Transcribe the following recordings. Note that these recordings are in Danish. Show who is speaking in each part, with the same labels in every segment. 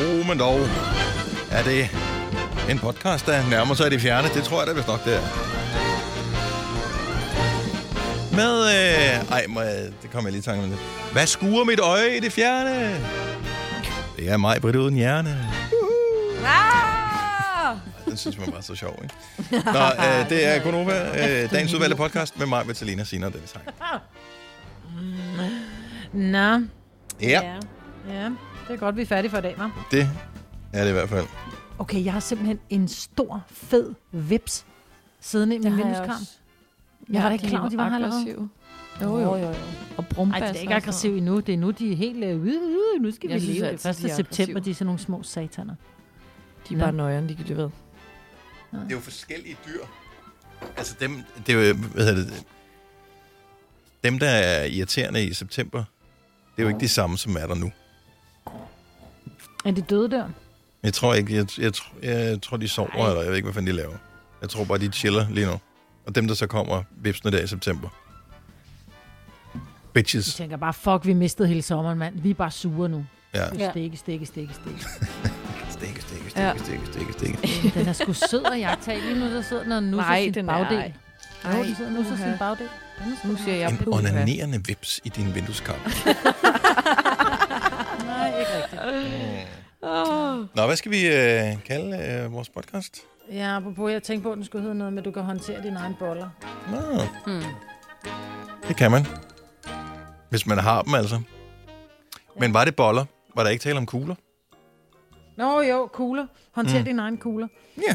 Speaker 1: Oh, men dog. Er det en podcast, der nærmer sig det fjerne? Det tror jeg da vist nok, det er. Med... Øh, ej, må jeg, det kom jeg lige i tanke om lidt. Hvad skuer mit øje i det fjerne? Det er mig, Britt, uden hjerne.
Speaker 2: Ah!
Speaker 1: Den synes man bare er så sjov, ikke? Nå, øh, det er Gunova, øh, dagens udvalgte podcast med mig, Vitalina Sina og Dennis Hein.
Speaker 2: Nå,
Speaker 1: Ja,
Speaker 2: ja. Det er godt, vi er færdige for i dag, hva'?
Speaker 1: det er det i hvert fald.
Speaker 2: Okay, jeg har simpelthen en stor, fed vips siddende i min vindueskarm. Jeg var da ikke klar, over, at de var her allerede.
Speaker 3: Jo, jo, jo.
Speaker 2: Ej,
Speaker 3: Og brumbas.
Speaker 2: de er ikke aggressiv endnu. Det er nu, de er helt... Øh, øh, øh, nu skal
Speaker 3: Jeg
Speaker 2: vi
Speaker 3: synes
Speaker 2: leve. Det
Speaker 3: altid,
Speaker 2: er 1.
Speaker 3: de er
Speaker 2: september,
Speaker 3: aggressive.
Speaker 2: de er sådan nogle små sataner.
Speaker 3: De er bare nøjeren, de kan løbe ved.
Speaker 1: Det er jo forskellige dyr. Altså dem, det er jo, hvad hedder det, dem, der er irriterende i september, det er jo ikke de samme, som er der nu.
Speaker 2: Er de døde der?
Speaker 1: Jeg tror ikke, jeg, jeg, tr- jeg tror, de sover, eller jeg ved ikke, hvad fanden de laver. Jeg tror bare, de chiller lige nu. Og dem, der så kommer vipsene der i september.
Speaker 2: Jeg
Speaker 1: Bitches.
Speaker 2: tænker bare, fuck, vi mistede hele sommeren, mand. Vi er bare sure nu.
Speaker 1: Ja.
Speaker 2: Ja. Stikke, stikke, stikke, stikke.
Speaker 1: Stikke, stikke,
Speaker 3: Ja.
Speaker 1: stikke, stikke, stikke, stikke.
Speaker 2: Den er sgu sød at jagte af. Lige nu, der sidder den og nusser
Speaker 3: Nej,
Speaker 2: sin
Speaker 3: den er
Speaker 2: bagdel.
Speaker 3: ej.
Speaker 2: Nej, den sidder og nusser
Speaker 3: uha.
Speaker 2: sin bagdel. Den er sgu
Speaker 3: Nu siger jeg
Speaker 1: En
Speaker 3: puha.
Speaker 1: onanerende vips i din vindueskamp.
Speaker 2: Nej, ikke rigtigt.
Speaker 1: Nå, hvad skal vi øh, kalde øh, vores podcast?
Speaker 2: Ja, apropos, jeg tænkte på, at den skulle hedde noget med, at du kan håndtere dine egne boller.
Speaker 1: Nå.
Speaker 3: Hmm.
Speaker 1: Det kan man. Hvis man har dem, altså. Men var det boller? Var der ikke tale om kugler?
Speaker 2: Nå jo, kugler. Håndter mm. dine egne kugler.
Speaker 1: Hmm. Ja.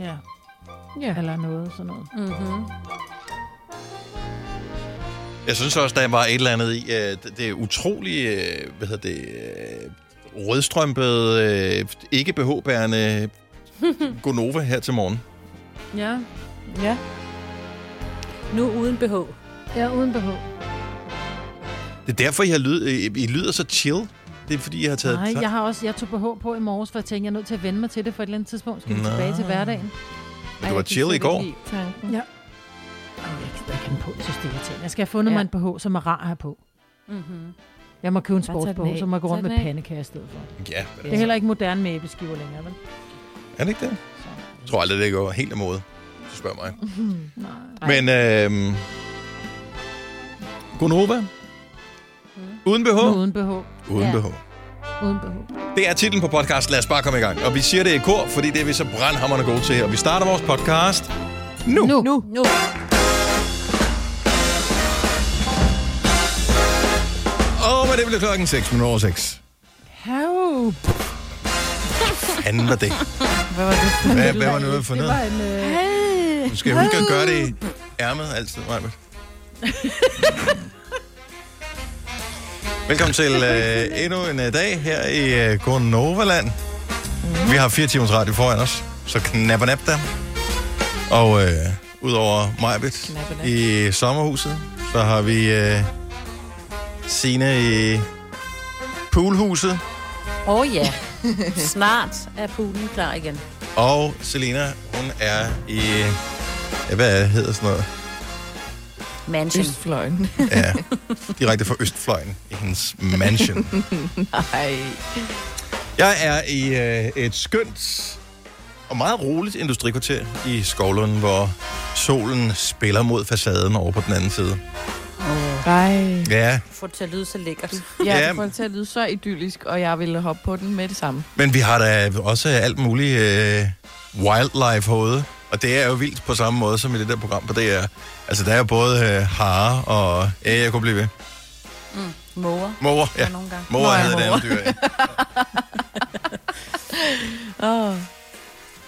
Speaker 2: Ja,
Speaker 3: Ja. Mm-hmm.
Speaker 2: eller noget sådan noget. Mm.
Speaker 1: Jeg synes også, der var et eller andet i øh, det, det utrolige, øh, hvad hedder det, øh, rødstrømpede, øh, ikke BH-bærende Gonova her til morgen.
Speaker 2: Ja.
Speaker 3: Ja.
Speaker 4: Nu uden BH.
Speaker 2: ja, uden behov.
Speaker 1: Det er derfor, I, har lyd, øh, I lyder så chill. Det er fordi, jeg har taget...
Speaker 2: Nej, jeg har også, jeg tog BH på i morges, for jeg tænkte, jeg er nødt til at vende mig til det for et eller andet tidspunkt. Skal vi
Speaker 1: Nå.
Speaker 2: tilbage til hverdagen?
Speaker 1: Men du var chill i går.
Speaker 3: Tanken.
Speaker 2: Jamen, Jeg kan ikke have den på, så stikker til. Jeg skal have fundet
Speaker 3: Ja. Mm-hmm.
Speaker 2: mig en BH, som er rar at have på. Jeg må købe en
Speaker 3: Bare tag den
Speaker 2: sports-BH,
Speaker 3: af.
Speaker 2: så må jeg gå
Speaker 3: Tag
Speaker 2: rundt med
Speaker 3: den af.
Speaker 2: pandekager i stedet for.
Speaker 1: Ja, altså.
Speaker 2: Det er heller ikke moderne med æbleskiver længere, vel?
Speaker 1: er det ikke det? Jeg tror aldrig, det går helt af mode, hvis du spørger mig.
Speaker 3: Hmm.
Speaker 2: Nej.
Speaker 1: Men øh, Gonova. Uden BH.
Speaker 2: Men uden BH.
Speaker 1: Uden
Speaker 2: Ja.
Speaker 1: BH.
Speaker 2: Uden BH.
Speaker 1: Det er titlen på podcast. Lad os bare komme i gang. Og vi siger det i kor, fordi det er vi så brandhammerne gode til. Og vi starter vores podcast nu.
Speaker 2: Nu.
Speaker 3: Nu.
Speaker 4: Nu.
Speaker 1: Og med det blev klokken 6 minutter over 6.
Speaker 2: Hav.
Speaker 1: Anden var det.
Speaker 2: Hvad var det? for
Speaker 1: Hvad,
Speaker 2: en
Speaker 1: hvad var
Speaker 2: lyd?
Speaker 1: nu for
Speaker 2: Det
Speaker 1: noget?
Speaker 2: var en... Øh...
Speaker 1: Du skal huske at gøre det i ærmet altid, Majbert. Velkommen til øh, endnu en øh, dag her i øh, Gornovaland. Vi har fire timers radio foran os, så knap og nap der. Og øh, udover Majbert
Speaker 3: Knap og nap.
Speaker 1: i sommerhuset, så har vi øh, Sine i poolhuset,
Speaker 4: Åh oh, ja. Snart er poolen klar igen.
Speaker 1: og Selina, hun er i... Ja, hvad er det, hedder sådan noget?
Speaker 4: Mansion.
Speaker 3: Østfløjen.
Speaker 1: Ja, direkte fra Østfløjen i hendes mansion.
Speaker 3: Nej.
Speaker 1: Jeg er i øh, et skønt og meget roligt industrikvarter i Skovlund, hvor solen spiller mod facaden over på den anden side.
Speaker 3: Nej.
Speaker 1: Ja,
Speaker 4: Få det til at lyde så lækkert.
Speaker 3: Ja,
Speaker 1: Ja.
Speaker 3: det får det til at lyde så idyllisk, og jeg ville hoppe på den med det samme.
Speaker 1: men vi har da også alt muligt øh, wildlife herude. Og det er jo vildt på samme måde som i det der program på DR. Altså, der er jo både øh, harer og... Ja, jeg kunne blive ved.
Speaker 4: Måger.
Speaker 1: Mor, ja.
Speaker 4: Mm. Ja. Nogle gange.
Speaker 1: Mor
Speaker 3: Nå, ja,
Speaker 1: hedder det
Speaker 3: måger.
Speaker 1: andet dyr, ja.
Speaker 3: Åh.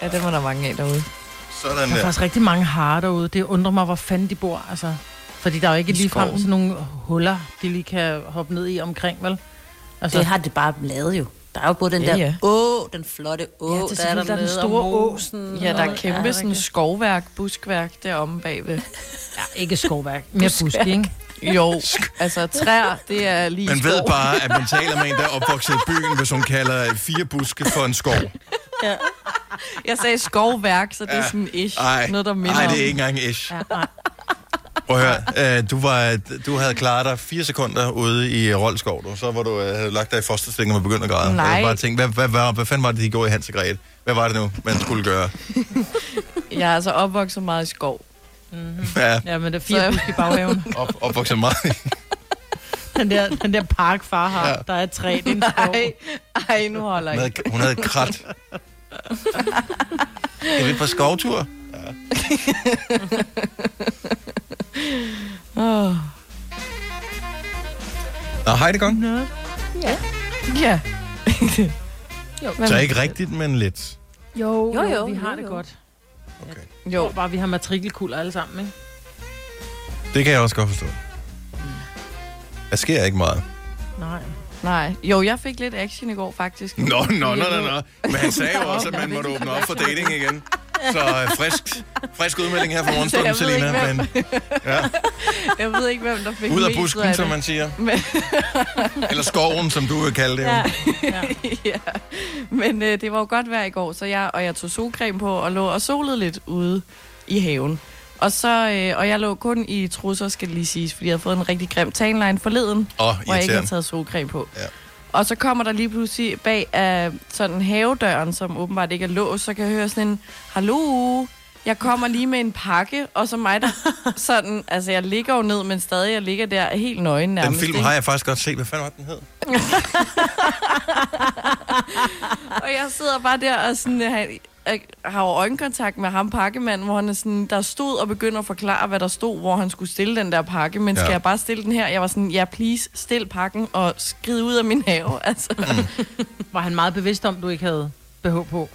Speaker 3: Ja, det var der mange af derude.
Speaker 1: Sådan
Speaker 2: Der er
Speaker 1: der.
Speaker 2: faktisk rigtig mange harer derude. Det undrer mig, hvor fanden de bor, altså. Fordi der er jo ikke
Speaker 3: I
Speaker 2: lige frem
Speaker 3: skoven.
Speaker 2: sådan nogle huller, de lige kan hoppe ned i omkring, vel? Altså,
Speaker 4: Det har det bare lavet jo. Der er jo både den
Speaker 3: Ja,
Speaker 4: der
Speaker 3: ja.
Speaker 4: å, den flotte å,
Speaker 2: Ja,
Speaker 4: ja,
Speaker 2: det
Speaker 4: der er
Speaker 2: er selvfølgelig,
Speaker 4: der,
Speaker 2: der er den
Speaker 4: nede,
Speaker 2: store å.
Speaker 4: og mosen.
Speaker 3: Ja, der er
Speaker 4: og-
Speaker 3: kæmpe sådan skovværk, buskværk deromme bagved.
Speaker 2: ja, ikke skovværk, mere busk, ikke?
Speaker 3: Jo, altså træer, det er lige
Speaker 1: Man
Speaker 3: skov.
Speaker 1: ved bare, at man taler med en, der er opvokset i byen, hvis hun kalder fire buske for en skov.
Speaker 3: Jeg sagde skovværk, så det er sådan ish.
Speaker 1: Ej,
Speaker 3: noget, der minder
Speaker 1: ej det
Speaker 3: om.
Speaker 1: er ikke engang ish.
Speaker 2: Ja, nej.
Speaker 1: Prøv at høre, øh, du, var, du havde klaret dig fire sekunder ude i Roldskov, du. så var du øh, havde lagt dig i fosterstilling og begyndt at græde.
Speaker 3: Nej.
Speaker 1: Jeg havde bare tænkt, hvad, hvad, hvad, hvad fanden var det, de gjorde i Hans og Grete? Hvad var det nu, man skulle gøre?
Speaker 3: Jeg er altså opvokset meget i skov.
Speaker 1: Ja,
Speaker 2: Ja, men det er
Speaker 3: Så
Speaker 2: fire
Speaker 3: jeg-
Speaker 2: busk i baghaven.
Speaker 1: op, opvokset meget.
Speaker 2: Den der, den der parkfar har,
Speaker 1: Ja.
Speaker 2: ja. der er et træ, det er en skov.
Speaker 3: Ej, ej, nu holder
Speaker 1: Hun
Speaker 3: jeg.
Speaker 1: havde, hun havde et krat. Skal vi på skovtur?
Speaker 3: Oh.
Speaker 1: Nå, hej det gong.
Speaker 3: Ja.
Speaker 1: Så ikke rigtigt, men lidt.
Speaker 5: Jo,
Speaker 4: Jo,
Speaker 5: jo,
Speaker 4: jo,
Speaker 5: jo, vi har
Speaker 4: jo,
Speaker 5: det
Speaker 4: jo.
Speaker 5: godt.
Speaker 1: Okay.
Speaker 2: Jeg
Speaker 3: Jo,
Speaker 2: tror bare, vi har matrikelkulder alle sammen, ikke?
Speaker 1: Det kan jeg også godt forstå. Der sker ikke meget.
Speaker 2: Nej.
Speaker 3: nej. Jo, jeg fik lidt action i går, faktisk.
Speaker 1: Nå, nå, nå, nå, nå. Men han sagde jo også, at man måtte åbne op for dating igen. Så øh, frisk, frisk udmelding her fra morgenstunden,
Speaker 3: Jeg ved ikke,
Speaker 1: Selina.
Speaker 3: hvem-
Speaker 1: Men
Speaker 3: Jeg ved ikke, hvem der fik
Speaker 1: ud af
Speaker 3: mest
Speaker 1: busken,
Speaker 3: det.
Speaker 1: som man siger.
Speaker 3: Men-
Speaker 1: Eller skoven, som du vil kalde det.
Speaker 4: Ja.
Speaker 1: jo.
Speaker 3: ja. Men øh, det var jo godt vejr i går, så jeg, og jeg tog solcreme på og lå og solede lidt ude i haven. Og, så, øh, og jeg lå kun i trusser, skal det lige siges, fordi jeg havde fået en rigtig grim tanline forleden, hvor
Speaker 1: Åh,
Speaker 3: jeg ikke havde
Speaker 1: irriterende.
Speaker 3: taget solcreme på.
Speaker 1: Ja.
Speaker 3: Og så kommer der lige pludselig bag af sådan havedøren, som åbenbart ikke er låst, så kan jeg høre sådan en, hallo, jeg kommer lige med en pakke, og så mig der sådan, altså jeg ligger jo ned, men stadig jeg ligger der helt nøgen nærmest.
Speaker 1: Den film
Speaker 3: ikke?
Speaker 1: har jeg faktisk godt set. Hvad fanden var den hed?
Speaker 3: Og jeg sidder bare der og sådan, øh, han, jeg har jo øjenkontakt med ham pakkemanden, hvor han er sådan, der stod og begynder at forklare, hvad der stod, hvor han skulle stille den der pakke, men
Speaker 1: Ja.
Speaker 3: ja. skal jeg bare stille den her? Jeg var sådan, ja, please, stil pakken og skrid ud af min have. Altså,
Speaker 2: Mm. Var han meget bevidst om, du ikke havde behov på?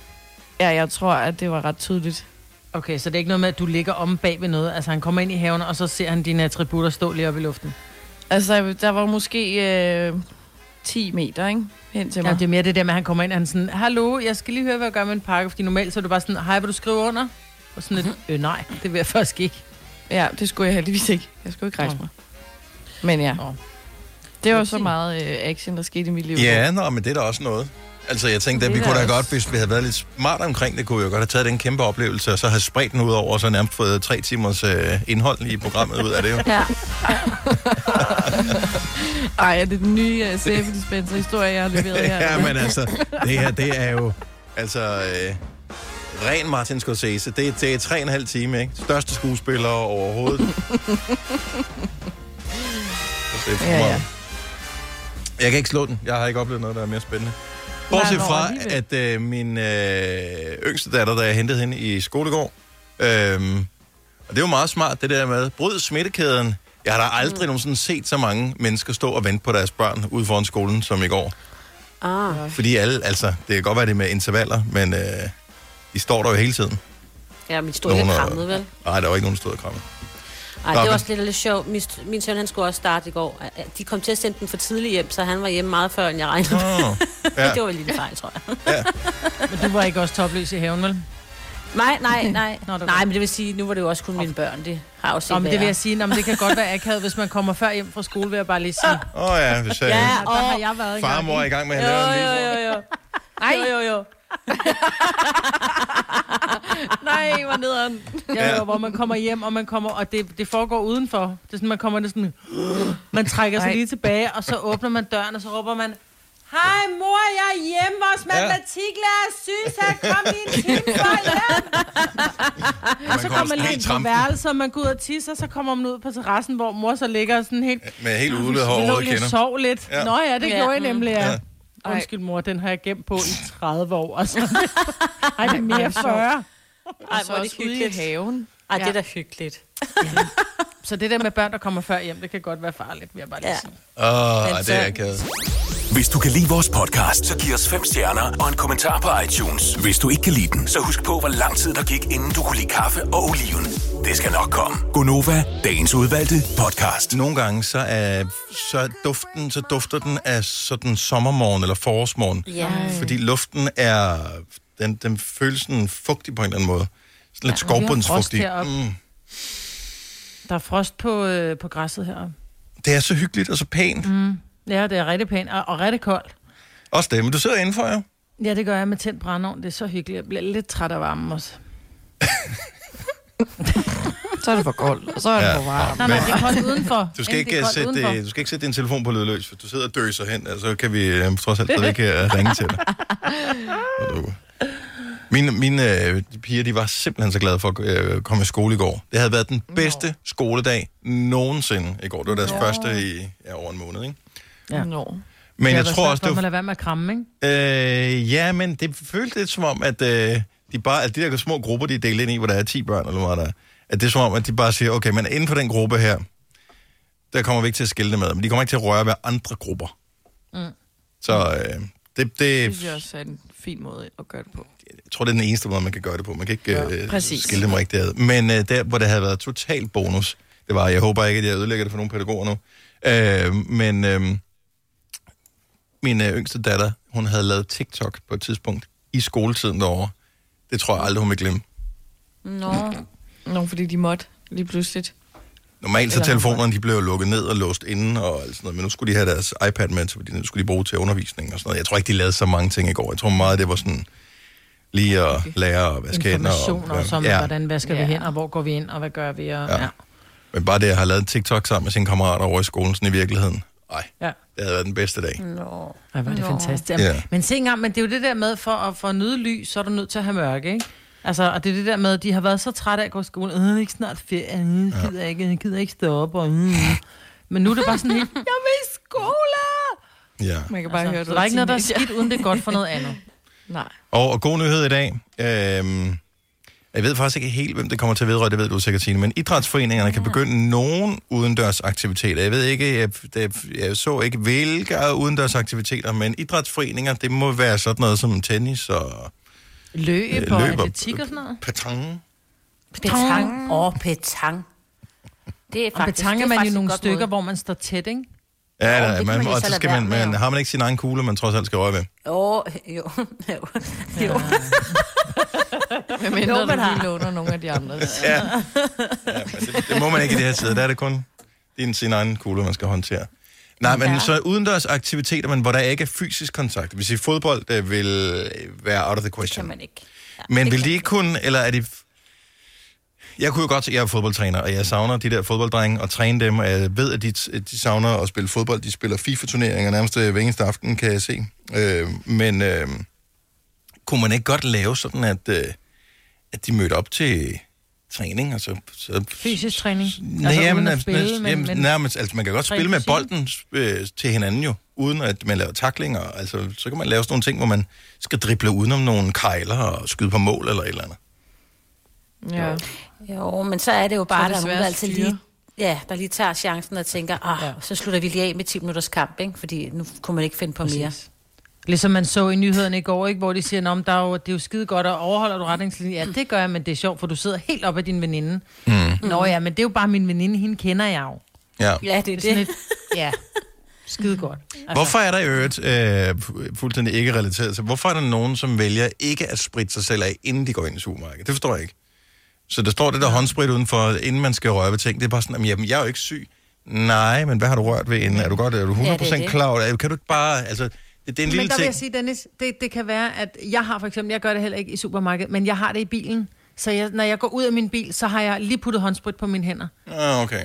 Speaker 3: ja, jeg tror, at det var ret tydeligt.
Speaker 2: Okay, så det er ikke noget med, at du ligger om bag ved noget. Altså, han kommer ind i haven, og så ser han dine attributter stå lige oppe i luften.
Speaker 3: Altså, der var måske øh, 10 meter, ikke? Hen til mig.
Speaker 2: Ja, det er mere det der med, at han kommer ind, og han sådan, Hallo, jeg skal lige høre, hvad jeg gør med en pakke, fordi normalt så er du bare sådan, hej, vil du skrive under? Og sådan
Speaker 4: Mhm.
Speaker 2: lidt, øh, nej, det vil jeg faktisk ikke.
Speaker 3: Ja, det skulle jeg heldigvis ikke. Jeg skulle ikke rejse
Speaker 2: Nå.
Speaker 3: mig. Men ja.
Speaker 2: Nå.
Speaker 3: Det var så
Speaker 2: Upsi.
Speaker 3: meget øh, action, der skete i mit liv.
Speaker 1: Ja, nå, men det er da også noget. Altså, jeg tænkte, at
Speaker 3: Det
Speaker 1: vi
Speaker 3: er
Speaker 1: kunne da
Speaker 3: da også-
Speaker 1: godt, hvis vi havde været lidt smart omkring det, kunne vi jo godt have taget den kæmpe oplevelse, og så have spredt den ud over, og så nærmest fået tre timers øh, indhold i programmet ud af det jo.
Speaker 4: Ja.
Speaker 3: Ej, er det den nye uh, sæbedispenser-historie, jeg har leveret her?
Speaker 1: ja, men altså, det her, det er jo... Altså, øh, ren Martin Scorsese. Det, er- det er tre og en halv time, ikke? Største skuespiller overhovedet. Altså, det er for
Speaker 3: Ja, ja.
Speaker 1: meget. Jeg kan ikke slå den. Jeg har ikke oplevet noget, der er mere spændende. Bortset
Speaker 3: hvor
Speaker 1: fra,
Speaker 3: alligevel.
Speaker 1: at øh, min øh, yngste datter, der jeg hentede hende i skolegård, øhm, og det var meget smart, det der med, bryd smittekæden. Jeg har da aldrig mm. nogensinde set så mange mennesker stå og vente på deres børn ude foran skolen, som i går.
Speaker 4: Ah.
Speaker 1: Fordi alle, altså, det kan godt være det er med intervaller, men øh, de står der jo hele tiden.
Speaker 4: Ja, min stod ikke
Speaker 1: Nogen er-
Speaker 4: krammet, vel?
Speaker 1: Nej, der var ikke nogen, der stod og krammede.
Speaker 4: Ej,
Speaker 1: Nå,
Speaker 4: det
Speaker 1: men-
Speaker 4: var også lidt, lidt sjovt. Min, min søn, han skulle også starte i går. De kom til at sende den for tidligt hjem, så han var hjemme meget før, end jeg regnede.
Speaker 1: Oh, ja.
Speaker 4: Det var en lille fejl, tror jeg.
Speaker 2: Men du var ikke også topløs i haven, vel?
Speaker 4: Nej, nej, nej.
Speaker 2: Nå, det var-
Speaker 4: nej, men det vil sige, nu var det jo også kun mine børn, det har jo set,
Speaker 2: Nå, men
Speaker 4: hvad
Speaker 2: det vil
Speaker 4: jeg
Speaker 2: jeg sige, Nå, men det kan godt være akavet, hvis man kommer før hjem fra skole, vil jeg bare lige sige.
Speaker 1: Åh ja, hvis jeg,
Speaker 4: Ja,
Speaker 1: ja,
Speaker 2: Og der har jeg været engang,
Speaker 1: farmor er i gang med at
Speaker 4: Jo,
Speaker 1: lave en
Speaker 4: jo,
Speaker 1: lille...
Speaker 4: jo, jo. Ej. Jo, jo, jo.
Speaker 3: Nej, hvor nederen.
Speaker 2: Ja,
Speaker 1: Ja.
Speaker 2: ja. hvor man kommer hjem, og man kommer, og det, det foregår udenfor. Det er sådan, man kommer næsten... Man trækker sig
Speaker 3: Ej.
Speaker 2: lige tilbage, og så åbner man døren, og så råber man... Hej mor, jeg er hjemme, vores matematiklærer synes, at kom lige en time før hjem.
Speaker 1: Man
Speaker 2: Og så kommer man lige
Speaker 1: helt
Speaker 2: ind på
Speaker 1: trampen
Speaker 2: værelset, og man går ud og tisser, og så kommer man ud på terrassen, hvor mor så ligger sådan helt...
Speaker 1: med helt ude
Speaker 2: Vi lå
Speaker 1: hår overhovedet
Speaker 2: lige og
Speaker 1: kender.
Speaker 2: sov lidt.
Speaker 1: Ja.
Speaker 2: Ja. Nå ja, det
Speaker 4: Ja,
Speaker 2: ja. gjorde jeg
Speaker 4: mm.
Speaker 2: nemlig, ja.
Speaker 1: Ja.
Speaker 2: ja. Undskyld mor, den har jeg gemt på i 30 år. Altså. Ej, det er mere 40.
Speaker 4: Ej,
Speaker 3: Så
Speaker 4: hvor er det
Speaker 3: også ude i
Speaker 4: hyggeligt.
Speaker 3: haven.
Speaker 4: Ej, det er da hyggeligt.
Speaker 2: Så det der med børn, der kommer før hjem, det kan godt være farligt, vil jeg bare lige
Speaker 4: Ja.
Speaker 2: sige.
Speaker 1: Åh,
Speaker 4: Men
Speaker 1: oh, det
Speaker 4: så-
Speaker 1: er akavet.
Speaker 6: Hvis du kan lide vores podcast, så giv os fem stjerner og en kommentar på iTunes. Hvis du ikke kan lide den, så husk på, hvor lang tid der gik, inden du kunne lide kaffe og oliven. Det skal nok komme. Gonova, dagens udvalgte podcast.
Speaker 1: Nogle gange, så, er, så, duften, så dufter den af sådan sommermorgen eller forårsmorgen.
Speaker 4: Ja.
Speaker 1: Fordi luften er... Den, den føles sådan fugtig på en eller anden måde. Sådan lidt ja, skovbundsfugtig.
Speaker 2: frost heroppe.
Speaker 1: Mm.
Speaker 2: Der er frost på, øh, på græsset her.
Speaker 1: Det er så hyggeligt og så pænt. Mm.
Speaker 2: Ja, det er rigtig pænt og, og rigtig koldt.
Speaker 1: Også det, men du sidder indenfor, jo.
Speaker 2: Ja, det gør jeg med tændt brændeovn. Det er så hyggeligt. Jeg bliver lidt træt af varmen også.
Speaker 3: Så er det for koldt, og så er det
Speaker 1: Ja.
Speaker 3: for varmt.
Speaker 2: Nej, nej, det er koldt udenfor.
Speaker 1: Du skal, ikke,
Speaker 2: det
Speaker 1: øh,
Speaker 2: er
Speaker 1: sætte, øh, du skal ikke sætte din telefon på lydløs, for du sidder og døser hen, og så kan vi øh, trods alt stadig ikke ringe til dig. Og du- Mine, mine øh, piger, de var simpelthen så glade for at øh, komme i skole i går. Det havde været den bedste skoledag nogensinde i går. Det var deres første i ja, over en måned, ikke?
Speaker 2: Ja.
Speaker 3: Nå.
Speaker 1: Men jeg tror også, det
Speaker 2: Man
Speaker 1: var...
Speaker 2: lader være med at kramme, ikke?
Speaker 1: Øh, ja, men det føltes lidt som om, at øh, de bare, at de der små grupper, de er delt ind i, hvor der er 10 børn eller hvad der er, at det er som om, at de bare siger, okay, men inden for den gruppe her, der kommer vi ikke til at skille det med, men de kommer ikke til at røre ved andre grupper. Mm. Så øh, det, det,
Speaker 3: Det synes jeg også er en fin måde at gøre det på.
Speaker 1: jeg tror, det er den eneste måde, man kan gøre det på. Man kan ikke ja, øh,
Speaker 3: præcis.
Speaker 1: skille dem rigtig ad. Men øh, der, hvor det havde været total bonus, det var, jeg håber ikke, at jeg ødelægger det for nogle pædagoger nu, øh, men øh, min øh, yngste datter, hun havde lavet TikTok på et tidspunkt i skoletiden derovre. Det tror jeg aldrig, hun vil glemme.
Speaker 3: Nå. Nå, fordi de måtte lige pludselig.
Speaker 1: Normalt så
Speaker 3: Eller-
Speaker 1: telefonerne, de blev jo lukket ned og låst inden og alt sådan noget, men nu skulle de have deres iPad med, så de, nu skulle de bruge til undervisning og sådan noget. Jeg tror ikke, de lavede så mange ting i går. Jeg tror meget, det var sådan lige at lære at vaske hænder.
Speaker 2: Informationer og, som,
Speaker 1: ja.
Speaker 2: ja. hvordan vasker
Speaker 3: Ja.
Speaker 2: vi hen, og hvor går vi ind, og hvad gør vi, og...
Speaker 1: Ja.
Speaker 2: Ja.
Speaker 1: Men bare det, at have lavet en TikTok sammen med sine kammerater over i skolen, sådan i virkeligheden. Nej,
Speaker 2: ja.
Speaker 1: det havde været den bedste dag.
Speaker 3: Nå.
Speaker 2: Ej, hvor er det
Speaker 3: Nå.
Speaker 2: fantastisk. Jamen,
Speaker 1: Ja.
Speaker 2: Men se engang, men det er jo det der med, for at, for at nyde lys, så er du nødt til at have mørke, ikke? Altså, og det er det der med, at de har været så trætte af at gå i skole. Øh, det er ikke snart ferie. Øh, jeg gider ikke, jeg gider ikke stå op. Og, øh. Men nu er det bare sådan helt, jeg vil i skole!
Speaker 1: Ja.
Speaker 3: Man kan bare altså, høre
Speaker 2: Så
Speaker 3: det.
Speaker 2: der er ikke noget, der er
Speaker 3: teenager.
Speaker 2: skidt, uden det er godt for noget andet.
Speaker 3: Nej.
Speaker 1: Og, og god nyhed i dag. Øhm, jeg ved faktisk ikke helt, hvem det kommer til at vedrøre, det ved du sikkert, Signe, men idrætsforeningerne kan begynde nogen udendørs aktiviteter. Jeg ved ikke, jeg, det, jeg så ikke, hvilke udendørs aktiviteter, men idrætsforeninger, det må være sådan noget som tennis og
Speaker 2: Løb og
Speaker 1: løber-
Speaker 2: atletik og sådan noget.
Speaker 1: petanque.
Speaker 4: Petang. Åh, oh, petang. Det er faktisk,
Speaker 2: Og betang
Speaker 4: det
Speaker 2: er man
Speaker 4: faktisk
Speaker 2: jo
Speaker 4: et
Speaker 2: nogle
Speaker 4: godt
Speaker 2: stykker,
Speaker 4: Måde.
Speaker 2: hvor man står tæt, ikke?
Speaker 1: Ja,
Speaker 4: Åh,
Speaker 1: oh,
Speaker 4: det
Speaker 1: der,
Speaker 4: kan
Speaker 1: man,
Speaker 4: man jo
Speaker 1: og
Speaker 4: så
Speaker 1: så
Speaker 4: lade
Speaker 1: skal
Speaker 4: være
Speaker 1: man,
Speaker 4: med,
Speaker 1: man,
Speaker 4: jo.
Speaker 1: har man ikke sin egen kugle, man trods alt skal røge ved.
Speaker 4: Åh, jo, jo, jo.
Speaker 3: Men mindre
Speaker 4: Jo,
Speaker 3: du
Speaker 4: man har.
Speaker 3: lige låner nogle af de andre.
Speaker 1: Det, det må man ikke i det her tid. Der er det kun din, sin egen kugle, man skal håndtere. Nej, men ja. så udendørs aktiviteter, men hvor der ikke er fysisk kontakt. Det vil sige, fodbold det vil være out of the question.
Speaker 4: kan man ikke. Ja,
Speaker 1: Men
Speaker 4: det
Speaker 1: vil
Speaker 4: kan
Speaker 1: de ikke kunne, eller er det... Jeg kunne jo godt, jeg er fodboldtræner, og jeg savner de der fodbolddrenge og træne dem, og jeg ved, at de, at de savner at spille fodbold. De spiller FIFA-turneringer nærmest øh, hver eneste aften, kan jeg se. Øh, men øh, kunne man ikke godt lave sådan, at, øh, at de mødte op til træning, og så, så
Speaker 2: Fysisk træning.
Speaker 1: Nej, altså, jamen,
Speaker 2: uden at
Speaker 1: altså,
Speaker 2: spille, men-
Speaker 1: jamen,
Speaker 2: men-
Speaker 1: nærmest, altså, man kan godt
Speaker 2: Tre
Speaker 1: spille med
Speaker 2: på siden.
Speaker 1: bolden øh, til hinanden jo, uden at man laver taklinger. Altså, så kan man lave sådan nogle ting, hvor man skal drible udenom nogle kejler og skyde på mål eller et eller andet.
Speaker 3: Ja.
Speaker 4: Jo, men så er det jo bare,
Speaker 3: det
Speaker 4: at
Speaker 3: er
Speaker 4: der er nogen, der
Speaker 3: svært at
Speaker 4: altid
Speaker 3: styre.
Speaker 4: lige, ja, der lige tager chancen og tænker, ah, ja. så slutter vi lige af med 10 minutters kamp, ikke? fordi nu kunne man ikke finde på mere.
Speaker 2: Ligesom man så i nyhederne i går, ikke? hvor de siger, at der er jo, det er jo skide godt, og overholder du retningslinjer? Ja, det gør jeg, men det er sjovt, for du sidder helt op af din veninde.
Speaker 4: Mhm.
Speaker 2: Mm. Nå ja, men det er jo bare min veninde, hende kender jeg jo.
Speaker 1: Ja.
Speaker 4: Ja, det er det.
Speaker 2: Sådan lidt, ja, skide godt. Altså,
Speaker 1: Hvorfor er der i øvrigt, øh, fu- fuldstændig ikke relateret til, hvorfor er der nogen, som vælger ikke at spritte sig selv af, inden de går ind i supermarkedet? Det forstår jeg ikke. Så der står det der håndsprit udenfor, inden man skal røre ved ting. Det er bare sådan, "Jamen, jamen, jeg er jo ikke syg. Nej, men hvad har du rørt ved inden? Er du godt? Er du 100%
Speaker 4: det.
Speaker 1: klar? over det? Kan du ikke bare... Altså, det, det er en
Speaker 2: men
Speaker 1: lille
Speaker 2: der vil
Speaker 1: ting.
Speaker 2: jeg sige, Dennis, det, det kan være, at jeg har for eksempel, jeg gør det heller ikke i supermarkedet, men jeg har det i bilen. Så jeg, når jeg går ud af min bil, så har jeg lige puttet håndsprit på mine hænder.
Speaker 1: Ah, okay.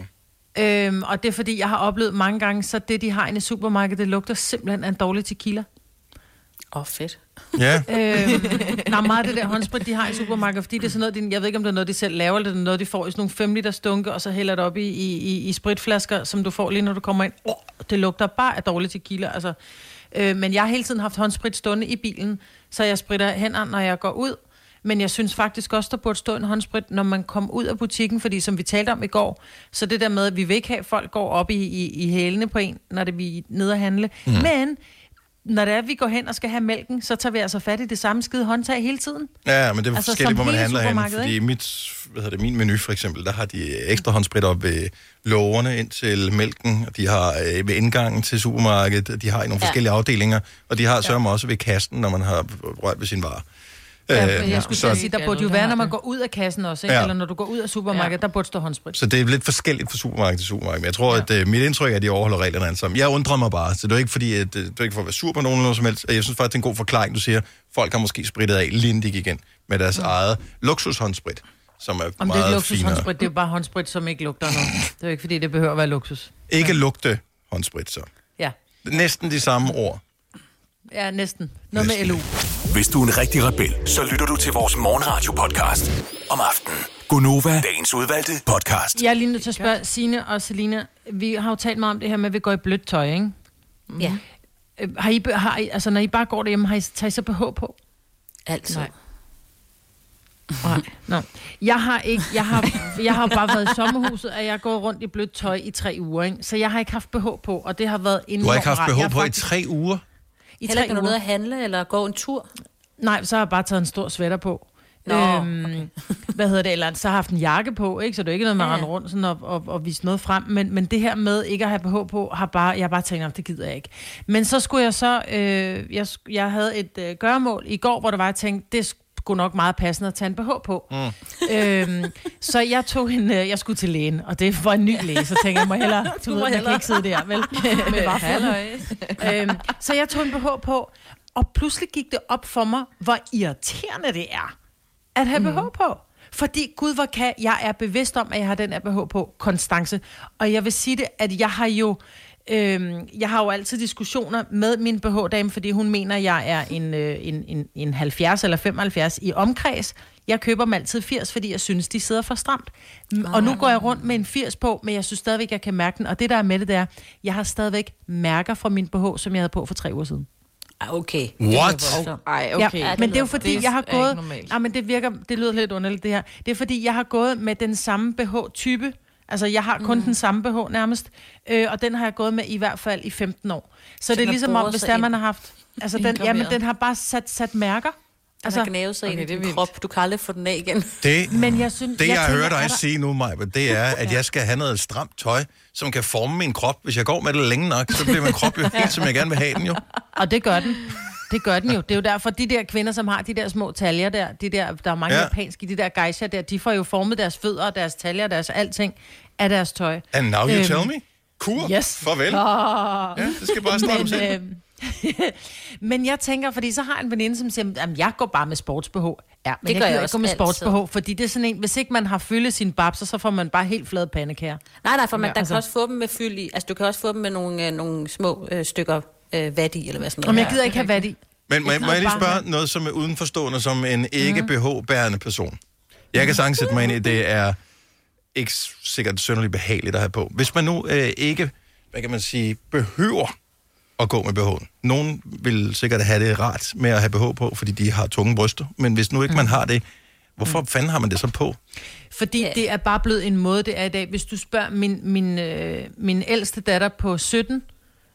Speaker 2: Øhm, og det er fordi, jeg har oplevet mange gange, så det, de har inde i supermarkedet, det lugter simpelthen af en dårlig tequila.
Speaker 4: Åh, oh, fedt.
Speaker 1: Ja.
Speaker 2: øhm, der er meget af det der håndsprit, de har i supermarkedet, fordi det er sådan noget, de, jeg ved ikke, om det er noget, de selv laver, eller det er noget, de får i sådan nogle 5 liters dunke, og så hælder det op i, i, i, i spritflasker, som du får lige når du kommer ind. Oh, det lugter bare af dårlig tequila, altså. Øh, men jeg har hele tiden haft håndsprit stående i bilen, så jeg spritter hænderne, når jeg går ud. Men jeg synes faktisk også, der burde stå en håndsprit, når man kom ud af butikken, fordi som vi talte om i går, så det der med, at vi vil ikke have, at folk går op i, i, i hælene på en, når det vi er nede at handle. Mm. Men når det er, vi går hen og skal have mælken, så tager vi altså fat i det samme skide håndtag hele tiden.
Speaker 1: Ja, men det er altså,
Speaker 2: Altså,
Speaker 1: forskelligt,
Speaker 2: som
Speaker 1: hvor man
Speaker 2: hele
Speaker 1: handler hen.
Speaker 2: supermarkedet,
Speaker 1: Fordi
Speaker 2: ikke?
Speaker 1: mit, hvad hedder det, min menu for eksempel, der har de øh, ekstra håndsprit op ved lågerne ind til mælken, og de har øh, ved indgangen til supermarkedet, og de har i nogle
Speaker 4: Ja.
Speaker 1: forskellige afdelinger, og de har sørger ja. også ved kasten, når man har rørt ved sin varer.
Speaker 2: Ja,
Speaker 1: Øh,
Speaker 2: jeg skulle til
Speaker 1: så,
Speaker 2: at sige, der burde jo være, når man går ud af kassen også, ikke?
Speaker 1: Ja.
Speaker 2: Ja. eller når du går ud af supermarkedet, der burde stå håndsprit.
Speaker 1: så det er lidt forskelligt fra supermarked til supermarked. Men jeg tror, ja. at øh, mit indtryk er, at de overholder reglerne alle sammen. Jeg undrer mig bare, så det er jo ikke fordi, at, øh, det er ikke for at være sur på nogen eller noget som helst. Jeg synes faktisk, det er en god forklaring, du siger. Folk har måske spritet af, lige inden de gik ind med deres mm. eget luksushåndsprit. som
Speaker 2: Om
Speaker 1: er
Speaker 2: det er ikke
Speaker 1: meget finere.
Speaker 2: luksushåndsprit, det er jo bare håndsprit, som ikke lugter noget. Det er jo ikke, fordi det behøver at være luksus.
Speaker 1: Ikke lugte håndsprit, så.
Speaker 2: Ja,
Speaker 1: Næsten de samme ord.
Speaker 2: ja næsten. Noget med LU.
Speaker 6: Hvis du er en rigtig rebel, så lytter du til vores morgenradio-podcast om aftenen. Gunova, dagens udvalgte podcast.
Speaker 2: Jeg er lige nødt til at spørge Signe og Selina. Vi har jo talt meget om det her med, at vi går i blødt tøj, ikke?
Speaker 4: Ja,
Speaker 2: Øh, Har I, be- har I, altså, når I bare går derhjemme, har I, tager I så BH på?
Speaker 4: altså.
Speaker 2: Nej. Nej. Nå. Jeg har ikke, jeg har, jeg har bare været i sommerhuset, og jeg har gået rundt i blødt tøj i tre uger, ikke? Så jeg har ikke haft BH på, og det har været enormt
Speaker 1: Du har ikke haft
Speaker 2: rart. Jeg
Speaker 1: behov
Speaker 2: har
Speaker 1: på i
Speaker 2: faktisk-
Speaker 1: tre uger.
Speaker 2: i
Speaker 4: Heller
Speaker 2: tre
Speaker 4: ikke, når du er
Speaker 2: uger.
Speaker 4: nede at handle eller gå en tur.
Speaker 2: Nej, så har jeg bare taget en stor sweater på.
Speaker 4: Nå,
Speaker 2: øhm, Hvad hedder det? Eller så har jeg haft en jakke på, ikke? Så det er ikke noget med at
Speaker 4: Ja, ja.
Speaker 2: rende rundt sådan og, og, og vise noget frem. Men, men det her med ikke at have BH på, har bare, jeg har bare tænkt, "Nå, det gider jeg ikke. Men så skulle jeg så... Øh, jeg, sk- jeg havde et øh, gøremål i går, hvor det var, jeg tænkte, det skulle nok meget passende at tage en BH på. Mm. Øhm, så jeg tog en, øh, jeg skulle til lægen, og det var en ny læge, så tænkte jeg, jeg må hellere, du ved, jeg kan ikke sidde der, vel? Med vafler øhm, så jeg tog en BH på, og pludselig gik det op for mig, hvor irriterende det er at have mm. BH på. Fordi gud, hvor kan jeg er bevidst om, at jeg har den her BH på, konstance. Og jeg vil sige det, at jeg har jo... Øhm, jeg har jo altid diskussioner med min BH-dame, fordi hun mener, at jeg er en, øh, en, en, en 70 eller 75 i omkreds. Jeg køber dem altid 80, fordi jeg synes, de sidder for stramt. Oh. Og nu går jeg rundt med en 80 på, men jeg synes stadigvæk, jeg kan mærke den. Og det, der er med det, det er, jeg har stadigvæk mærker fra min BH, som jeg havde på for tre uger siden.
Speaker 4: Ej, okay.
Speaker 1: What?
Speaker 3: Ej,
Speaker 2: Ja,
Speaker 3: okay.
Speaker 2: okay.
Speaker 4: Ja,
Speaker 2: ja,
Speaker 4: det
Speaker 2: men det er jo
Speaker 4: lyder-
Speaker 2: fordi,
Speaker 3: det
Speaker 2: jeg har
Speaker 3: er ikke
Speaker 2: gået...
Speaker 3: normalt.
Speaker 2: Ja, men det virker, det lyder lidt underligt det her. Det er fordi, jeg har gået med den samme BH-type. Altså, jeg har kun mm. den samme BH nærmest. Øh, og den har jeg gået med i hvert fald i 15 år. Så, så det er
Speaker 4: den har
Speaker 2: ligesom om,
Speaker 4: boret
Speaker 2: hvis
Speaker 4: sig
Speaker 2: der
Speaker 4: ind.
Speaker 2: man har haft... Altså, den, jamen, den har bare sat, sat mærker.
Speaker 4: Altså,
Speaker 2: Altså,
Speaker 4: den har gnavet sig
Speaker 3: okay,
Speaker 4: ind i
Speaker 3: det er
Speaker 4: din
Speaker 3: vildt.
Speaker 4: krop. Du kan aldrig få den af igen.
Speaker 1: Det,
Speaker 2: men jeg synes...
Speaker 1: det jeg, jeg
Speaker 2: tænker,
Speaker 1: hører
Speaker 2: er
Speaker 1: dig
Speaker 2: der-
Speaker 1: sige nu, Maja, det er, at jeg skal have noget stramt tøj, som kan forme min krop. Hvis jeg går med det længe nok, så bliver min krop jo helt, som jeg gerne vil have den jo.
Speaker 2: Og det gør den. Det gør den jo. Det er jo derfor, de der kvinder, som har de der små taljer der, de der, der er mange
Speaker 1: Ja.
Speaker 2: ja. japanske, de der geisha der, de får jo formet deres fødder og deres taljer og deres alting af deres tøj.
Speaker 1: And now you
Speaker 2: Øhm,
Speaker 1: tell me. Kur,
Speaker 2: yes. Ah.
Speaker 1: farvel. Ja, det skal bare stramme
Speaker 2: Men,
Speaker 1: sig.
Speaker 2: øh, men jeg tænker, fordi så har jeg en veninde, som siger, at jeg går bare med sportsbh. Ja, men det jeg
Speaker 4: gør
Speaker 2: gør jeg
Speaker 4: jeg
Speaker 2: ikke gå med
Speaker 4: også
Speaker 2: sportsbh, fordi det er sådan en, hvis ikke man har fyldet sine babser, så får man bare helt flade pandekager.
Speaker 4: Nej, nej, for man, ja, der
Speaker 2: altså.
Speaker 4: kan også få dem med fyld i. Altså, du kan også få dem med nogle, øh, nogle små øh, stykker øh, vat i, eller hvad sådan
Speaker 2: Om
Speaker 4: noget.
Speaker 2: jeg gider ikke have vat i.
Speaker 1: Men må, jeg-
Speaker 2: Ikke
Speaker 1: må jeg lige
Speaker 2: noget
Speaker 1: spørge noget, som er udenforstående, som en ikke
Speaker 2: Mhm.
Speaker 1: BH-bærende person? Jeg kan sagtens sætte mig ind i, det er ikke s- sikkert synderligt behageligt at have på. Hvis man nu øh, ikke, hvad kan man sige, behøver at gå med BH'en. Nogen vil sikkert have det rart med at have BH på, fordi de har tunge bryster. Men hvis nu ikke
Speaker 2: Mhm.
Speaker 1: man har det, hvorfor fanden har man det så på?
Speaker 2: Fordi
Speaker 4: Ja.
Speaker 2: yeah. det er bare blevet en måde, det er i dag. Hvis du spørger min, min, øh, min ældste datter på 17,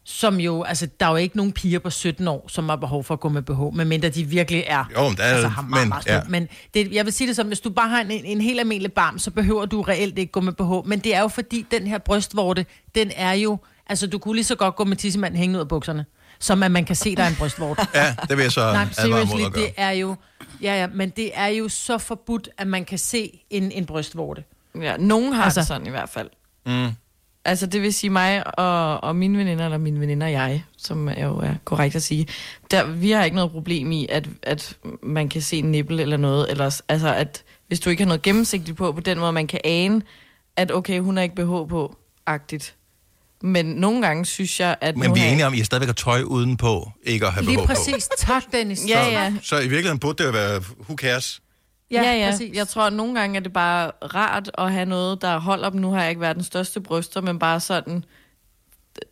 Speaker 2: som jo, altså, der er jo ikke nogen piger på 17 år, som har behov for at gå med BH, medmindre de virkelig er...
Speaker 1: Jo, men der er-
Speaker 2: altså, har meget,
Speaker 1: men-
Speaker 2: men, meget stor-
Speaker 1: ja.
Speaker 2: men det, jeg vil sige det som, hvis du bare har en, en helt almindelig barm, så behøver du reelt ikke gå med BH. Men det er jo fordi, den her brystvorte, den er jo... Altså, du kunne lige så godt gå med tissemanden hængende ud af bukserne, som at man kan se, der er en brystvorte.
Speaker 1: Ja, det vil jeg så
Speaker 2: Nej, men
Speaker 1: advare mod
Speaker 2: seriously,
Speaker 1: at gøre.
Speaker 2: det er jo... Ja, ja, men det er jo så forbudt, at man kan se en, en brystvorte.
Speaker 3: Ja, nogen har altså.
Speaker 2: Altså.
Speaker 3: det sådan i hvert fald. Mm. Altså, det vil sige mig og, og mine veninder, eller mine veninder og jeg, som er jo er korrekt at sige, der, vi har ikke noget problem i, at, at man kan se en nippel eller noget. Eller, s- altså, at hvis du ikke har noget gennemsigtigt på, på den måde, man kan ane, at okay, hun har ikke BH på, agtigt. Men nogle gange synes jeg, at...
Speaker 1: Men
Speaker 3: nu
Speaker 1: vi er
Speaker 3: har-
Speaker 1: enige om, at I har stadigvæk har tøj udenpå, ikke at have BH
Speaker 2: Lige
Speaker 1: på.
Speaker 2: præcis. Tak, Dennis.
Speaker 3: Ja, ja.
Speaker 1: Så, så i virkeligheden burde det jo være, who cares?
Speaker 3: Ja, ja. Præcis. Jeg tror, at nogle gange er det bare rart at have noget, der holder dem. Nu har jeg ikke været den største bryster, men bare sådan...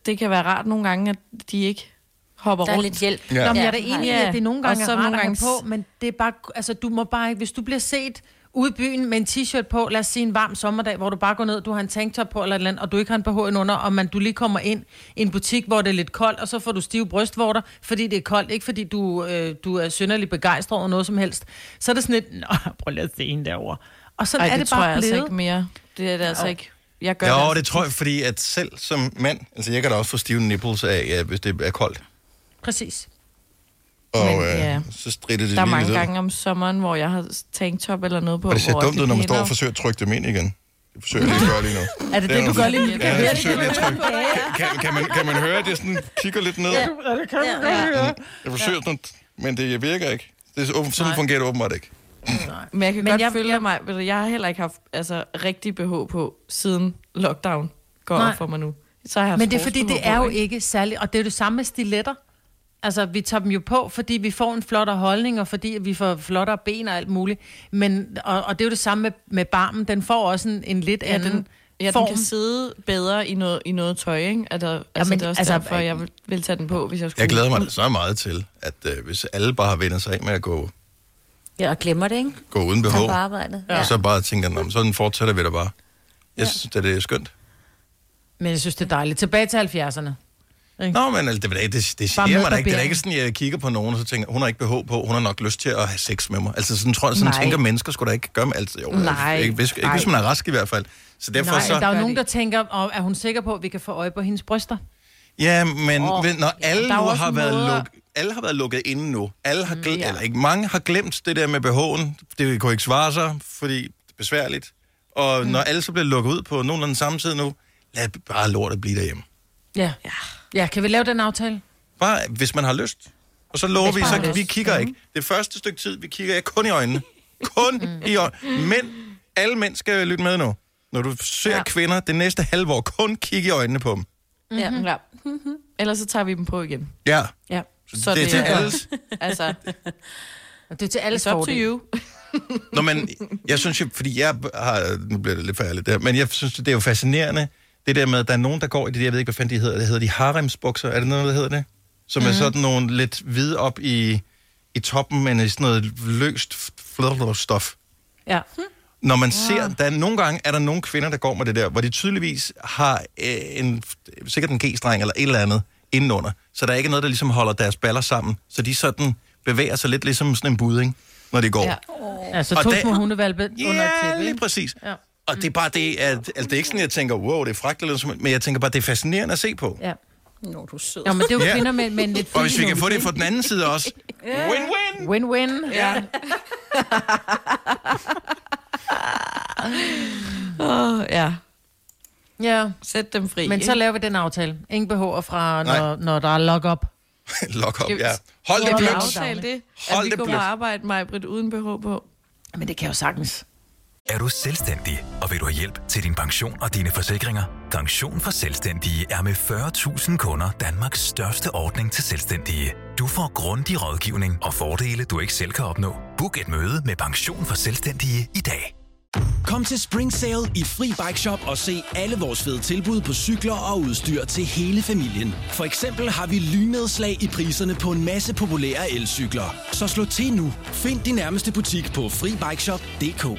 Speaker 3: Det kan være rart nogle gange, at de ikke hopper
Speaker 4: Der er
Speaker 3: rundt.
Speaker 4: lidt hjælp.
Speaker 1: Ja.
Speaker 2: Nå, men jeg er da enig i,
Speaker 3: Ja.
Speaker 2: at det nogle
Speaker 3: Og
Speaker 2: gange
Speaker 3: så
Speaker 2: er rart
Speaker 3: nogle
Speaker 2: at have
Speaker 3: gange-
Speaker 2: på, men det er bare, altså, du må bare ikke, hvis du bliver set ude i byen med en t-shirt på, lad os sige en varm sommerdag, hvor du bare går ned, du har en tanktop på eller et eller andet, og du ikke har en BH under, og man, du lige kommer ind i en butik, hvor det er lidt koldt, og så får du stive brystvorter, fordi det er koldt, ikke fordi du, øh, du er synderligt begejstret over noget som helst. Så er det sådan lidt, Nå, prøv lige at se en derovre. Og sådan
Speaker 3: Ej,
Speaker 2: Ej, er
Speaker 3: det,
Speaker 2: det,
Speaker 3: tror
Speaker 2: bare
Speaker 3: jeg
Speaker 2: blevet.
Speaker 3: altså ikke mere. Det er det altså ikke. Jeg gør
Speaker 1: Ja,
Speaker 3: altså.
Speaker 1: jo, det tror jeg, fordi at selv som mand, altså jeg kan da også få stive nipples af, ja, hvis det er koldt.
Speaker 2: Præcis.
Speaker 1: Og
Speaker 3: Men,
Speaker 1: Men, ja.
Speaker 3: ja.
Speaker 1: øh, så strider det
Speaker 3: Der er
Speaker 1: lige
Speaker 3: mange
Speaker 1: lidt ud.
Speaker 3: gange om sommeren, hvor jeg har tanktop eller noget på.
Speaker 1: Og det ser
Speaker 3: hvor
Speaker 1: dumt ud, når man står
Speaker 3: hænder.
Speaker 1: og forsøger at trykke dem ind igen. Det forsøger jeg lige at gøre lige nu.
Speaker 2: Er det det, du gør lige nu?
Speaker 1: Ja, jeg forsøger lige at trykke. Kan, kan- kan, man, kan man høre, at jeg sådan kigger lidt ned? Mm. Ja.
Speaker 4: Ja, ja.
Speaker 1: Jeg forsøger sådan, men det virker ikke. Det er, åben- sådan fungerer det åbenbart ikke.
Speaker 3: Men jeg kan
Speaker 2: Men
Speaker 3: men godt
Speaker 2: jeg-
Speaker 3: jeg, følge
Speaker 2: jeg-
Speaker 3: jeg, mig, ved du, jeg har heller ikke haft altså, rigtig BH på, siden lockdown går
Speaker 2: Nej.
Speaker 3: op for mig nu. Så har jeg haft
Speaker 2: Men det er fordi, det
Speaker 3: sports-BH
Speaker 2: er
Speaker 3: på,
Speaker 2: jo ikke særlig... Og det er jo det samme med stiletter. Altså, vi tager dem jo på, fordi vi får en flottere holdning, og fordi vi får flottere ben og alt muligt. Men, og, og det er jo det samme med, med barmen. Den får også en, en lidt
Speaker 3: Ja,
Speaker 2: anden
Speaker 3: den, ja,
Speaker 2: form.
Speaker 3: den kan sidde bedre i noget, i noget tøj, ikke? Altså, altså,
Speaker 2: men
Speaker 3: det er også
Speaker 2: altså,
Speaker 3: altså, derfor, jeg vil, vil tage den på, hvis jeg skulle.
Speaker 1: Jeg glæder mig så meget til, at øh, hvis alle bare har vendt sig af med at gå,
Speaker 7: Ja, og glemmer det, ikke?
Speaker 1: gå uden behov,
Speaker 7: Tag på arbejdet.
Speaker 1: og så bare tænker, "Nå, men sådan fortsætter vi da bare. Jeg synes, det er skønt.
Speaker 2: Men jeg synes, det er dejligt. Tilbage til 70'erne.
Speaker 1: Nå, men altså, det, det, det, det
Speaker 2: Bare
Speaker 1: siger
Speaker 2: med
Speaker 1: man da ikke. Det er da
Speaker 2: barbering.
Speaker 1: ikke sådan, jeg kigger på nogen, og så tænker, hun har ikke behov på, hun har nok lyst til at have sex med mig. Altså, sådan, tror jeg, sådan
Speaker 2: Nej.
Speaker 1: tænker mennesker skulle da ikke gøre med alt. Jo,
Speaker 3: Nej.
Speaker 1: Ikke, hvis, ikke hvis man er rask i hvert fald. Så derfor
Speaker 2: Nej,
Speaker 1: så...
Speaker 2: der er jo
Speaker 3: Gør
Speaker 2: nogen,
Speaker 3: det
Speaker 2: der tænker, og er hun sikker på, at vi kan få øje på hendes bryster?
Speaker 1: Ja, men oh, ved, når alle
Speaker 3: der er
Speaker 1: nu
Speaker 3: jo også
Speaker 1: har været
Speaker 3: måder-
Speaker 1: luk, alle har været lukket inde nu. Alle har glemt, mm, ja. eller ikke mange har glemt det der med behoven. Det kunne ikke svare sig, fordi det er besværligt. Og mm. når alle så bliver lukket ud på nogenlunde samme tid nu, lad bare lortet blive derhjemme.
Speaker 2: Ja. ja. Ja, kan vi lave den aftale?
Speaker 1: Bare hvis man har lyst. Og så lover vi,
Speaker 2: man
Speaker 1: så
Speaker 2: har
Speaker 1: vi
Speaker 2: lyst. Mhm.
Speaker 1: kigger ikke. Det første stykke tid, vi kigger jeg kun i øjnene. Kun i
Speaker 2: Mhm.
Speaker 1: øjnene. Men alle mænd skal lytte med nu. Når du ser ja. kvinder det næste halve år, kun kigge i øjnene på dem.
Speaker 3: Mm-hmm. Ja. Mm-hmm. Ellers så tager vi dem på igen.
Speaker 1: Ja,
Speaker 3: Ja.
Speaker 1: så det, det er til alles.
Speaker 3: altså,
Speaker 2: Og Det er til alles
Speaker 3: it's up to
Speaker 2: fordel.
Speaker 3: you.
Speaker 1: Nå, men jeg synes jo, fordi jeg har, nu bliver det lidt færdigt der, men jeg synes, det er jo fascinerende, det der med, at der er nogen, der går i det, der, jeg ved ikke, hvad fanden de hedder, det hedder de haremsbukser, er det noget, der hedder det? Som mm.
Speaker 2: Mhm.
Speaker 1: er sådan nogle lidt hvide op i, i toppen, men i sådan noget løst flødløst stof.
Speaker 2: Ja.
Speaker 1: Når man ser, der er nogle gange, er der nogle kvinder, der går med det der, hvor de tydeligvis har øh, en, sikkert en g-streng eller et eller andet indenunder, så der er ikke noget, der ligesom holder deres baller sammen, så de sådan bevæger sig lidt ligesom sådan en budding, når de går. Ja.
Speaker 3: Ja.
Speaker 2: Altså
Speaker 1: Og
Speaker 2: to
Speaker 1: der-
Speaker 2: små hundevalpe under et
Speaker 1: Ja,
Speaker 2: tæppe.
Speaker 1: lige
Speaker 2: ikke?
Speaker 1: præcis. Ja.
Speaker 2: Ja.
Speaker 1: Og det er bare det, at, altså, det er ikke sådan, jeg tænker, wow, det er fragt eller sådan, men jeg tænker bare, det er fascinerende at se på.
Speaker 2: Ja.
Speaker 7: Nå, du er sød.
Speaker 2: Nå, men det er jo
Speaker 1: Ja.
Speaker 2: kvinder med, med en lidt
Speaker 1: Og hvis vi
Speaker 2: fin
Speaker 1: kan få
Speaker 2: numse,
Speaker 1: det fra den anden side også. Win-win!
Speaker 2: ikke? Win-win.
Speaker 3: Ja. oh, ja.
Speaker 2: Ja.
Speaker 3: Sæt dem fri.
Speaker 2: Men
Speaker 3: ikke?
Speaker 2: så laver vi den aftale. Ingen behøver fra,
Speaker 1: Nej.
Speaker 2: når, når der er lock-up.
Speaker 1: Lock up,
Speaker 3: Skal vi-
Speaker 1: ja. Hold det
Speaker 3: Skal vi
Speaker 2: blødt.
Speaker 1: blødt.
Speaker 3: aftale det?
Speaker 1: Hold
Speaker 3: at vi
Speaker 1: det
Speaker 3: går på
Speaker 1: blødt.
Speaker 3: arbejde, Majbrit, uden behov på?
Speaker 2: Men det kan jo sagtens.
Speaker 8: Er du selvstændig, og vil du have hjælp til din pension og dine forsikringer? Pension for Selvstændige er med 40.000 kunder Danmarks største ordning til selvstændige. Du får grundig rådgivning og fordele, du ikke selv kan opnå. Book et møde med Pension for Selvstændige i dag.
Speaker 6: Kom til Spring Sale i Fri Bike Shop og se alle vores fede tilbud på cykler og udstyr til hele familien. For eksempel har vi lynedslag i priserne på en masse populære elcykler. Så slå til nu. Find din nærmeste butik på FriBikeShop.dk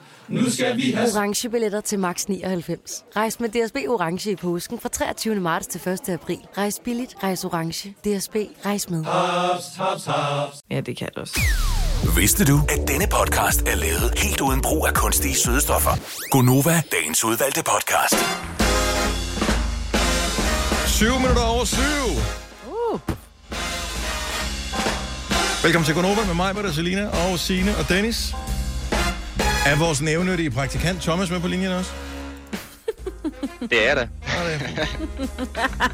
Speaker 9: Nu skal vi have
Speaker 10: Orange billetter til max 99. Rejs med DSB Orange i påsken fra 23. marts til 1. april. Rejs billigt, rejs orange. DSB, rejs med.
Speaker 9: haps, haps, haps.
Speaker 3: Ja, det kan det også.
Speaker 8: Vidste du, at denne podcast er lavet helt uden brug af kunstige sødestoffer? Gonova, dagens udvalgte podcast.
Speaker 1: 7 minutter over 7. Velkommen til Konoba med mig, Britta, Selina og Sine og Dennis. Er vores nævnyttige praktikant Thomas med på linjen også?
Speaker 4: Det er det.
Speaker 1: Ja, det er.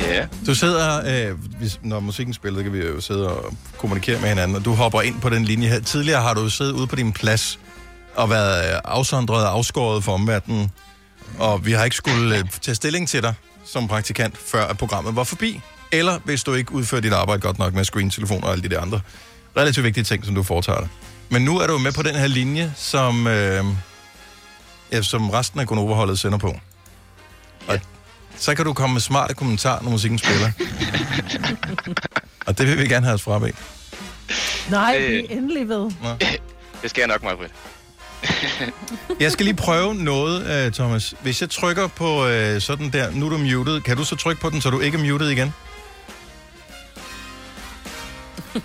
Speaker 4: Ja.
Speaker 1: Du sidder, øh, hvis, når musikken spiller, kan vi jo sidde og kommunikere med hinanden, og du hopper ind på den linje her. Tidligere har du siddet ude på din plads og været øh, afsondret og afskåret for omverdenen, og vi har ikke skulle øh, tage stilling til dig som praktikant, før at programmet var forbi, eller hvis du ikke udfører dit arbejde godt nok med screen-telefoner og alle de der andre relativt vigtige ting, som du foretager dig. Men nu er du med på den her linje, som, øh, ja, som resten af Gonova-holdet sender på. Og så kan du komme med smarte kommentarer, når musikken spiller. og det vil vi gerne have os frabedt.
Speaker 2: Nej,
Speaker 4: Øh.
Speaker 2: vi er endelig ved.
Speaker 4: Det skal jeg nok, Margrit.
Speaker 1: Jeg skal lige prøve noget, øh, Thomas. Hvis jeg trykker på øh, sådan der, nu er du muted, kan du så trykke på den, så du ikke er muted igen?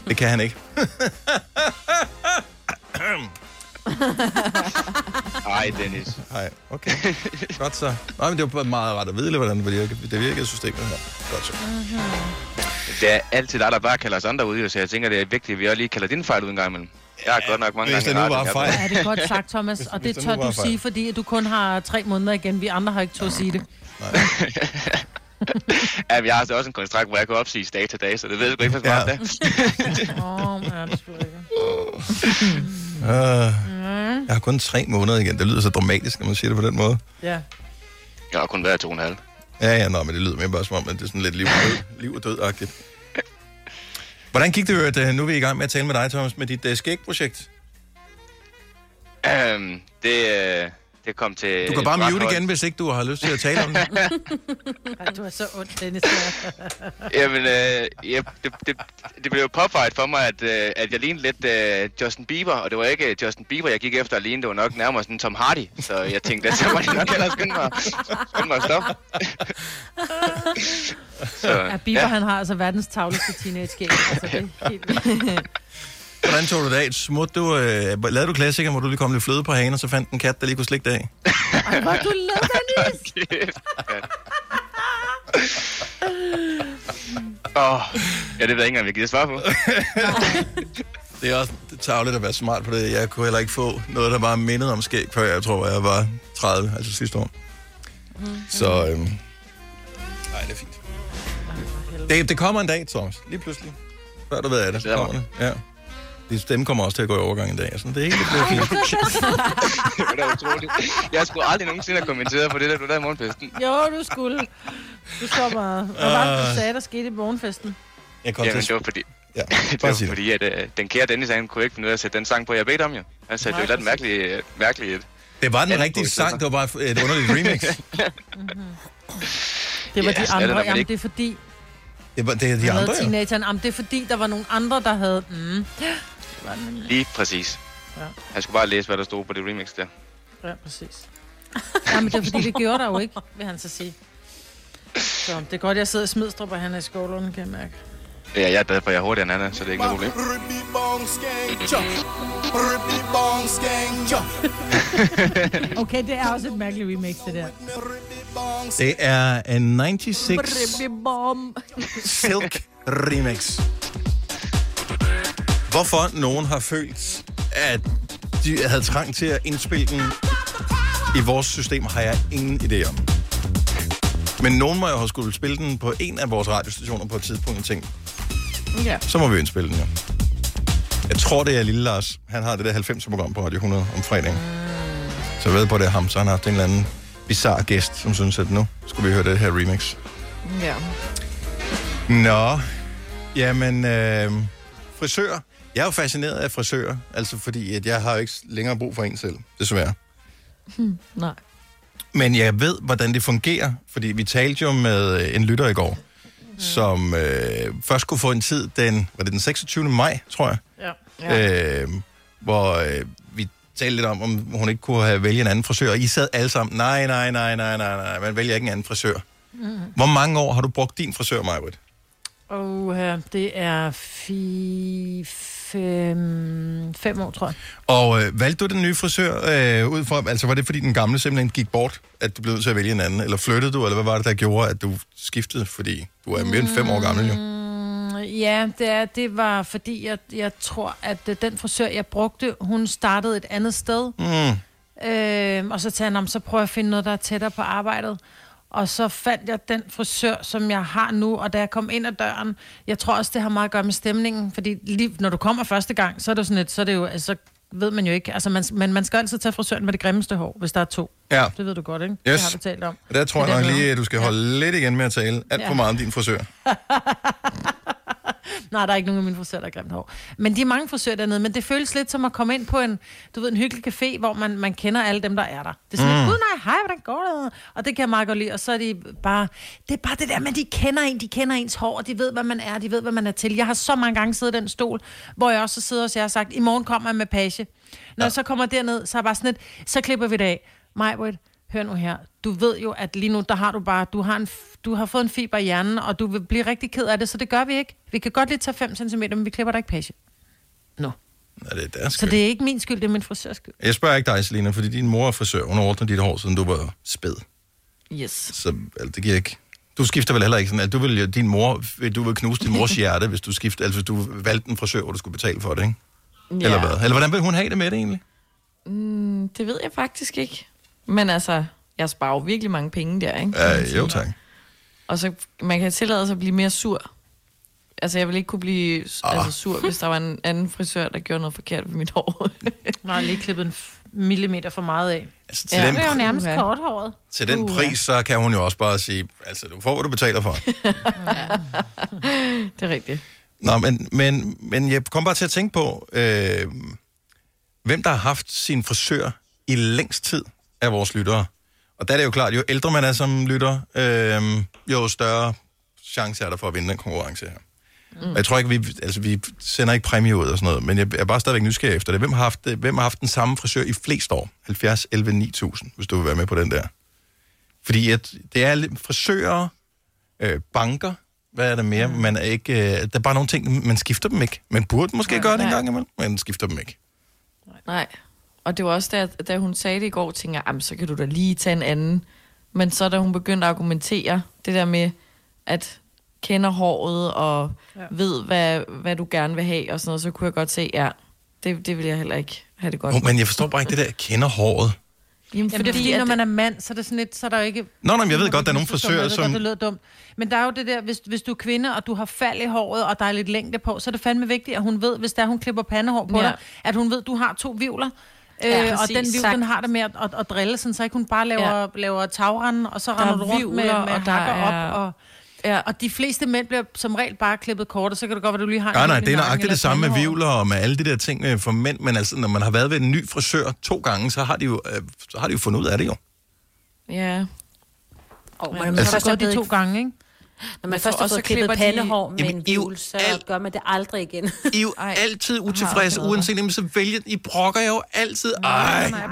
Speaker 1: Det kan han ikke.
Speaker 11: Hej, Dennis.
Speaker 1: Hej. Okay. Godt så. Nej, men det var bare meget rart at vide, lidt, hvordan det virkede, det virkede systemet her. Godt så.
Speaker 11: Det er altid dig, der bare kalder os andre ud, jo, så jeg tænker, det er vigtigt, at vi også lige kalder din fejl ud en gang imellem. Jeg har godt nok mange
Speaker 1: hvis
Speaker 11: gange...
Speaker 1: det nu
Speaker 11: i
Speaker 1: var
Speaker 11: radioen,
Speaker 1: fejl.
Speaker 11: jeg
Speaker 2: Ja,
Speaker 11: har
Speaker 2: det er godt sagt, Thomas.
Speaker 1: Hvis-
Speaker 2: Og
Speaker 1: hvis
Speaker 2: det
Speaker 1: der
Speaker 2: tør
Speaker 1: nu var
Speaker 2: du
Speaker 1: fejl.
Speaker 2: sige, fordi at du kun har tre måneder igen. Vi andre har ikke tør at sige det.
Speaker 11: blevet- Jamen, jeg har så også en kontrakt, hvor jeg kan opsiges dag til dag, så det ved jeg sgu ikke, hvor smart
Speaker 1: Ja.
Speaker 11: det er.
Speaker 2: Åh, oh, ja, det er selvfølgelig rigtigt.
Speaker 1: Uh, jeg har kun tre måneder igen. Det lyder så dramatisk, når man siger det på den måde.
Speaker 2: Ja.
Speaker 11: Jeg har kun været to og en halv.
Speaker 1: Ja, ja, nå, men det lyder mere bare som om, at det er sådan lidt liv og død, liv og død-agtigt. Hvordan gik det, i øvrigt, øh, nu er vi i gang med at tale med dig, Thomas, med dit uh, skægprojekt?
Speaker 11: Øhm, det, øh, det kom til...
Speaker 1: Du kan bare mute igen, hvis ikke du har lyst til at tale om det.
Speaker 2: Ej, du er så ond, Dennis.
Speaker 11: Jamen, øh, ja, det, det, det blev påfejret for mig, at, øh, at jeg lignede lidt øh, Justin Bieber, og det var ikke øh, Justin Bieber, jeg gik efter at ligne, det var nok nærmere sådan Tom Hardy, så jeg tænkte, at så må jeg nok hellere skynde mig, skynde mig at stoppe.
Speaker 2: Ja,
Speaker 11: så,
Speaker 2: Bieber, ja. han har altså verdens tavleste teenage-gæld. Altså, det er helt vildt.
Speaker 1: Hvordan tog du det af? Smut du, uh, lavede du klassikeren, hvor du lige kom lidt fløde på hagen, og så fandt en kat, der lige kunne slikke dig af?
Speaker 2: Ej, hvor er du led, Dennis!
Speaker 11: åh, ja, det ved jeg ikke engang, om jeg gider svare på.
Speaker 1: Det er også tavligt at være smart på det. Jeg kunne heller ikke få noget, der var mindet om skæg, før jeg tror, jeg var 30, altså sidste år. Så, øhm, nej, det er fint. Det, det kommer en dag, Thomas. Lige pludselig. Før du ved af det, så
Speaker 11: glæder
Speaker 1: kommer det. Ja. Din stemme kommer også til at gå i overgang en dag. og Sådan, det er ikke det fint.
Speaker 11: Det var da utroligt. Jeg skulle aldrig nogensinde have kommenteret på det, der du lavede i morgenfesten.
Speaker 2: Jo, du skulle. Du så meget. Hvad var det, du sagde, der skete i morgenfesten?
Speaker 1: Jeg kom til
Speaker 11: Jamen,
Speaker 1: at...
Speaker 11: det var fordi,
Speaker 1: Ja,
Speaker 11: det
Speaker 1: bare
Speaker 11: var
Speaker 1: sig det.
Speaker 11: fordi at øh, den kære Dennis, han kunne ikke finde ud af at sætte den sang på, jeg bedte om jo. Altså, det var lidt mærkeligt, øh, mærkeligt.
Speaker 1: Det var den
Speaker 11: Anden
Speaker 1: rigtige
Speaker 11: god
Speaker 1: sang,
Speaker 11: sætning.
Speaker 1: det var bare et underligt remix.
Speaker 2: Det var Mm-hmm.
Speaker 11: Ja,
Speaker 2: de
Speaker 11: sådan er
Speaker 2: andre.
Speaker 11: det, når man
Speaker 2: Jamen,
Speaker 11: ikke-
Speaker 2: det er fordi,
Speaker 1: Det var det er de
Speaker 2: han
Speaker 1: andre,
Speaker 2: havde
Speaker 1: jo.
Speaker 2: teenageren. Jamen, det er fordi, der var nogle andre, der havde... Mm,
Speaker 11: Lige præcis.
Speaker 2: Ja.
Speaker 11: Han skulle bare læse, hvad der stod på det remix der.
Speaker 2: ja, præcis. Jamen, det er fordi, det gjorde der jo ikke, vil han så sige. Så det er godt, jeg sidder i Smidstrup, og han er i skovlunden, kan jeg mærke.
Speaker 11: Ja, jeg er glad for, at jeg er hurtigere end han er, så det er ikke noget problem.
Speaker 2: Okay, det er også et mærkeligt remix, det der.
Speaker 1: Det er en 96
Speaker 3: Bom.
Speaker 1: Silk Remix. Hvorfor nogen har følt, at de havde trang til at indspille den i vores system, har jeg ingen idé om. Men nogen må jo have skulle spille den på en af vores radiostationer på et tidspunkt og tænkt,
Speaker 3: Ja.
Speaker 1: så må vi indspille den jo. Jeg tror, det er Lille Lars. Han har det der 90-program på Radio 100 om fredagen. Så jeg ved på, at det er ham, så han har haft en eller anden bizarre gæst, som synes, at nu skulle vi høre det her remix.
Speaker 3: ja.
Speaker 1: Nå, jamen, øh, frisører. Jeg er jo fascineret af frisører, altså fordi at jeg har jo ikke længere brug for en selv, desværre.
Speaker 3: Hmm, Nej.
Speaker 1: Men jeg ved, hvordan det fungerer, fordi vi talte jo med øh, en lytter i går, som øh, først kunne få en tid den, var det den 26. maj, tror jeg,
Speaker 2: Ja.
Speaker 1: ja. øh, hvor øh, vi talte lidt om, om hun ikke kunne have vælge en anden frisør, og I sad alle sammen, nej, nej, nej, nej, nej, nej, man vælger ikke en anden frisør. Mm. Hvor mange år har du brugt din frisør, Majbrit?
Speaker 2: Og det er fi, fem, fem år, tror jeg.
Speaker 1: Og øh, valgte du den nye frisør øh, ud fra, altså var det fordi den gamle simpelthen gik bort, at du blev nødt til at vælge en anden, eller flyttede du, eller hvad var det, der gjorde, at du skiftede, fordi du er mere end fem år gammel jo.
Speaker 2: Mm, Ja, det, er, det var fordi, jeg, jeg tror, at øh, den frisør, jeg brugte, hun startede et andet sted.
Speaker 1: Mm.
Speaker 2: Øh, og så tænkte jeg, "Nå, men så prøver jeg at finde noget, der er tættere på arbejdet. Og så fandt jeg den frisør, som jeg har nu, og da jeg kom ind ad døren, jeg tror også, det har meget at gøre med stemningen, fordi lige, når du kommer første gang, så er det jo sådan et, så er det jo, altså, så ved man jo ikke, altså man, men man skal altid tage frisøren med det grimmeste hår, hvis der er to.
Speaker 1: Ja,
Speaker 2: Det ved du godt, ikke?
Speaker 1: Yes.
Speaker 2: Det har vi talt om.
Speaker 1: og der tror
Speaker 2: Det er
Speaker 1: jeg nok
Speaker 2: derfor.
Speaker 1: lige, at du skal holde ja. lidt igen med at tale alt for
Speaker 2: Ja.
Speaker 1: meget om din frisør.
Speaker 2: Nej, der er ikke nogen af mine frisører, der har grimt hår. Men de er mange frisører dernede, men det føles lidt som at komme ind på en, du ved, en hyggelig café, hvor man, man kender alle dem, der er der. Det er sådan, mm. gud nej, hej, hvordan går det? Og det kan jeg meget godt lide. Og så er de bare, det er bare det der med, at de kender en, de kender ens hår, og de ved, hvad man er, de ved, hvad man er til. Jeg har så mange gange siddet i den stol, hvor jeg også sidder hos jer og sagt, i morgen kommer jeg med page. Når ja. jeg så kommer derned, så er jeg bare sådan lidt, så klipper vi det af. Majbrit, hør nu her, du ved jo, at lige nu, der har du bare, du har, en, f- du har fået en fiber i hjernen, og du vil blive rigtig ked af det, så det gør vi ikke. Vi kan godt lige tage 5 cm, men vi klipper dig ikke page. Nå.
Speaker 1: Er det er deres
Speaker 2: Så det er ikke min skyld, det er min frisørs skyld.
Speaker 1: Jeg spørger ikke dig, Selina, fordi din mor er frisør. Hun ordnede dit hår, siden du var spæd.
Speaker 2: Yes.
Speaker 1: Så altså, det giver ikke... Du skifter vel heller ikke sådan, at du vil, din mor, du vil knuse din mors hjerte, hvis du skifter, altså hvis du valgte en frisør, og du skulle betale for det, ikke? Ja. Eller hvad? Eller hvordan vil hun have det med det egentlig?
Speaker 3: Mm, det ved jeg faktisk ikke. Men altså, jeg sparer jo virkelig mange penge der, ikke? Kan man
Speaker 1: Øh,
Speaker 3: sige.
Speaker 1: jo tak.
Speaker 3: Og så man kan tillade sig at blive mere sur. Altså, jeg ville ikke kunne blive
Speaker 1: Ah.
Speaker 3: ah. altså, sur, hvis der var en anden frisør, der gjorde noget forkert ved mit hår.
Speaker 2: Nå, jeg har lige klippet en f- millimeter for meget af.
Speaker 1: Altså,
Speaker 2: ja.
Speaker 1: den
Speaker 2: Det er jo
Speaker 1: pr-
Speaker 2: nærmest
Speaker 1: Uha.
Speaker 2: korthåret.
Speaker 1: Til den
Speaker 2: Uha.
Speaker 1: pris, så kan hun jo også bare sige, altså du får, hvad du betaler for.
Speaker 3: det er rigtigt.
Speaker 1: Nå, men, men, men jeg kom bare til at tænke på, øh, hvem der har haft sin frisør i længst tid af vores lyttere. Og der er det jo klart, jo ældre man er som lytter, øh, jo større chance er der for at vinde den konkurrence her. Mm. Jeg tror ikke, vi, altså, vi sender ikke præmie ud og sådan noget, men jeg er bare stadigvæk nysgerrig efter det. Hvem har haft, hvem har haft den samme frisør i flest år? 70, 11, 9000, hvis du vil være med på den der. Fordi at, det er lidt- frisører, øh, banker, hvad er der mere? Man er ikke, øh, der er bare nogle ting, man skifter dem ikke. Man burde måske gøre det en gang imellem, men skifter dem ikke.
Speaker 3: Nej. Og det var også, da, da hun sagde det i går, tænkte jeg, "Jamen, så kan du da lige tage en anden. Men så da hun begyndte at argumentere det der med, at kender håret og ja. ved, hvad, hvad du gerne vil have og sådan noget, så kunne jeg godt se, ja, det, det vil jeg heller ikke have det godt
Speaker 1: Oh, men jeg forstår bare ikke det der, kender håret.
Speaker 2: Jamen, fordi,
Speaker 3: fordi
Speaker 2: det er fordi,
Speaker 3: at
Speaker 2: når
Speaker 3: det-
Speaker 2: man er mand, så er det sådan lidt, så er der jo ikke...
Speaker 1: Nå, nå, men jeg ved godt, der er nogle
Speaker 2: Misforstå mig,
Speaker 1: frisører,
Speaker 2: jeg ved
Speaker 1: som-
Speaker 2: Godt, det lyder dumt. Men der er jo det der, hvis, hvis du er kvinde, og du har fald i håret, og der er lidt længde på, så er det fandme vigtigt, at hun ved, hvis der hun klipper pandehår på
Speaker 3: Ja.
Speaker 2: ja. dig, at hun ved, du har to vivler.
Speaker 3: Ja,
Speaker 2: Ja, øh, og
Speaker 3: præcis.
Speaker 2: den viv,
Speaker 3: Sagt.
Speaker 2: den har det med at, at, at drille, sådan, så ikke hun bare laver, ja. laver tagranden, og så
Speaker 3: Der
Speaker 2: render
Speaker 3: er
Speaker 2: du rundt med, med
Speaker 3: hvirvler, og
Speaker 2: og
Speaker 3: der
Speaker 2: hakker
Speaker 3: er-
Speaker 2: op. Og,
Speaker 3: ja.
Speaker 2: og de fleste mænd bliver som regel bare klippet kort, og så kan det godt være, du lige har en
Speaker 1: Nej, nej,
Speaker 2: hel
Speaker 1: det er
Speaker 2: nakke
Speaker 1: nøjagtigt
Speaker 2: eller
Speaker 1: det samme med
Speaker 2: pandehår.
Speaker 1: vivler og med alle de der ting øh, for mænd, men altså, når man har været ved en ny frisør to gange, så har de jo, øh, så har de jo fundet ud af det jo.
Speaker 3: Ja.
Speaker 4: Og
Speaker 2: Men
Speaker 4: man,
Speaker 2: man
Speaker 4: altså,
Speaker 2: har
Speaker 4: først er
Speaker 2: gået de
Speaker 4: blevet-
Speaker 2: to gange, ikke?
Speaker 4: Når man
Speaker 3: Jeg
Speaker 4: først
Speaker 3: tror
Speaker 4: har
Speaker 3: også,
Speaker 4: fået
Speaker 3: så klipper
Speaker 4: klippet
Speaker 3: de-
Speaker 4: pandehår med
Speaker 1: Jamen,
Speaker 4: en
Speaker 1: I er jo
Speaker 4: hjul, så gør man det aldrig igen.
Speaker 1: I er jo altid utilfredse,
Speaker 4: aldrig.
Speaker 1: uanset om så vælger I brokker jo altid. Ej,
Speaker 4: Nej,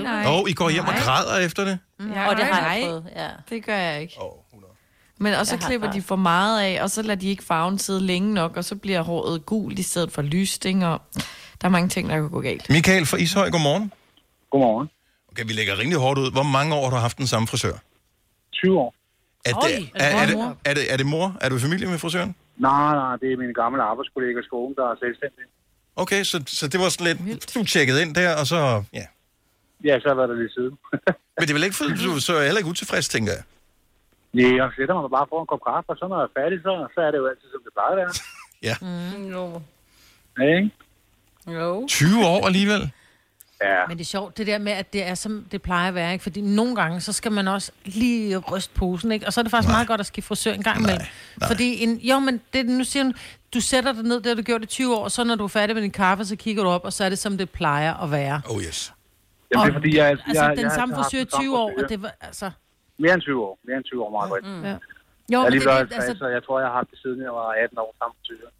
Speaker 4: nej.
Speaker 1: og I går hjem og græder efter det.
Speaker 3: Ja,
Speaker 4: Og det har
Speaker 3: Mm. nej,
Speaker 4: jeg prøvet, ja.
Speaker 3: Det gør jeg ikke. Oh, men og så
Speaker 4: Jeg har
Speaker 3: klipper de
Speaker 4: bare-
Speaker 3: for meget af, og så lader de ikke farven sidde længe nok, og så bliver håret gul i stedet for lyst, ikke? Og der er mange ting, der kan gå galt.
Speaker 1: Michael fra Ishøj, godmorgen.
Speaker 12: Godmorgen.
Speaker 1: Okay, vi lægger rimelig hårdt ud. Hvor mange år har du haft den samme frisør?
Speaker 12: 20 år.
Speaker 1: Er
Speaker 12: Oj,
Speaker 1: det, er,
Speaker 12: er det
Speaker 1: er,
Speaker 12: mor og
Speaker 1: det,
Speaker 12: mor?
Speaker 1: er, det, er det mor? Er du i familie med frisøren?
Speaker 12: Nej, nej, det er mine gamle arbejdskolleger i skolen, der er selvstændige.
Speaker 1: Okay, så, så det var sådan lidt... Du tjekkede ind der, og så... Ja.
Speaker 12: Ja, så har jeg været der lige siden.
Speaker 1: Men det er vel ikke, fordi du så er heller ikke utilfreds, tænker jeg.
Speaker 12: Ja, jeg sætter mig bare for en kop kaffe, og så når jeg er færdig, så, så er det jo altid, som det plejer at være.
Speaker 1: Ja.
Speaker 12: Mm, jo. Ja, ikke?
Speaker 4: Jo.
Speaker 1: 20 år alligevel?
Speaker 12: Ja.
Speaker 2: Men det er sjovt, det der med, at det er, som det plejer at være. Ikke? Fordi nogle gange, så skal man også lige ryste posen. Ikke? Og så er det faktisk Nej. meget godt at skifte frisør en gang imellem. Fordi en, jo, men det, nu siger hun, du sætter dig ned, det har du gjort i 20 år, og så når du er færdig med din kaffe, så kigger du op, og så er det, som det plejer at være.
Speaker 1: Oh yes.
Speaker 12: Jamen, det er fordi, jeg,
Speaker 2: altså, altså,
Speaker 12: jeg,
Speaker 2: den
Speaker 12: jeg,
Speaker 2: samme
Speaker 12: har haft
Speaker 2: frisør i
Speaker 12: den samme
Speaker 2: 20 år,
Speaker 12: frisure.
Speaker 2: og det var, altså...
Speaker 12: Mere end 20 år. Mere end 20 år, meget godt.
Speaker 2: Mm. Ja.
Speaker 12: Jo,
Speaker 2: Jo,
Speaker 12: jeg er
Speaker 2: men
Speaker 12: lige
Speaker 2: det,
Speaker 12: blevet
Speaker 2: det,
Speaker 12: 50,
Speaker 2: altså,
Speaker 12: så jeg tror, jeg har haft det siden jeg var 18 år samme frisør.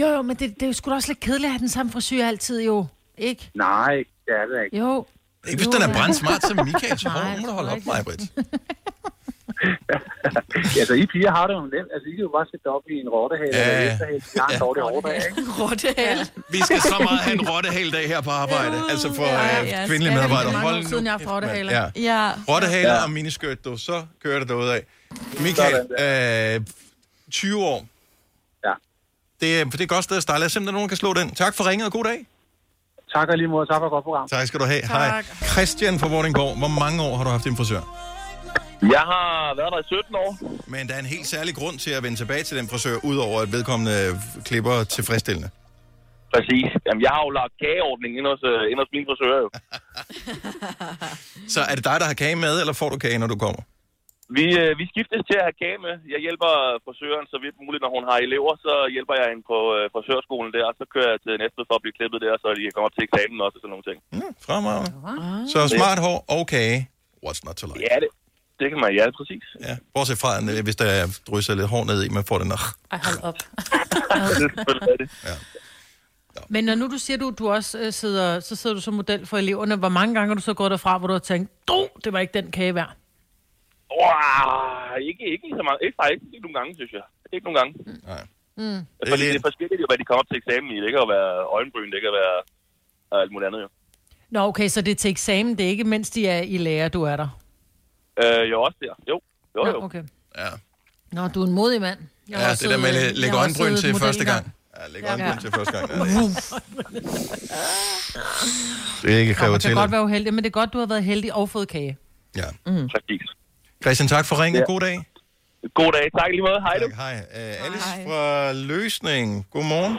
Speaker 2: jo, jo, men det, det er jo sgu da også lidt kedeligt at have den samme frisyr altid, jo. Ikke?
Speaker 12: Nej, det er det ikke.
Speaker 2: Jo.
Speaker 1: Ikke hvis den er brandsmart som Michael, så
Speaker 2: Nej,
Speaker 1: hvor må du holde op, mig, Britt.
Speaker 12: altså, I piger har det jo nemt. Altså, I kan jo bare sætte op i en rottehale
Speaker 1: Ja,
Speaker 12: ja. eller
Speaker 1: ja.
Speaker 12: efterhale. Jeg har en dårlig overdag, ikke?
Speaker 3: Rottehal.
Speaker 1: Vi skal så meget have en rottehal dag her på arbejde. Altså for øh, kvindelige medarbejdere.
Speaker 2: Det er
Speaker 1: Hold
Speaker 2: mange år
Speaker 1: nu
Speaker 2: siden, jeg har haft rottehaler.
Speaker 1: Ja.
Speaker 3: Ja.
Speaker 1: Rottehaler og miniskørt, du, så kører det derudad. Michael, øh, 20 år.
Speaker 12: Ja.
Speaker 1: Det, er- det er et godt sted at starte. Lad os se, om der er nogen der kan slå den. Tak for ringet, og god dag.
Speaker 12: Tak og lige måde. Tak for et godt program.
Speaker 1: Tak skal du have. Hej. Christian fra Vordingborg, hvor mange år har du haft din frisør?
Speaker 13: Jeg har været der i 17 år.
Speaker 1: Men der er en helt særlig grund til at vende tilbage til den frisør, udover at vedkommende klipper tilfredsstillende.
Speaker 13: Præcis. Jamen, jeg har jo lagt kageordningen ind hos, øh, ind hos min frisør. Jo.
Speaker 1: Så er det dig, der har kage med, eller får du kage, når du kommer?
Speaker 13: Vi, øh, vi skiftes til at have kage med. Jeg hjælper frisøren så vidt muligt, når hun har elever. Så hjælper jeg hende på øh, frisørskolen der, og så kører jeg til næste for at blive klippet der, så de kan komme op til eksamen også og sådan nogle ting.
Speaker 1: Fremragende. Så smart hår og kage. What's not to like?
Speaker 13: Ja, det, det kan man. Ja, præcis.
Speaker 1: Ja, bortset fra, at øh, hvis der drysser lidt hår ned i, man får den. "Ugh."
Speaker 2: Ej, hold op.
Speaker 1: Ja.
Speaker 2: Men når nu du siger, du, du også øh, sidder, så sidder du som model for eleverne, hvor mange gange har du så gået derfra, hvor du har tænkt, du, det var ikke den kage værd?
Speaker 13: Wow, ikke, ikke lige så meget. Ikke, faktisk ikke nogle gange, synes jeg. Ikke nogle gange.
Speaker 1: Nej.
Speaker 2: Mm.
Speaker 13: Det er, det er forskelligt jo, hvad de kommer op til eksamen i. Det kan jo være øjenbryn, det kan være og alt muligt andet jo.
Speaker 2: Nå, okay, så det er til eksamen, det er ikke, mens de er i lære, du er der.
Speaker 13: Øh, jo, også der. Jo, jo, jo.
Speaker 2: Nå, okay.
Speaker 1: Ja.
Speaker 2: Nå, du er en modig mand. Jeg har
Speaker 1: Ja,
Speaker 2: også
Speaker 1: det der med
Speaker 2: siddet-
Speaker 1: at læ-
Speaker 2: jeg
Speaker 1: lægge
Speaker 2: har også
Speaker 1: øjenbryn
Speaker 2: siddet
Speaker 1: til første
Speaker 2: modelgang.
Speaker 1: gang. Ja, lægge øjenbryn til første gang. Ja, det
Speaker 2: Vroom.
Speaker 1: Det er ikke
Speaker 2: Nå,
Speaker 1: kræver
Speaker 2: man kan
Speaker 1: til.
Speaker 2: godt være uheldig, men det er godt, du har været heldig og fået kage.
Speaker 1: Ja.
Speaker 2: Mm.
Speaker 1: Christian, tak for ringen.
Speaker 2: Ja.
Speaker 1: God dag.
Speaker 13: God dag. Tak lige måde. Hej
Speaker 1: du. Hej. Uh, Alice fra Løsning. Godmorgen.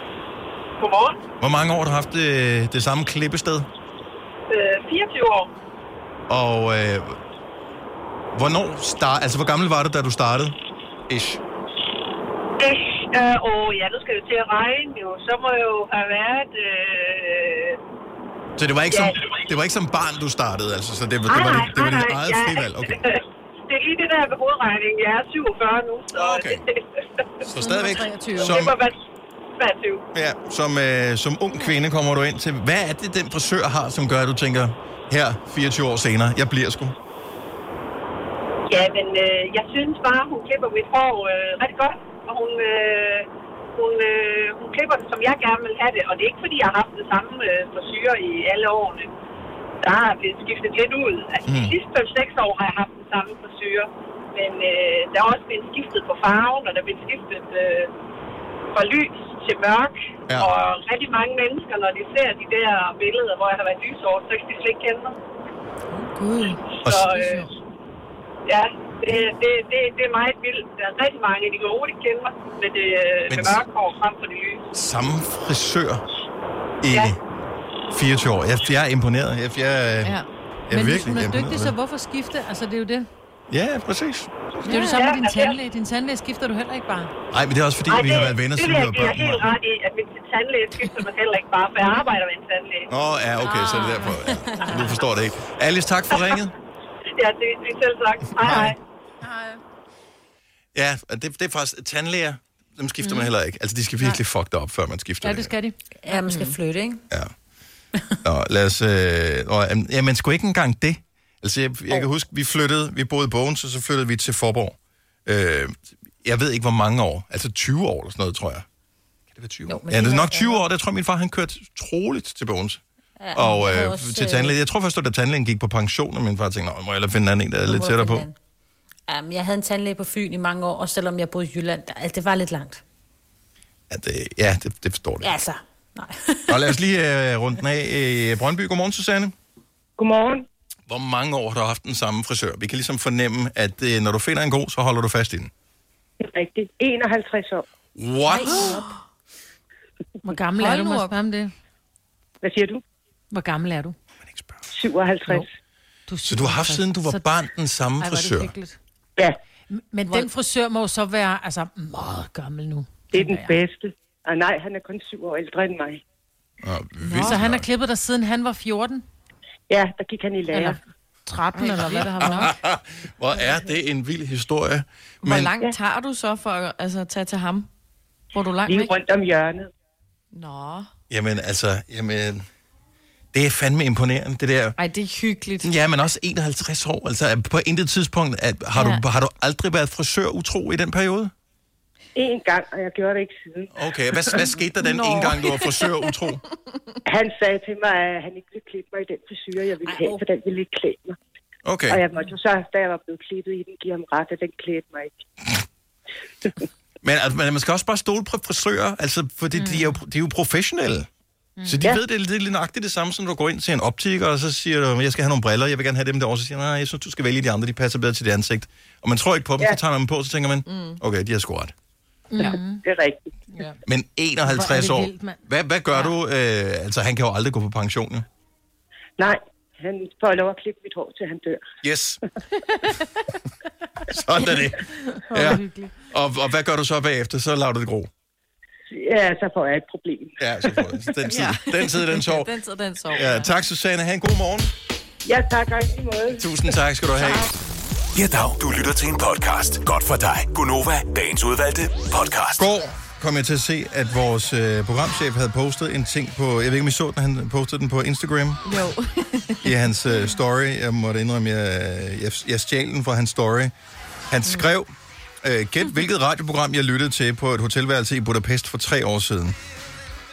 Speaker 14: Godmorgen.
Speaker 1: Hvor mange år har du haft det, det samme klippested?
Speaker 14: Øh, 24 år.
Speaker 1: Og øh, hvornår start, altså, hvor gammel var du, da du startede? Ish.
Speaker 14: Ish, øh, og ja, nu skal det til at regne jo. Så må jeg jo have været... Øh,
Speaker 1: Så det var ikke,
Speaker 14: Ja.
Speaker 1: som, det var ikke som barn, du startede, altså? Så det, det, var, det, var, det, det var dit eget frivalg? Okay.
Speaker 14: det er lige det der med hovedregningen. Jeg er 47 nu, så... Okay.
Speaker 1: Så stadigvæk
Speaker 14: Som...
Speaker 1: som-
Speaker 14: Det må være 23.
Speaker 1: Ja, som, øh, som ung kvinde kommer du ind til. Hvad er det, den frisør har, som gør, at du tænker, her 24 år senere, jeg bliver sgu?
Speaker 14: Ja, men øh, jeg synes bare, hun klipper mit hår øh, rigtig godt, og hun, øh, hun, øh, hun klipper det, som jeg gerne vil have det. Og det er ikke, fordi jeg har haft det samme øh, frisyr i alle årene. Der er blevet skiftet lidt ud. Altså, de
Speaker 15: Mm.
Speaker 14: sidste 5-6 år har jeg haft den samme frisyr, men øh, der er også blevet skiftet på farven, og der er blevet skiftet øh, fra lys til mørk.
Speaker 1: Ja.
Speaker 14: Ja. Og rigtig mange mennesker, når de ser de der billeder, hvor jeg har været lyshåret, så kan de slet ikke kende mig.
Speaker 2: Gud.
Speaker 14: Så, øh, ja, det, det, det, det er meget vildt. Der er rigtig mange, de kan roligt kende mig med det, øh,
Speaker 1: Men
Speaker 14: med
Speaker 1: s-
Speaker 14: mørke hår frem for det lyse.
Speaker 1: Samme frisør i ja. 24 år. Jeg, jeg er imponeret. Jeg, øh,
Speaker 2: Ja.
Speaker 1: jeg, ja. jeg er
Speaker 2: Men hvis
Speaker 1: virkelig
Speaker 2: hun er
Speaker 1: imponeret.
Speaker 2: dygtig, så hvorfor skifte? Altså, det er jo det.
Speaker 1: Ja, præcis.
Speaker 2: Det er jo det samme med din tandlæge. Din tandlæge skifter du heller ikke bare.
Speaker 1: Nej, men det er også fordi,
Speaker 14: Ej,
Speaker 1: vi har været venner,
Speaker 14: det, det vil
Speaker 1: siden vi
Speaker 14: jeg
Speaker 1: var
Speaker 14: give jer helt
Speaker 1: børn.
Speaker 14: ret i, at min tandlæge skifter mig heller ikke bare, for jeg arbejder med en tandlæge.
Speaker 1: Nå, ja, okay, så er
Speaker 2: Ah.
Speaker 1: det derfor. Ja. Du forstår det ikke. Alice, tak for ringet.
Speaker 14: Ja, det, det er selv sagt. Hej, hej.
Speaker 1: Ja, og det, det er faktisk tandlæger. Dem skifter mm.
Speaker 4: Mm.
Speaker 1: man heller ikke. Altså, de skal virkelig fuck det op, før man skifter
Speaker 4: Ja,
Speaker 1: det.
Speaker 4: det skal
Speaker 2: de.
Speaker 4: Ja, man skal flytte, ikke?
Speaker 1: Nå, lad os... Øh, nå, jamen, jamen, sgu ikke engang det. Altså, jeg, jeg kan huske, vi flyttede, vi boede i Bogens, og så flyttede vi til Forborg. Øh, jeg ved ikke, hvor mange år. Altså 20 år eller sådan noget, tror jeg. Kan det være 20 år?
Speaker 16: men
Speaker 1: ja,
Speaker 16: det
Speaker 1: det er
Speaker 16: er
Speaker 1: nok 20 år, der tror jeg, min far, han kørte troligt til Bogens.
Speaker 16: Ja,
Speaker 1: og
Speaker 16: jeg havde
Speaker 1: øh,
Speaker 16: også,
Speaker 1: til
Speaker 16: øh,
Speaker 1: tandlæge. Jeg tror først, at da tandlægen gik på pension, og min far tænkte, nå, må jeg hellere finde en anden en, der er
Speaker 4: Du
Speaker 1: lidt
Speaker 4: må finde
Speaker 1: tættere på.
Speaker 4: en anden. Jamen, jeg havde en tandlæge på Fyn i mange år, og selvom jeg boede i Jylland, der, altså, det var lidt langt.
Speaker 1: Ja, det, ja, det, det forstår det.
Speaker 4: Ja, altså.
Speaker 1: og lad os lige øh, runde den af. Øh, Brøndby, godmorgen, Susanne.
Speaker 14: Godmorgen.
Speaker 1: Hvor mange år har du haft den samme frisør? Vi kan ligesom fornemme, at øh, når du finder en god, så holder du fast i den.
Speaker 14: Det er rigtigt. 51 år.
Speaker 1: What?
Speaker 2: Hvor gammel er
Speaker 14: Hold
Speaker 2: du?
Speaker 14: nu
Speaker 2: Må jeg
Speaker 14: op.
Speaker 2: spørge om det?
Speaker 14: Hvad siger du?
Speaker 2: Hvor gammel er du?
Speaker 14: 57.
Speaker 2: Du
Speaker 1: Så du har haft siden du var barn den samme
Speaker 2: Ej, hvor er det
Speaker 1: frisør?
Speaker 2: hyggeligt.
Speaker 14: Ja.
Speaker 2: Men den frisør må jo så være altså, meget gammel nu.
Speaker 14: Det er den bedste. Og Ah, nej, han er kun syv år ældre end mig.
Speaker 2: Nå. Så han har klippet dig siden han var 14?
Speaker 14: Ja, der gik han i lære.
Speaker 2: Eller 13, eller hvad det har været.
Speaker 1: Hvor er det en vild historie.
Speaker 3: Hvor Men... langt tager du så for at altså, tage til ham? Hvor du langt
Speaker 1: Lige
Speaker 3: rundt
Speaker 14: om hjørnet.
Speaker 3: Nå.
Speaker 1: Jamen altså, jamen, det er fandme imponerende, det der.
Speaker 3: Ej, det er hyggeligt.
Speaker 1: Ja, men også 51 år. Altså, på intet tidspunkt at, har,
Speaker 3: Ja.
Speaker 1: du, har du aldrig været frisør utro i den periode?
Speaker 14: En gang, og jeg gjorde det ikke siden.
Speaker 1: Okay, hvad, hvad skete der den
Speaker 14: Nå.
Speaker 1: ene gang, du var frisør utro?
Speaker 14: Han sagde til mig, at han ikke ville klippe mig i den frisyr, jeg ville have, for den ville ikke klæde mig.
Speaker 1: Okay.
Speaker 14: Og jeg måtte jo så, da jeg var blevet klippet i den, give ham ret, at den klædte mig ikke.
Speaker 1: Men altså, man man skal også bare stole på frisører, altså, for det, mm. de, er jo, de er jo professionelle. Mm. Så de ja. ved, det, det er lidt nøjagtigt det samme, som når du går ind til en optiker, og så siger du, jeg skal have nogle briller, jeg vil gerne have dem derovre, så siger han, nej, jeg synes, du skal vælge de andre, de passer bedre til dit ansigt. Og man tror ikke på dem, ja. så tager man dem på, så tænker man, mm. okay, de har sgu ret.
Speaker 14: Ja, det er rigtigt. Ja.
Speaker 1: Men 51
Speaker 14: Hvor er
Speaker 1: år,
Speaker 14: det vildt, mand.
Speaker 1: hvad, hvad gør ja. du? Øh, altså, han kan jo aldrig gå på pension, jo.
Speaker 14: Nej, han får lov at klippe mit hår, til han dør.
Speaker 1: Yes. Sådan er det. Ja. Og, og hvad gør du så bagefter? Så lader du det gro.
Speaker 14: Ja, så får jeg et problem.
Speaker 1: Ja, så får du den tid, den, tid, den sov.
Speaker 3: Den tid, den sov.
Speaker 1: Ja, tak, Susanne. Ha' en god morgen.
Speaker 14: Ja, tak. Og i lige måde.
Speaker 1: Tusind tak skal du have.
Speaker 6: Ja, dag. Du lytter til en podcast. Godt for dig. Gunova, dagens udvalgte podcast.
Speaker 1: Går kom jeg til at se, at vores øh, programchef havde postet en ting på... Jeg ved ikke, om I så den, han postede den på Instagram
Speaker 3: Jo.
Speaker 1: i hans øh, story. Jeg måtte indrømme, jeg, jeg, jeg stjal den fra hans story. Han skrev, Øh, gæt, hvilket radioprogram jeg lyttede til på et hotelværelse i Budapest for tre år siden.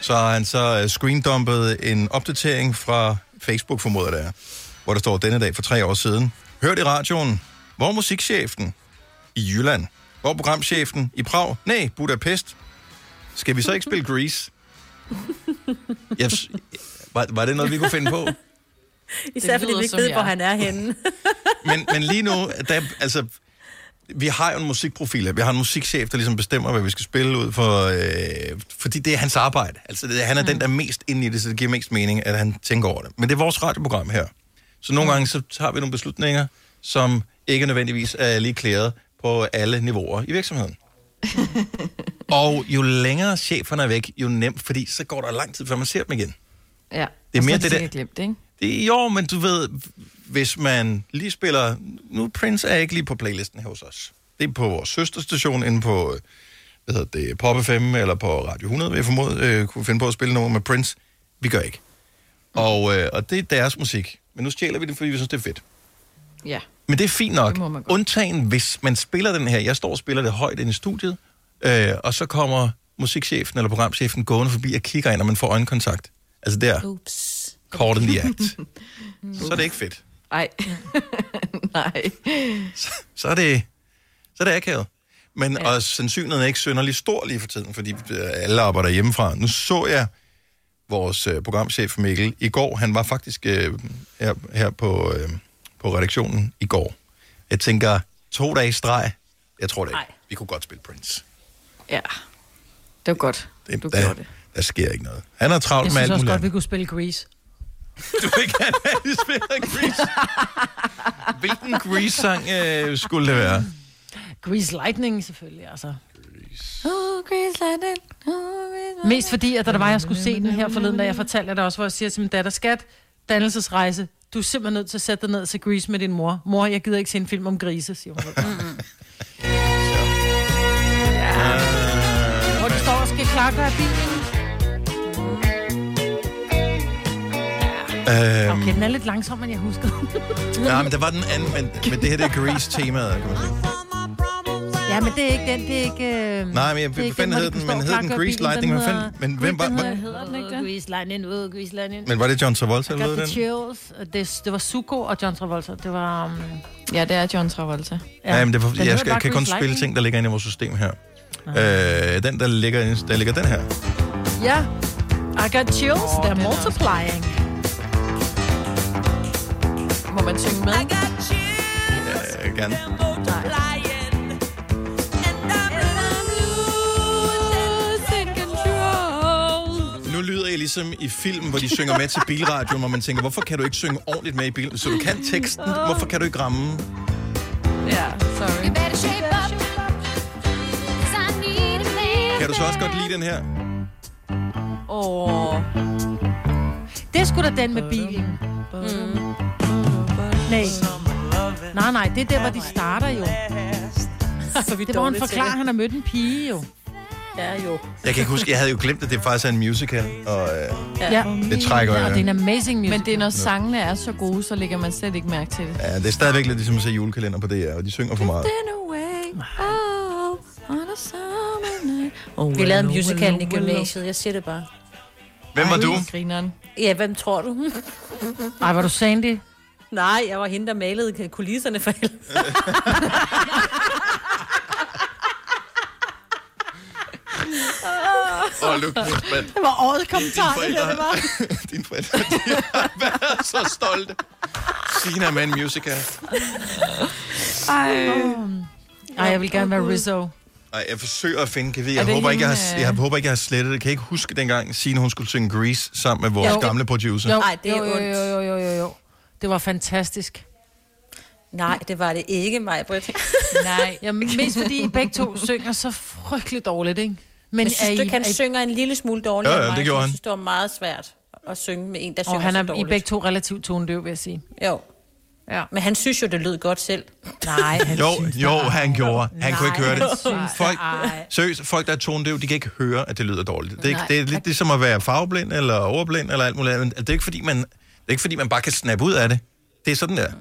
Speaker 1: Så har han så øh, screendumpet en opdatering fra Facebook, formoder det er, hvor der står denne dag for tre år siden. Hørt i radioen, hvor er musikchefen i Jylland, hvor er programchefen i Prag, nej, Budapest. Skal vi så ikke spille Grease? Jeg, var, var det noget, vi kunne finde på?
Speaker 4: Især fordi
Speaker 17: lyder
Speaker 4: vi ikke
Speaker 17: som
Speaker 4: ved,
Speaker 17: jeg.
Speaker 4: hvor han er henne.
Speaker 1: men, men lige nu, der, altså, vi har jo en musikprofil, her. vi har en musikchef, der ligesom bestemmer, hvad vi skal spille ud for, øh, fordi det er hans arbejde. Altså, det, han er mm. den, der er mest inde i det, så det giver mest mening, at han tænker over det. Men det er vores radioprogram her. Så nogle mm. gange, så tager vi nogle beslutninger, som ikke nødvendigvis er lige klæret på alle niveauer i virksomheden. Og jo længere cheferne er væk, jo nemt, fordi så går der lang tid, før man ser dem igen.
Speaker 3: Ja.
Speaker 1: Det er mere
Speaker 3: og så
Speaker 1: det
Speaker 3: de
Speaker 1: der-
Speaker 3: sikkert Glemt, det, ikke?
Speaker 1: Det, jo, men du ved, hvis man lige spiller... Nu Prince er ikke lige på playlisten her hos os. Det er på vores søsterstation inde på øh, hvad hedder det, Pop FM eller på Radio 100, vil jeg formode, øh, kunne finde på at spille nummer med Prince. Vi gør ikke. Og, øh, og det er deres musik. Men nu stjæler vi det, fordi vi synes, det er fedt.
Speaker 3: Ja.
Speaker 1: Men det er fint nok. Det Undtagen, hvis man spiller den her. Jeg står og spiller det højt inde i studiet, øh, og så kommer musikchefen eller programchefen gående forbi og kigger ind, og man får øjenkontakt. Altså der.
Speaker 3: Uh.
Speaker 4: Ups.
Speaker 1: Caught in the act. Så er det ikke fedt.
Speaker 3: Ej. Nej.
Speaker 1: så er det, så er det akavet. Men ja. og sandsynligheden er ikke synderlig stor lige for tiden, fordi øh, alle arbejder hjemmefra. Nu så jeg vores øh, programchef Mikkel i går. Han var faktisk øh, her, her på, øh, på redaktionen i går. Jeg tænker, to dage i streg. Jeg tror det ikke. Nej. Vi kunne godt spille Prince.
Speaker 3: Ja. Det var godt.
Speaker 1: Det, du der, gjorde det. Der sker ikke noget. Han er
Speaker 2: Jeg
Speaker 1: travlt med
Speaker 2: synes
Speaker 1: alt
Speaker 2: også
Speaker 1: muligt.
Speaker 2: godt, vi
Speaker 1: andet.
Speaker 2: kunne spille Grease.
Speaker 1: Du kan ikke spille Grease. Hvilken Grease-sang øh, skulle det være?
Speaker 2: Grease Lightning selvfølgelig, altså.
Speaker 3: Oh, Grease Lightning.
Speaker 2: Mest fordi, at da der var, jeg skulle se den her forleden, da jeg fortalte jer det også, hvor jeg siger til min datter, skat, dannelsesrejse, du er simpelthen nødt til at sætte dig ned og se Grease med din mor. Mor, jeg gider ikke se en film om grise, siger hun. Mm-hmm. Hvor du står og skal klakke af bilen.
Speaker 1: Øhm,
Speaker 2: Okay, den er lidt langsom, end jeg husker.
Speaker 1: Ja, men der var den anden, men, men det her det er Grease-temaet, kan man sige.
Speaker 2: ja, men det er ikke den, det er ikke... Øh...
Speaker 1: Nej, men jeg- hvad fanden hed den? Men hed den Grease Lightning? Hvad fanden? Men hvem var...
Speaker 2: Hvad
Speaker 1: var-
Speaker 2: hedder den ikke det? Grease Lightning, uh, Grease Lightning.
Speaker 1: Men var det John
Speaker 2: I
Speaker 1: Travolta, eller
Speaker 2: got the
Speaker 1: den?
Speaker 2: chills. Og Det, det var Suko og John Travolta. Det var... Um...
Speaker 3: Ja, det er John Travolta.
Speaker 1: Ja, men det var,
Speaker 2: Den
Speaker 1: jeg,
Speaker 2: hedder
Speaker 1: skal,
Speaker 2: bare
Speaker 1: jeg kan kun
Speaker 2: Grease
Speaker 1: spille ting, der ligger inde i vores system her.
Speaker 2: Ah.
Speaker 1: Øh, den, der ligger, inde- der ligger den her.
Speaker 2: Ja. I got chills. Oh, They're multiplying.
Speaker 3: Må man synge med?
Speaker 1: Ja, jeg Øh, gerne. Nu lyder jeg ligesom i film, hvor de synger med til bilradioen, hvor man tænker, hvorfor kan du ikke synge ordentligt med i bilen? Så du kan teksten, hvorfor kan du ikke ramme?
Speaker 3: Ja, sorry.
Speaker 1: Kan du så også godt lide den her?
Speaker 2: Åh. Oh. Det er sgu da den med bilen. Mm. Nej. Nej, nej, det er der, hvor de starter jo.
Speaker 17: Så vi
Speaker 2: det var en
Speaker 17: dårlige
Speaker 2: forklarer,
Speaker 17: til det.
Speaker 2: han har mødt en pige jo.
Speaker 4: Ja, jo.
Speaker 1: Jeg kan ikke huske, jeg havde jo glemt, at det faktisk er en musical, og øh,
Speaker 2: Ja.
Speaker 1: det trækker
Speaker 2: Ja, og det er en
Speaker 1: jeg.
Speaker 2: amazing music.
Speaker 3: Men det er, når sangene er så gode, så lægger man slet ikke mærke til det.
Speaker 1: Ja, det er stadigvæk lidt ligesom at se julekalender på DR, og de synger for meget.
Speaker 2: Ah.
Speaker 4: Oh, vi lavede musicalen i gymnasiet, jeg siger det bare.
Speaker 1: Hvem var du?
Speaker 3: Grineren.
Speaker 4: Ja, hvem tror du?
Speaker 2: Ej, var du Sandy?
Speaker 4: Nej, jeg var hende, der malede kulisserne for helvede.
Speaker 1: Hold nu kæft, mand.
Speaker 2: Det var årets kommentar,
Speaker 1: Dine
Speaker 2: det der, det var.
Speaker 1: forældre- Dine forældre, de har været så stolte. Sina med en musical.
Speaker 2: Ej. Ej, jeg vil gerne være Rizzo.
Speaker 1: Ej, jeg forsøger at finde, kan vi?
Speaker 2: Er
Speaker 1: Jeg
Speaker 2: det
Speaker 1: håber, ikke, jeg, har,
Speaker 2: hende, øh?
Speaker 1: jeg håber ikke, jeg har slettet det. Kan I ikke huske dengang, Sina hun skulle synge Grease sammen med vores
Speaker 2: Jo.
Speaker 1: gamle producer?
Speaker 2: Jo,
Speaker 4: Ej, det er
Speaker 2: jo, jo,
Speaker 4: ondt.
Speaker 2: jo, jo, jo, jo. Det var fantastisk.
Speaker 4: Nej, det var det ikke, mig, Britt.
Speaker 2: Nej. Jamen, mest fordi I begge to synger så frygteligt dårligt, ikke?
Speaker 4: Men jeg synes,
Speaker 2: er
Speaker 4: du kan
Speaker 2: er
Speaker 4: synge en lille smule dårligere
Speaker 1: Ja, ja,
Speaker 4: end mig,
Speaker 1: det gjorde
Speaker 4: så
Speaker 1: han.
Speaker 4: Jeg synes, det var meget svært at synge med en, der synger
Speaker 2: Og han
Speaker 4: så
Speaker 2: er, I er
Speaker 4: dårligt.
Speaker 2: begge to relativt tonedøv, vil jeg sige.
Speaker 4: Jo.
Speaker 2: Ja.
Speaker 4: Men han synes jo, det lød godt selv.
Speaker 2: Nej, han
Speaker 1: Jo, jo, han gjorde. Han kunne ikke høre det. Folk,
Speaker 4: Ej.
Speaker 1: seriøst, folk, der er tondøv, de kan ikke høre, at det lyder dårligt. Det er, ikke,
Speaker 4: Nej.
Speaker 1: det er lidt ligesom at være farveblind eller overblind eller alt muligt andet. Altså, Det er ikke, fordi man, det er ikke, fordi man bare kan snappe ud af det. Det er sådan der.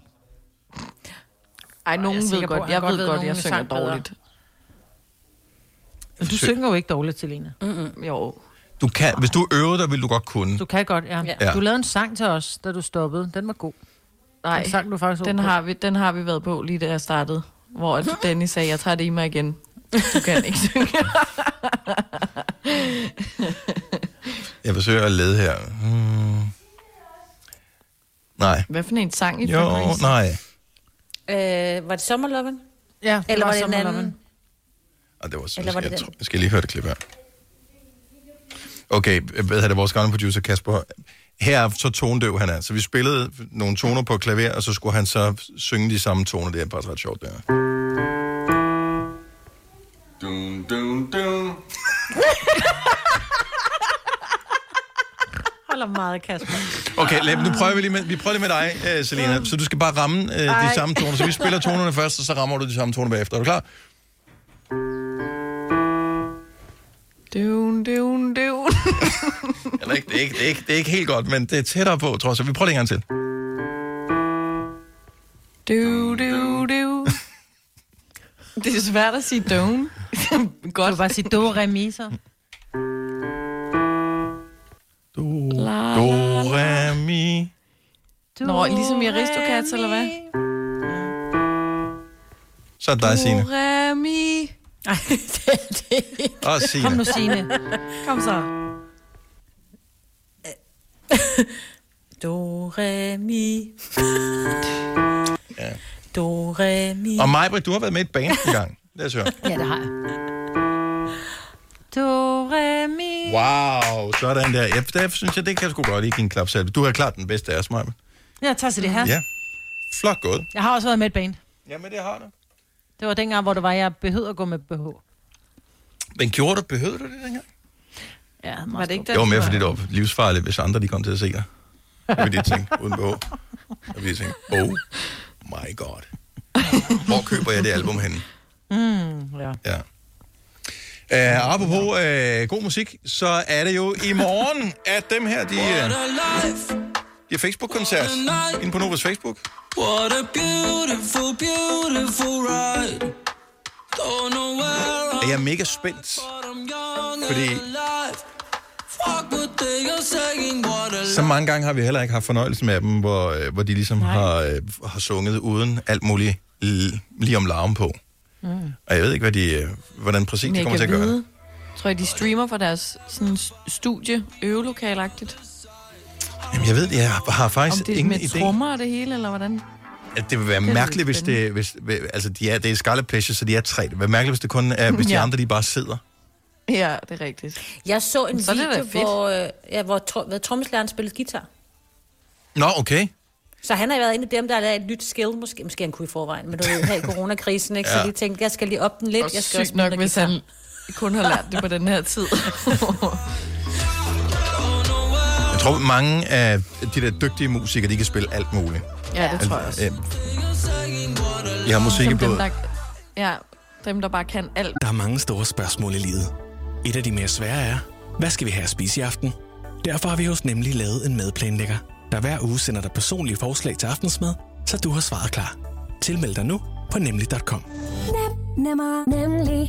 Speaker 3: Ej, nogen ved godt. Jeg ved godt, jeg synger dårligt.
Speaker 2: Men du
Speaker 1: Sø-
Speaker 2: synger jo ikke dårligt, Selina. Mm-mm. Jo.
Speaker 1: Du kan, hvis du øver dig, vil du godt kunne.
Speaker 2: Du kan godt, ja.
Speaker 1: Mm. Ja.
Speaker 2: ja. Du lavede en sang til os, da du stoppede. Den var god.
Speaker 3: Nej,
Speaker 2: Den sang du faktisk
Speaker 3: den,
Speaker 2: op på.
Speaker 3: har vi, den har vi været på lige da jeg startede, hvor at Danny sagde, jeg tager det i mig igen. Du kan ikke synge.
Speaker 1: Jeg forsøger at lede her. Hmm. Nej.
Speaker 3: Hvad for en sang i
Speaker 1: Jo, nej.
Speaker 4: Øh, var det sommerloven?
Speaker 2: Ja, det
Speaker 4: Eller
Speaker 2: var
Speaker 4: var, det en anden?
Speaker 2: Sommerloven.
Speaker 1: Og Ah, det var sådan,
Speaker 4: Eller var
Speaker 1: jeg,
Speaker 4: det
Speaker 1: tror,
Speaker 4: den?
Speaker 1: jeg skal lige høre det klip her. Okay, øh, hvad hedder det, vores gamle producer Kasper, her er så tonedøv han er. Så vi spillede nogle toner på klaver, og så skulle han så synge de samme toner. Det er faktisk ret sjovt, det her.
Speaker 15: Dun, dun, dun.
Speaker 2: Holder meget, Kasper.
Speaker 1: Okay, lad, nu prøver vi lige med, vi prøver lige med dig, øh, Selina. Så du skal bare ramme øh, de
Speaker 2: Ej.
Speaker 1: samme toner. Så vi spiller tonerne først, og så rammer du de samme toner bagefter. Er du klar?
Speaker 3: Dun, dun, dun.
Speaker 1: Eller ikke, det, er ikke, det, er ikke, det er ikke helt godt, men det er tættere på, tror jeg. Så vi prøver lige en gang til.
Speaker 3: Du, du, du. Det er svært at sige don't. Godt. Du
Speaker 2: bare sige do remiser.
Speaker 1: Do,
Speaker 3: la,
Speaker 1: Do,
Speaker 3: la, la.
Speaker 1: re, mi.
Speaker 3: Nå, ligesom i Aristocats, eller hvad?
Speaker 1: Så er det dig, Signe.
Speaker 3: Remi. Ej, det er det
Speaker 1: Og Signe.
Speaker 2: Kom nu, Signe.
Speaker 3: Kom så.
Speaker 4: Do, re, mi. Do, re, mi.
Speaker 1: Og Majbrit, du har været med i et band en gang. Lad os høre.
Speaker 2: Ja, det har jeg. Do, re, mi.
Speaker 1: Wow, sådan der. Ja, der synes jeg, det kan jeg sgu godt ikke en klap selv. Du har klart den bedste af os, Majbrit.
Speaker 2: Jeg tager til det her.
Speaker 1: Ja. Flot gået.
Speaker 2: Jeg har også været med i et band.
Speaker 1: Jamen, det har du.
Speaker 2: Det var dengang, hvor det var, jeg behøvede at gå med BH.
Speaker 1: Men gjorde du, behøvede du det dengang?
Speaker 2: Ja, var det ikke
Speaker 1: Jeg var med, fordi det var livsfarligt, hvis andre de kom til at se dig. Jeg ville de tænke, uden behov. Jeg ville de tænke, oh my god. Hvor køber jeg det album henne?
Speaker 2: Mm, ja.
Speaker 1: Ja. Uh, apropos uh, god musik, så er det jo i morgen, at dem her, de, øh, de er Facebook-koncert inde på Novas Facebook.
Speaker 16: What a beautiful, beautiful ride. Don't know where
Speaker 1: Og jeg er mega spændt,
Speaker 16: I'm
Speaker 1: fordi
Speaker 16: alive. Fuck what they are saying. What a
Speaker 1: så mange gange har vi heller ikke haft fornøjelse med dem, hvor, øh, hvor de ligesom har, øh, har sunget uden alt muligt l- lige om larm på.
Speaker 3: Mm.
Speaker 1: Og jeg ved ikke, hvad de, øh, hvordan præcis de kommer til at gøre det.
Speaker 3: Tror jeg, de streamer fra deres sådan, s- studie, øvelokalagtigt?
Speaker 1: Jamen, jeg ved, det, jeg har
Speaker 3: Om
Speaker 1: faktisk
Speaker 3: det er
Speaker 1: ingen
Speaker 3: med
Speaker 1: idé.
Speaker 3: trommer og det hele, eller hvordan?
Speaker 1: At det vil være
Speaker 3: Det er
Speaker 1: mærkeligt,
Speaker 3: lidt
Speaker 1: hvis det... Hvis, hvis- altså, de er, det er Scarlet Pleasure, så de er tre. Det vil være mærkeligt, hvis det kun er, hvis de
Speaker 3: Ja.
Speaker 1: andre, de bare sidder.
Speaker 3: Ja, det er rigtigt.
Speaker 4: Jeg så en
Speaker 3: Så
Speaker 4: så
Speaker 3: er det da
Speaker 4: video,
Speaker 3: fedt.
Speaker 4: hvor, øh, ja, hvor tro, hvad, trommeslæren spillede guitar.
Speaker 1: Nå, okay.
Speaker 4: Så han har været en af dem, der har lavet et nyt skill. Måske, måske han kunne i forvejen, men du ved, her i coronakrisen, ikke? Ja.
Speaker 1: Ja.
Speaker 4: Så de tænkte, jeg skal lige op den lidt.
Speaker 3: Og
Speaker 4: jeg skal
Speaker 3: sygt
Speaker 4: også spille
Speaker 3: nok,
Speaker 4: noget
Speaker 3: hvis
Speaker 4: guitar.
Speaker 3: han kun har lært det på den her tid.
Speaker 1: Jeg tror, mange af de der dygtige musikere, de kan spille alt muligt.
Speaker 3: ja, det tror jeg
Speaker 1: Al-
Speaker 3: også.
Speaker 1: øh, Jeg har musik i
Speaker 3: Som dem,
Speaker 1: blodet.
Speaker 3: der, ja, dem, der bare kan alt.
Speaker 18: Der er mange store spørgsmål i livet. Et af de mere svære er, hvad skal vi have at spise i aften? Derfor har vi hos Nemlig lavet en madplanlægger, der hver uge sender dig personlige forslag til aftensmad, så du har svaret klar. Tilmeld dig nu på nemlig.com.
Speaker 19: Nemmer, nemlig.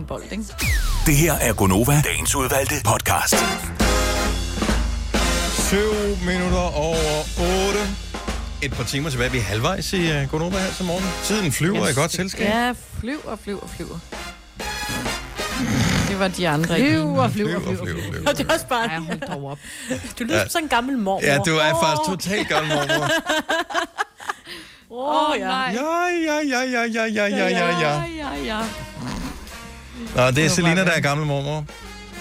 Speaker 3: En bold, ikke?
Speaker 6: Det her er Gonova, dagens udvalgte podcast.
Speaker 1: 7 minutter over 8. Et par timer tilbage. Vi er halvvejs i uh, Gonova her til morgen. Tiden flyver yes. i godt selskab.
Speaker 3: Ja, flyver, flyver, flyver. Det var de andre.
Speaker 1: Flyver, flyver, flyver, flyver, flyver.
Speaker 4: Og det er også bare... Ja, hold
Speaker 3: dog op.
Speaker 4: Du lyder
Speaker 1: Ja.
Speaker 4: som sådan en gammel mormor.
Speaker 1: Ja, du er faktisk totalt gammel mormor.
Speaker 4: Åh, oh, ja.
Speaker 1: Ja, ja, ja, ja, ja, ja, ja, ja, ja.
Speaker 3: ja, ja.
Speaker 1: Nå, det er Selina, der er gammel mormor.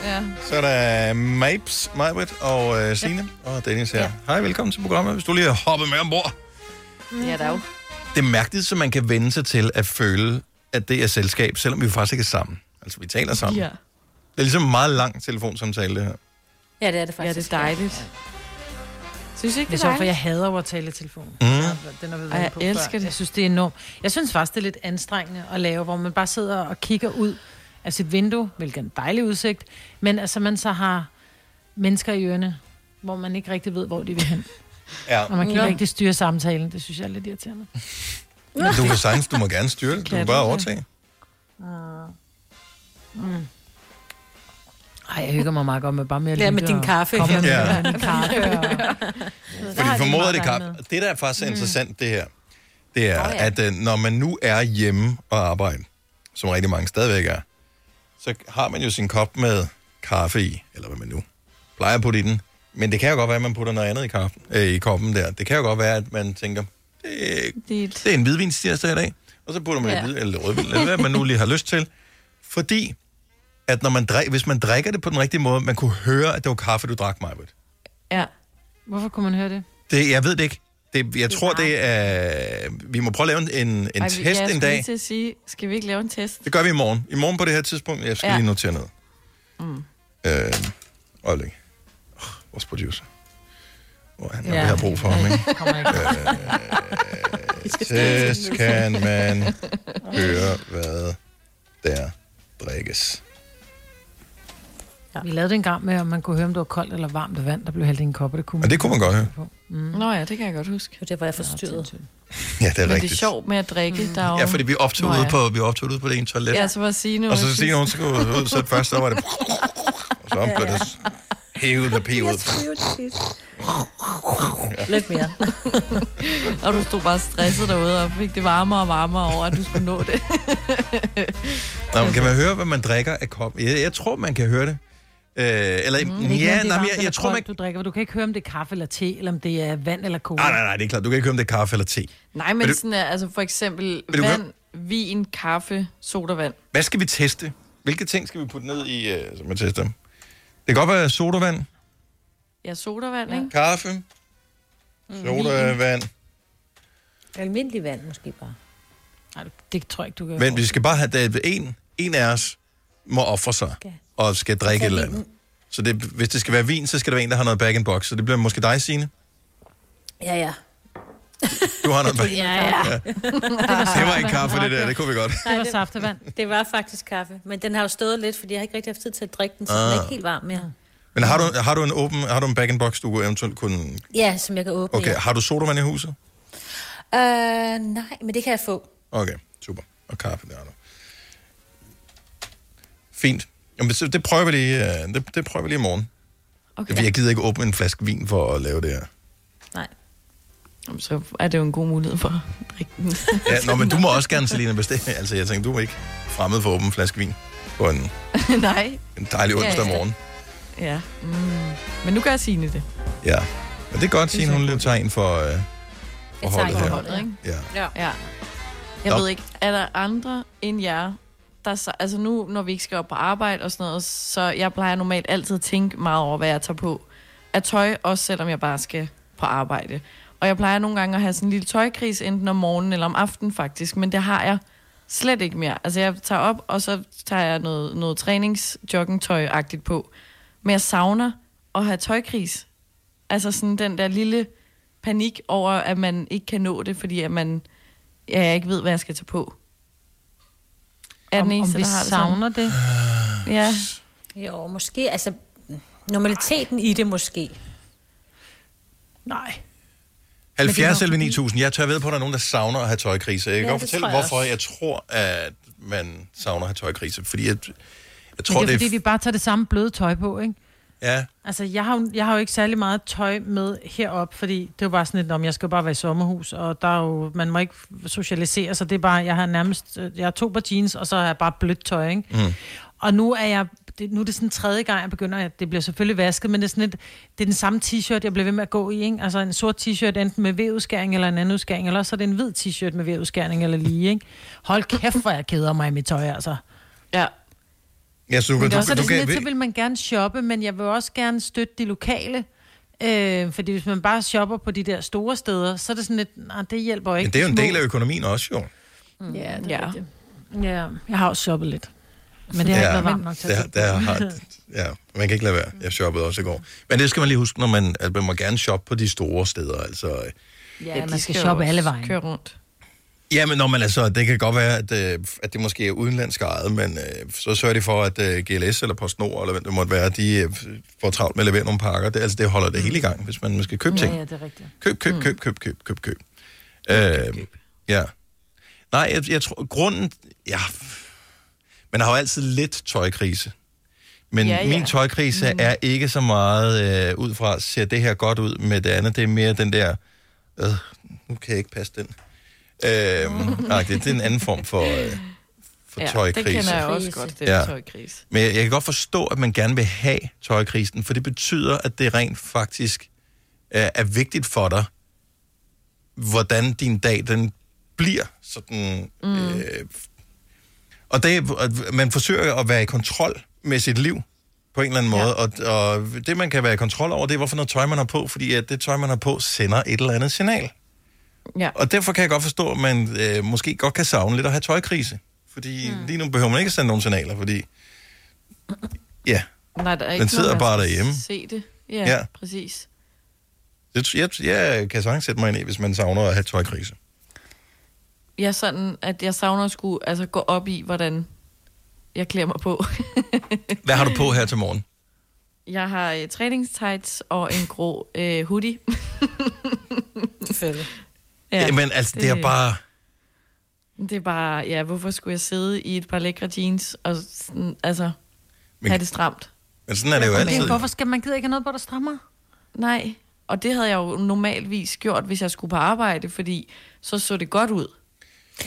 Speaker 3: ja.
Speaker 1: Så er der Mapes, Majbrit og øh, Signe og Dennis her. Hej, velkommen til programmet. Hvis du lige har hoppet med ombord.
Speaker 3: Ja, dog.
Speaker 1: Det er mærkeligt, så man kan vende sig til at føle, at det er selskab, selvom vi jo faktisk ikke er sammen. Altså, vi taler sammen.
Speaker 3: Ja.
Speaker 1: Det er ligesom en meget lang telefonsamtale, det her.
Speaker 4: Ja, det er det faktisk.
Speaker 3: Ja, det er dejligt. Synes I ikke,
Speaker 2: Det er
Speaker 3: det
Speaker 2: sjovt,
Speaker 3: er
Speaker 2: for jeg
Speaker 3: dejligt?
Speaker 2: hader over at tale i telefonen.
Speaker 1: Mm.
Speaker 2: Den har vi
Speaker 3: Ej,
Speaker 2: været
Speaker 3: jeg
Speaker 2: inde på
Speaker 3: elsker
Speaker 2: før.
Speaker 3: det.
Speaker 2: Jeg synes, det er enormt. Jeg synes faktisk, det er lidt anstrengende at lave, hvor man bare sidder og kigger ud af sit vindue, hvilket er en dejlig udsigt, men altså man så har mennesker i ørene, hvor man ikke rigtig ved, hvor de vil hen.
Speaker 1: Ja.
Speaker 2: Og man kan ikke
Speaker 1: Ja.
Speaker 2: rigtig styre samtalen. Det synes jeg er lidt irriterende.
Speaker 1: Men du kan sagtens, du må gerne styre det. Du
Speaker 2: Kan
Speaker 1: kan
Speaker 2: du
Speaker 1: bare
Speaker 2: det?
Speaker 1: overtage.
Speaker 2: Ah. Mm. Ej, jeg hygger mig meget godt med bare med at
Speaker 4: Ja, med
Speaker 2: lytte
Speaker 4: din
Speaker 2: og
Speaker 4: kaffe.
Speaker 2: komme med
Speaker 1: Ja.
Speaker 2: min kaffe. og-
Speaker 1: Fordi
Speaker 2: har de
Speaker 1: formoder
Speaker 2: meget
Speaker 1: det
Speaker 2: regnet
Speaker 1: kap. Det, der er faktisk
Speaker 2: Mm.
Speaker 1: er interessant, det her, det er, at øh, når man nu er hjemme og arbejder, som rigtig mange stadigvæk er, så har man jo sin kop med kaffe i, eller hvad man nu plejer at putte i den. Men det kan jo godt være, at man putter noget andet i, kaffen, øh, i koppen der. Det kan jo godt være, at man tænker, det, det er en hvidvinstirsdag i dag, og så putter man ja.
Speaker 20: Ja.
Speaker 1: hvid eller rødvin, eller hvad man nu lige har lyst til. Fordi, at når man drik, hvis man drikker det på den rigtige måde, man kunne høre, at det var kaffe, du drak, Majbert.
Speaker 2: Ja. Hvorfor kunne man høre det?
Speaker 1: Det, jeg ved det ikke. Det, jeg tror, det er... Vi må prøve at lave en, en
Speaker 3: Ej,
Speaker 1: Ej,
Speaker 3: vi-
Speaker 1: test
Speaker 3: jeg
Speaker 1: en
Speaker 3: skulle
Speaker 1: dag.
Speaker 3: lige til at sige, skal vi ikke lave en test?
Speaker 1: Det gør vi i morgen. I morgen på det her tidspunkt. Jeg skal ja.
Speaker 3: Ja.
Speaker 1: lige notere noget.
Speaker 3: Mm.
Speaker 1: Øh, øjeblik. Oh, vores producer. Hvor er han? Ja.
Speaker 3: Ja.
Speaker 1: Vi har brug for ham, ikke?
Speaker 3: Kommer ikke.
Speaker 1: Øh, test kan man høre, hvad der drikkes.
Speaker 2: Ja. Vi lavede det en gang med, om man kunne høre, om det var koldt eller varmt vand, der blev hældt i en kop, og det kunne
Speaker 1: Og det kunne man godt høre.
Speaker 3: Mm. Nå ja, det kan jeg godt huske.
Speaker 4: Det var jeg forstyrret.
Speaker 1: Ja, det er
Speaker 3: Men det er
Speaker 1: rigtigt.
Speaker 3: sjovt med at drikke. Mm. Der er jo...
Speaker 1: Ja, fordi vi optog,
Speaker 3: Nå
Speaker 1: ude
Speaker 3: ja.
Speaker 1: på, vi optog ude på det ene toilet.
Speaker 3: Ja, så var Signe
Speaker 1: Og
Speaker 3: ude
Speaker 1: så
Speaker 3: sidst.
Speaker 1: Signe, hun skulle ud, så først, så var det... Og så blev det hævet papir ud.
Speaker 4: Lidt mere.
Speaker 3: og du stod bare stresset derude og fik det varmere og varmere over, at du skulle nå det.
Speaker 1: Nå, men kan man høre, hvad man drikker af kop? Jeg, jeg tror, man kan høre det. Øh, eller, mm,
Speaker 2: Det er ikke, om
Speaker 1: ja,
Speaker 2: det er
Speaker 1: nej, men
Speaker 2: varmt
Speaker 1: jeg,
Speaker 2: eller
Speaker 1: jeg tror, man...
Speaker 2: koldt, Du drikker, du kan ikke høre, om det er kaffe eller te, eller om det er vand eller cola.
Speaker 1: Ah, Nej, nej, nej, det er klart. Du kan ikke høre, om det er kaffe eller te.
Speaker 3: Nej, men
Speaker 1: Vil du-
Speaker 3: sådan er, altså for eksempel
Speaker 1: Vil du
Speaker 3: vand, vin, kaffe, sodavand.
Speaker 1: Hvad skal vi teste? Hvilke ting skal vi putte ned i, øh, som man tester? Det kan godt være sodavand,
Speaker 3: Ja, sodavand, ikke?
Speaker 1: kaffe, Mm. sodavand.
Speaker 4: Almindelig vand måske bare.
Speaker 2: Nej, det tror jeg ikke, du kan.
Speaker 1: Men vi skal bare have, der er en, en af os må ofre sig og skal drikke et eller andet. Så det, hvis det skal være vin, så skal der være en, der har noget bag-in-box. Så det bliver måske dig, Signe.
Speaker 4: Ja, ja.
Speaker 1: Du har noget bag
Speaker 4: Ja, ja.
Speaker 1: Det var ikke kaffe, det der. Det kunne vi godt.
Speaker 2: Det var saftevand.
Speaker 4: Det var faktisk kaffe. Men den har jo stået lidt, fordi jeg har ikke rigtig haft tid til at drikke den, så den
Speaker 1: Ah.
Speaker 4: er ikke helt varm mere.
Speaker 1: Men har du, har du en åben, har du en bag-in-box, du eventuelt kunne...
Speaker 4: Ja, som jeg kan åbne.
Speaker 1: Okay, har du sodavand i huset?
Speaker 4: Ja. Øh, nej, men det kan jeg få.
Speaker 1: Okay, super. Og kaffe, der er der. Fint. Jamen, så det prøver vi lige, øh, det, det prøver vi lige i morgen. Okay. Jeg gider ikke åbne en flaske vin for at lave det her.
Speaker 3: Jamen, Så er det jo en god mulighed for at drikke den.
Speaker 1: Ja, nå, men du må også gerne, Selina, bestemme. Altså, jeg tænker, du er ikke fremmed for at åbne en flaske vin på en,
Speaker 3: Nej.
Speaker 1: en dejlig
Speaker 3: Ja,
Speaker 1: onsdag
Speaker 3: ja.
Speaker 1: morgen.
Speaker 3: Ja. Mm. Men nu gør Signe det.
Speaker 1: Ja. Men det er godt, Signe, hun lige tager ind for, øh, for holdet her.
Speaker 3: Forholdet, ikke?
Speaker 1: Ja.
Speaker 3: Ja. ja. Jeg
Speaker 1: Nå.
Speaker 3: ved ikke, er der andre end jer, der så, altså nu, når vi ikke skal op på arbejde og sådan noget, så jeg plejer normalt altid at tænke meget over, hvad jeg tager på af tøj, også selvom jeg bare skal på arbejde. Og jeg plejer nogle gange at have sådan en lille tøjkris, enten om morgenen eller om aftenen faktisk, men det har jeg slet ikke mere. Altså jeg tager op, og så tager jeg noget, noget træningsjoggingtøj-agtigt på. Men jeg savner at have tøjkris. Altså sådan den der lille panik over, at man ikke kan nå det, fordi at man, ja, jeg ikke ved, hvad jeg skal tage på. Er
Speaker 2: Om-
Speaker 3: den
Speaker 2: om
Speaker 3: eneste,
Speaker 2: vi
Speaker 3: der har det
Speaker 2: savner
Speaker 3: sådan? det? Ja.
Speaker 4: Jo, måske, altså normaliteten i det måske.
Speaker 2: Nej.
Speaker 1: 70 eller 9000. Jeg tør ved på, at der er nogen, der savner at have tøjkrise. Jeg kan
Speaker 4: Ja,
Speaker 1: godt
Speaker 4: det
Speaker 1: fortælle,
Speaker 4: tror jeg
Speaker 1: hvorfor
Speaker 4: også.
Speaker 1: jeg tror, at man savner at have tøjkrise. Fordi jeg, jeg
Speaker 2: Tror,
Speaker 1: tror,
Speaker 2: men det er,
Speaker 1: det
Speaker 2: fordi vi bare tager det samme bløde tøj på, ikke?
Speaker 1: Ja,
Speaker 2: Altså, jeg har, jo- jeg har jo ikke særlig meget tøj med herop, fordi det er jo bare sådan lidt, om jeg skal jo bare være i sommerhus, og der er jo, man må ikke socialisere, så det er bare, jeg har nærmest, øh, jeg har to par jeans, og så har jeg bare blødt tøj, ikke? Mm. Og nu er jeg, det, nu er det sådan tredje gang, jeg begynder, at det bliver selvfølgelig vasket, men det er sådan et, det er den samme t-shirt, jeg bliver ved med at gå i, ikke? Altså en sort t-shirt, enten med V-udskæring eller en anden udskæring, eller også er det en hvid t-shirt med V-udskæring eller lige, ikke? Hold kæft, hvor jeg keder mig i mit tøj, altså. Ja.
Speaker 1: Ja, så du,
Speaker 2: Men det
Speaker 1: du,
Speaker 2: er også
Speaker 1: du,
Speaker 2: er det
Speaker 1: kan...
Speaker 2: sådan lidt, så vil man gerne shoppe, men jeg vil også gerne støtte de lokale. Øh, fordi hvis man bare shopper på de der store steder, så er det sådan lidt, nej, det hjælper ikke.
Speaker 1: Men det er jo en
Speaker 2: De
Speaker 1: del
Speaker 2: små-
Speaker 1: af økonomien også, jo.
Speaker 2: Mm. Ja,
Speaker 17: det
Speaker 2: det
Speaker 17: er
Speaker 2: er ja. Ja, jeg har også shoppet lidt. Men det har
Speaker 1: Ja,
Speaker 2: ikke været varmt
Speaker 1: men
Speaker 2: nok til
Speaker 1: der,
Speaker 2: at
Speaker 1: der
Speaker 2: tænke på.
Speaker 1: har, ja, man kan ikke lade være. Jeg shoppede også i går. Men det skal man lige huske, når man, at man må gerne shoppe på de store steder. Altså, øh,
Speaker 2: Ja, man skal shoppe alle vejen.
Speaker 3: Køre rundt.
Speaker 1: Ja, men når man altså, det kan godt være, at, øh, at det måske er udenlandsk ejet, men øh, så sørger de for, at øh, GLS eller PostNord, eller hvem det måtte være, de øh, får travlt med at levere nogle pakker. Det, altså, det holder det hele i gang, hvis man skal købe ting.
Speaker 17: Ja, ja, det er rigtigt.
Speaker 1: Køb,
Speaker 3: Mm.
Speaker 1: køb, køb, køb, køb, køb, køb. Øh, ja. Nej, jeg, jeg tror, grunden... Ja, man har jo altid lidt tøjkrise. Men
Speaker 20: Ja,
Speaker 1: ja,
Speaker 20: ja.
Speaker 1: ja. min tøjkrise mm. er ikke så meget øh, ud fra, ser det her godt ud med det andet. Det er mere den der, øh, nu kan jeg ikke passe den. Øh, nej, det, det er en anden form for, øh, for
Speaker 3: Mm. Ja,
Speaker 1: tøjkrise.
Speaker 3: det kender jeg også godt, det er tøjkrise.
Speaker 1: Men jeg, jeg kan godt forstå, at man gerne vil have tøjkrisen, for det betyder, at det rent faktisk øh, er vigtigt for dig, hvordan din dag den bliver sådan. Mm. Øh, og det, er- at man forsøger at være i kontrol med sit liv på en eller anden måde, ja. og, og det man kan være i kontrol over, det er, hvorfor noget tøj man har på, fordi at det tøj man har på sender et eller andet signal.
Speaker 3: Ja.
Speaker 1: Og derfor kan jeg godt forstå, at man øh, måske godt kan savne lidt at have tøjkrise, fordi mm. lige nu behøver man ikke at sende nogen signaler, fordi ja,
Speaker 3: Nej, der er
Speaker 1: Den
Speaker 3: ikke
Speaker 1: sidder
Speaker 3: noget, man
Speaker 1: bare
Speaker 3: skal
Speaker 1: derhjemme.
Speaker 3: Se det. Ja,
Speaker 1: Ja.
Speaker 3: ja. præcis.
Speaker 1: det, tr- jeg, jeg kan sagtens sætte mig ind i, hvis man savner at have tøjkrise.
Speaker 3: Jeg er sådan, at jeg savner at skulle altså, gå op i, hvordan jeg klæder mig på.
Speaker 1: Hvad har du på her til morgen?
Speaker 3: Jeg har øh, træningstights og en grå øh, hoodie. Fedt.
Speaker 1: Ja, Jamen, altså, det er bare...
Speaker 3: Øh, Det er bare, ja, hvorfor skulle jeg sidde i et par lækre jeans og sådan, altså,
Speaker 1: Men-
Speaker 3: Men, have det stramt?
Speaker 1: Men sådan er det jo altid.
Speaker 2: Hvorfor skal man gider ikke have noget på, der strammer?
Speaker 3: Nej, og det havde jeg jo normalvis gjort, hvis jeg skulle på arbejde, fordi så så det godt ud.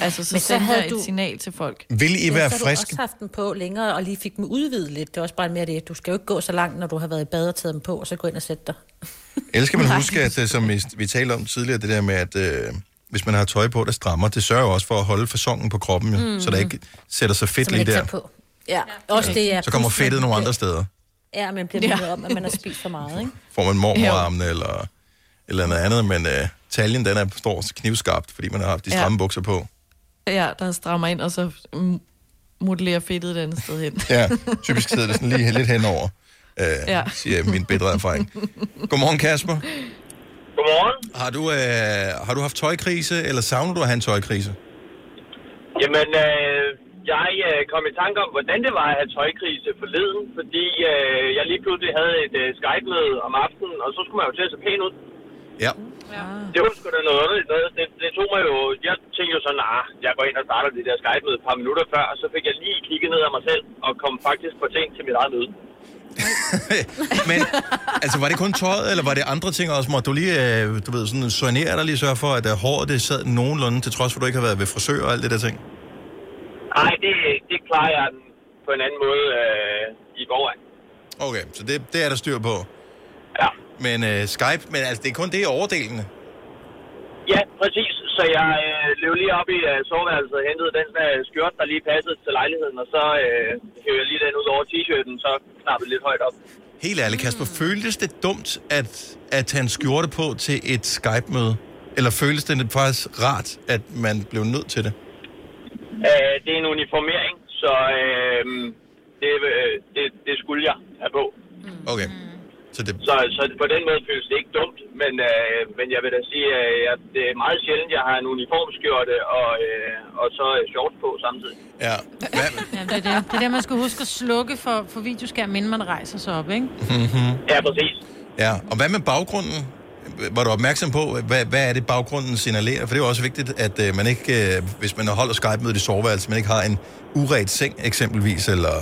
Speaker 3: Altså, så,
Speaker 4: Men
Speaker 3: så
Speaker 4: så
Speaker 3: sendte
Speaker 4: havde
Speaker 3: jeg et
Speaker 4: du-
Speaker 3: signal til folk.
Speaker 1: Vil I
Speaker 4: Men
Speaker 1: være
Speaker 4: så har du
Speaker 1: friske?
Speaker 4: også haft dem på længere, og lige fik dem udvidet lidt. Det er også bare mere det, du skal jo ikke gå så langt, når du har været i bad og taget dem på, og så gå ind og sætte dig.
Speaker 1: Ellers skal man huske, at øh, som vi, vi talte om tidligere, det der med, at øh, hvis man har tøj på, der strammer, det sørger jo også for at holde fasongen på kroppen, jo, mm. så der ikke sætter sig fedt
Speaker 4: så man
Speaker 1: lige
Speaker 4: ikke
Speaker 1: der.
Speaker 4: tager på. Ja, også det er...
Speaker 1: så kommer fedtet nogle andre steder.
Speaker 4: Ja, man bliver mindet om, at man har spist for meget, ikke?
Speaker 1: Får man mormorarmene eller, eller noget andet, men øh, taljen den er, står knivskarpt, fordi man har haft de
Speaker 3: Ja.
Speaker 1: stramme bukser på.
Speaker 3: Ja, der strammer ind, og så mm, modellerer fedtet et andet sted hen.
Speaker 1: Ja, typisk sidder det sådan lige lidt henover, øh, ja.
Speaker 3: Ja.
Speaker 1: siger min bedre erfaring. Godmorgen Kasper. Godmorgen. Har du, øh, har du haft tøjkrise, eller savner du at have en tøjkrise?
Speaker 21: Jamen, øh, jeg øh, kom i tanke om, hvordan det var at have tøjkrise forleden, fordi øh, jeg lige pludselig havde et øh, Skype-møde om aftenen, og så skulle man jo til at se pæn ud.
Speaker 1: Ja.
Speaker 21: Det var sgu da noget underligt noget. Det, det tog mig jo... Jeg tænkte jo sådan, ah, jeg går ind og starter det der Skype-møde et par minutter før, og så fik jeg lige kigget ned af mig selv, og kom faktisk for sent til mit eget møde.
Speaker 1: Men, altså, var det kun tøjet, eller var det andre ting også? Måtte du lige, øh, du ved, sådan soignere dig lige sørge for, at øh, håret det sad nogenlunde, til trods for, at du ikke har været ved frisør og alt det der ting?
Speaker 21: Nej, det, det klarer jeg på en anden måde øh, i forvejen.
Speaker 1: Okay, så det, det er der styr på. Ja. Men øh, Skype, men altså, det er kun det overdelende.
Speaker 21: Ja, præcis. Så jeg øh, løb lige op i øh, soveværelset og hentede den øh, skjort, der lige passede til lejligheden, og så øh, hævde jeg lige den ud over t-shirten, så knappede lidt højt op.
Speaker 1: Helt ærligt, Kasper, mm. føltes det dumt at, at tage en skjorte på til et Skype-møde? Eller føltes det faktisk rart, at man blev nødt til det?
Speaker 21: Øh, det er en uniformering, så øh, det, øh, det, det skulle jeg have på.
Speaker 1: Mm. Okay. Så, det...
Speaker 21: så, så på den måde føles det ikke dumt, men, øh, men jeg vil da sige, øh, at det er meget sjældent, jeg har en uniformskjorte og, øh, og så øh, shorts på samtidig.
Speaker 1: Ja.
Speaker 2: Ja, det er det. Det er der, man skal huske at slukke for, for videoskærmen, inden man rejser sig op, ikke?
Speaker 1: Mm-hmm.
Speaker 21: Ja, præcis.
Speaker 1: Ja, og hvad med baggrunden? Var du opmærksom på, hvad, hvad er det, baggrunden signalerer? For det er jo også vigtigt, at øh, man ikke, øh, hvis man holder Skype-mødet i soveværelset, man ikke har en uret seng eksempelvis, eller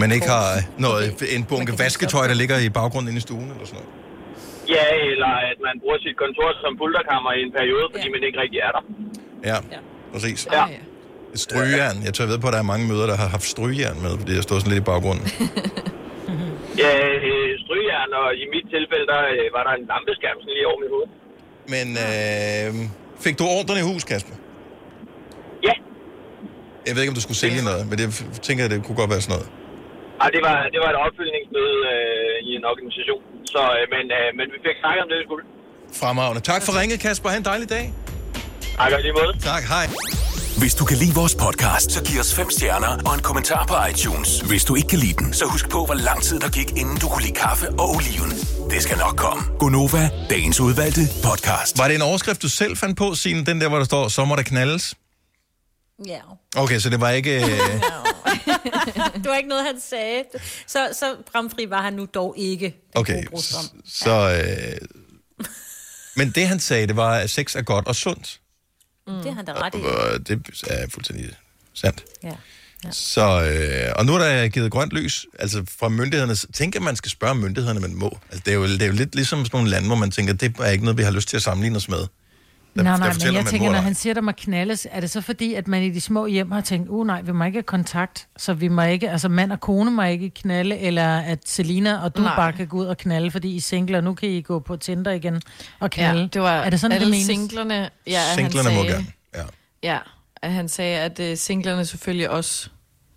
Speaker 1: man ikke har noget, en bunke vasketøj, der ligger i baggrunden inde i stuen, eller sådan noget.
Speaker 21: Ja, eller at man bruger sit kontor som pulterkammer i en periode, fordi man ikke rigtig er der.
Speaker 1: Ja, præcis.
Speaker 21: Ja.
Speaker 1: Et strygejern. Jeg tør ved på, at der er mange møder, der har haft strygejern med, fordi jeg står sådan lidt i baggrunden.
Speaker 21: Ja, øh, strygjern, og i mit tilfælde, der øh, var der en lampeskærm sådan lige over mit hoved.
Speaker 1: Men øh, fik du ordren i hus, Kasper?
Speaker 21: Ja.
Speaker 1: Jeg ved ikke, om du skulle sælge noget, men jeg tænker, at det kunne godt være sådan noget.
Speaker 21: Ah, det, var, det var et opfølgningsmøde øh, i en organisation. Så, øh, men, øh, men vi fik snakket om det, vi skulle.
Speaker 1: Fremragende. Tak for ringet, Kasper. Ha' en dejlig dag.
Speaker 21: Tak, og i lige måde.
Speaker 1: Tak, hej.
Speaker 6: Hvis du kan lide vores podcast, så giv os fem stjerner og en kommentar på iTunes. Hvis du ikke kan lide den, så husk på, hvor lang tid der gik, inden du kunne lide kaffe og oliven. Det skal nok komme.
Speaker 1: Gonova, dagens udvalgte podcast. Var det en overskrift, du selv fandt på, Signe? Den der, hvor der står, så må der knaldes?
Speaker 4: Ja.
Speaker 1: Okay, så det var ikke... Øh...
Speaker 4: det var ikke noget, han sagde. Så, så bramfri var han nu dog ikke.
Speaker 1: Okay, s- så... Øh... Men det, han sagde, det var, at sex er godt og sundt.
Speaker 4: Mm. Det har han da ret i.
Speaker 1: Og det er fuldstændig sandt.
Speaker 4: Ja.
Speaker 1: Så, øh, og nu er der givet grønt lys, altså fra myndighederne. Tænk, at man skal spørge myndighederne, man må. Altså, det, er jo, det er jo lidt ligesom sådan nogle lande, hvor man tænker, det er ikke noget, vi har lyst til at sammenligne os med.
Speaker 2: Der, nej, nej, men
Speaker 1: fortæller
Speaker 2: jeg
Speaker 1: man,
Speaker 2: tænker,
Speaker 1: hvor
Speaker 2: når
Speaker 1: der-
Speaker 2: han siger, der må knaldes, er det så fordi, at man i de små hjem har tænkt, uh nej, vi må ikke have kontakt, så vi må ikke, altså mand og kone må ikke knalde, eller at Selina og du
Speaker 3: Nej.
Speaker 2: nej. bare kan gå ud og knalde, fordi I er single, og nu kan I gå på Tinder igen og knalde.
Speaker 3: Ja, det var,
Speaker 2: er det sådan, det, det menes?
Speaker 3: Singlerne, ja, at
Speaker 1: Singlerne
Speaker 3: han
Speaker 1: må
Speaker 3: sagde,
Speaker 1: gerne, ja.
Speaker 3: Ja, at han sagde, at øh, singlerne selvfølgelig også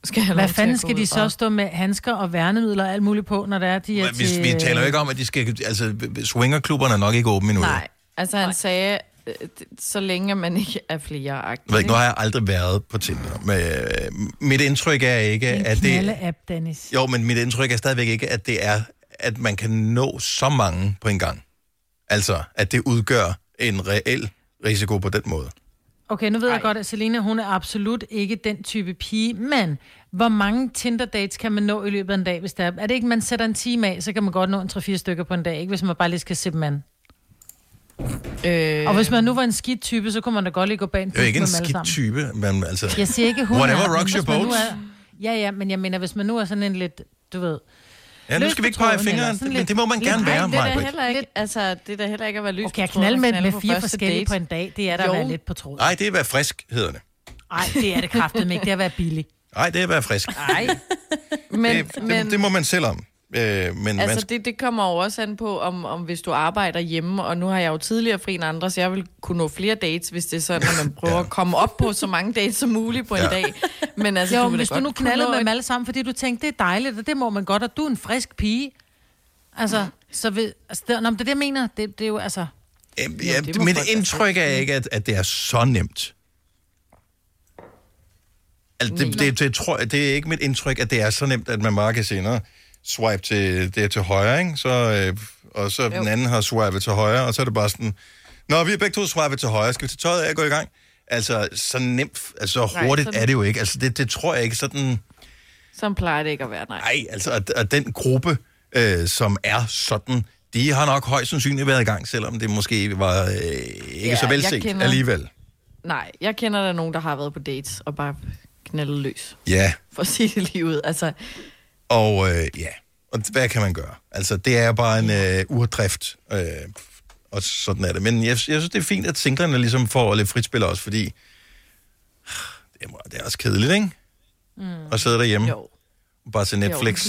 Speaker 3: skal have
Speaker 2: Hvad
Speaker 3: lov til
Speaker 2: fanden
Speaker 3: at gå
Speaker 2: skal
Speaker 3: ud
Speaker 2: de så
Speaker 3: og-
Speaker 2: stå med handsker og værnemidler og alt muligt på, når der er de her
Speaker 1: Men Vi, vi taler jo ikke om, at de skal... Altså, swingerklubberne er nok ikke åbne endnu.
Speaker 3: Nej, altså han sagde, øh, d- så længe man ikke er flere
Speaker 1: Jeg ved ikke, nu har jeg aldrig været på Tinder. Men, øh, mit indtryk er ikke, at det...
Speaker 2: knalde-app, Dennis.
Speaker 1: Jo, men mit indtryk er stadigvæk ikke, at det er, at man kan nå så mange på en gang. Altså, at det udgør en reel risiko på den måde.
Speaker 2: Okay, nu ved Ej. jeg godt, at Selina, hun er absolut ikke den type pige, men hvor mange Tinder-dates kan man nå i løbet af en dag, hvis der er... Er det ikke, man sætter en time af, så kan man godt nå en 3-4 stykker på en dag, ikke? Hvis man bare lige skal se dem an. Øh... Og hvis man nu var en skidt type, så kunne man da godt lige gå bag en
Speaker 1: Det er jo
Speaker 2: puk
Speaker 1: ikke en
Speaker 2: med dem alle
Speaker 1: skidt
Speaker 2: sammen.
Speaker 1: type, men altså...
Speaker 2: Jeg siger ikke, hun
Speaker 1: Whatever
Speaker 2: er, men
Speaker 1: rocks your
Speaker 2: hvis man nu
Speaker 1: boat.
Speaker 2: Er... Ja, ja, men jeg mener, hvis man nu er sådan en lidt, du ved...
Speaker 1: Ja, nu skal vi ikke pege
Speaker 2: løs på tråden,
Speaker 1: fingre,
Speaker 2: eller sådan
Speaker 1: men
Speaker 2: lidt-
Speaker 1: det må man
Speaker 2: lidt-
Speaker 1: gerne
Speaker 2: Ej,
Speaker 1: være,
Speaker 2: det er da
Speaker 1: Maj-Brit.
Speaker 2: heller-
Speaker 3: Heller ikke, altså, det er da heller ikke at være lys
Speaker 2: Okay,
Speaker 3: på
Speaker 2: at
Speaker 3: tråden
Speaker 2: knalde
Speaker 3: og
Speaker 2: med,
Speaker 3: knalde
Speaker 2: med
Speaker 3: på
Speaker 2: fire
Speaker 3: første
Speaker 2: forskellige
Speaker 3: date.
Speaker 2: på en dag, det er der at være
Speaker 3: Jo.
Speaker 2: lidt på tråden.
Speaker 1: Nej, det er at være frisk, hedder det.
Speaker 2: Nej, det er det kraftigt ikke, det er at være billig.
Speaker 1: Nej, det er at være frisk.
Speaker 2: Nej.
Speaker 3: Men,
Speaker 1: det, det,
Speaker 3: men
Speaker 1: det må man selv om. Øh, men altså, man,
Speaker 3: altså, det, det kommer jo også an på, om, om hvis du arbejder hjemme, og nu har jeg jo tidligere fri end andre, så jeg vil kunne nå flere dates, hvis det er sådan, at man prøver ja. at komme op på så mange dates som muligt på en
Speaker 2: Ja.
Speaker 3: ja. dag. Men altså,
Speaker 2: jo,
Speaker 3: du
Speaker 2: men
Speaker 3: vil da
Speaker 2: hvis du
Speaker 3: godt
Speaker 2: nu
Speaker 3: kunne
Speaker 2: knaldede
Speaker 3: nå
Speaker 2: med
Speaker 3: et-
Speaker 2: dem alle sammen, fordi du tænkte, det er dejligt, og det må man godt, og du er en frisk pige. Altså, så ved, altså, det, nå, men det er det, jeg mener. Det, det er jo, altså...
Speaker 1: øh, ja, mit indtryk er ikke, at, at det er så nemt. Altså, det, det, det, tror, jeg- det er ikke mit indtryk, at det er så nemt, at man bare kan sige, "Nå, swipe til, det er til højre, ikke? Så, øh, og så jo. den anden har swipet til højre, og så er det bare sådan, Nå, vi har begge to swipet til højre, skal vi til tøjet af og gå i gang? Altså, så nemt, altså så
Speaker 3: Nej,
Speaker 1: hurtigt
Speaker 3: sådan-
Speaker 1: er det jo ikke. Altså, det, det tror jeg ikke sådan...
Speaker 3: Sådan plejer det ikke at være, nej.
Speaker 1: Nej, altså, og, og den gruppe, øh, som er sådan, de har nok højst sandsynligt været i gang, selvom det måske var øh, ikke
Speaker 3: Ja,
Speaker 1: så
Speaker 3: jeg
Speaker 1: velset
Speaker 3: kender-
Speaker 1: alligevel.
Speaker 3: Nej, jeg kender da nogen, der har været på dates og bare knaldet løs,
Speaker 1: Ja,
Speaker 3: for at sige det lige ud. Altså,
Speaker 1: og øh, ja, og hvad kan man gøre? Altså, det er bare en øh, urdrift, øh, og sådan er det. Men jeg, jeg synes, det er fint, at singlerne ligesom får lidt frit spil også, fordi det er, må- det er også kedeligt, ikke? Mm. At sidde derhjemme jo. og bare se Netflix.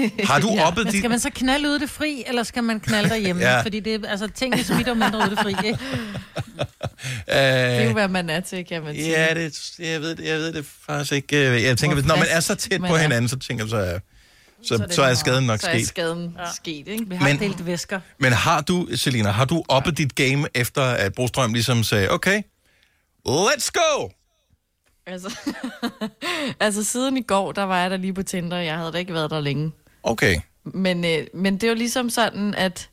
Speaker 1: Jo. Har du oppet
Speaker 2: Men
Speaker 1: dit-
Speaker 2: Skal man så knalde ude i det fri, eller skal man knalde derhjemme?
Speaker 1: Ja.
Speaker 2: ja. Fordi det, er- altså, tingene smitter jo mindre ude i det fri, ikke?
Speaker 3: det er jo,
Speaker 1: Æh,
Speaker 3: hvad man er til, kan man sige.
Speaker 1: ja, det, jeg, ved, det- jeg ved det faktisk ikke. øh, Jeg tænker,
Speaker 3: Hvor
Speaker 1: hvis, når man er
Speaker 3: frisk
Speaker 1: så tæt
Speaker 3: man
Speaker 1: på
Speaker 3: er.
Speaker 1: hinanden, så tænker jeg, så er, så, så,
Speaker 3: det
Speaker 1: så er
Speaker 3: lige
Speaker 1: skaden
Speaker 3: meget.
Speaker 1: nok
Speaker 3: Så er
Speaker 1: sket.
Speaker 3: skaden ja. sket, ikke? Vi
Speaker 2: har Men- delt væsker.
Speaker 1: Men har du, Selina, har du oppet dit game efter, at Brostrøm ligesom sagde, okay, let's go!
Speaker 3: Altså, altså, siden i går, der var jeg der lige på Tinder, jeg havde da ikke været der længe.
Speaker 1: Okay.
Speaker 3: Men, øh, men det er jo ligesom sådan, at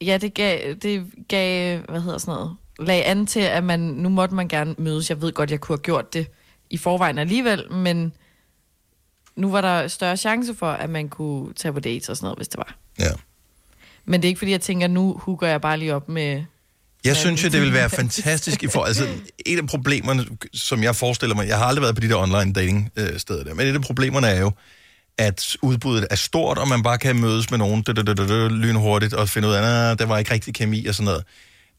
Speaker 3: ja, det gav, det gav, hvad hedder sådan noget, lag an til, at man, nu måtte man gerne mødes. Jeg ved godt, jeg kunne have gjort det i forvejen alligevel, men nu var der større chance for, at man kunne tage på dates og sådan noget, hvis det var.
Speaker 1: Ja.
Speaker 3: Men det er ikke, fordi jeg tænker, nu hooker jeg bare lige op med...
Speaker 1: Jeg synes jo, det ville være fantastisk. I for, altså, et af problemerne, som jeg forestiller mig, jeg har aldrig været på de der online dating øh, steder der, men et af problemerne er jo, at udbuddet er stort, og man bare kan mødes med nogen dø, dø, dø, dø, dø, lynhurtigt og finde ud af, at der var ikke rigtig kemi og sådan noget.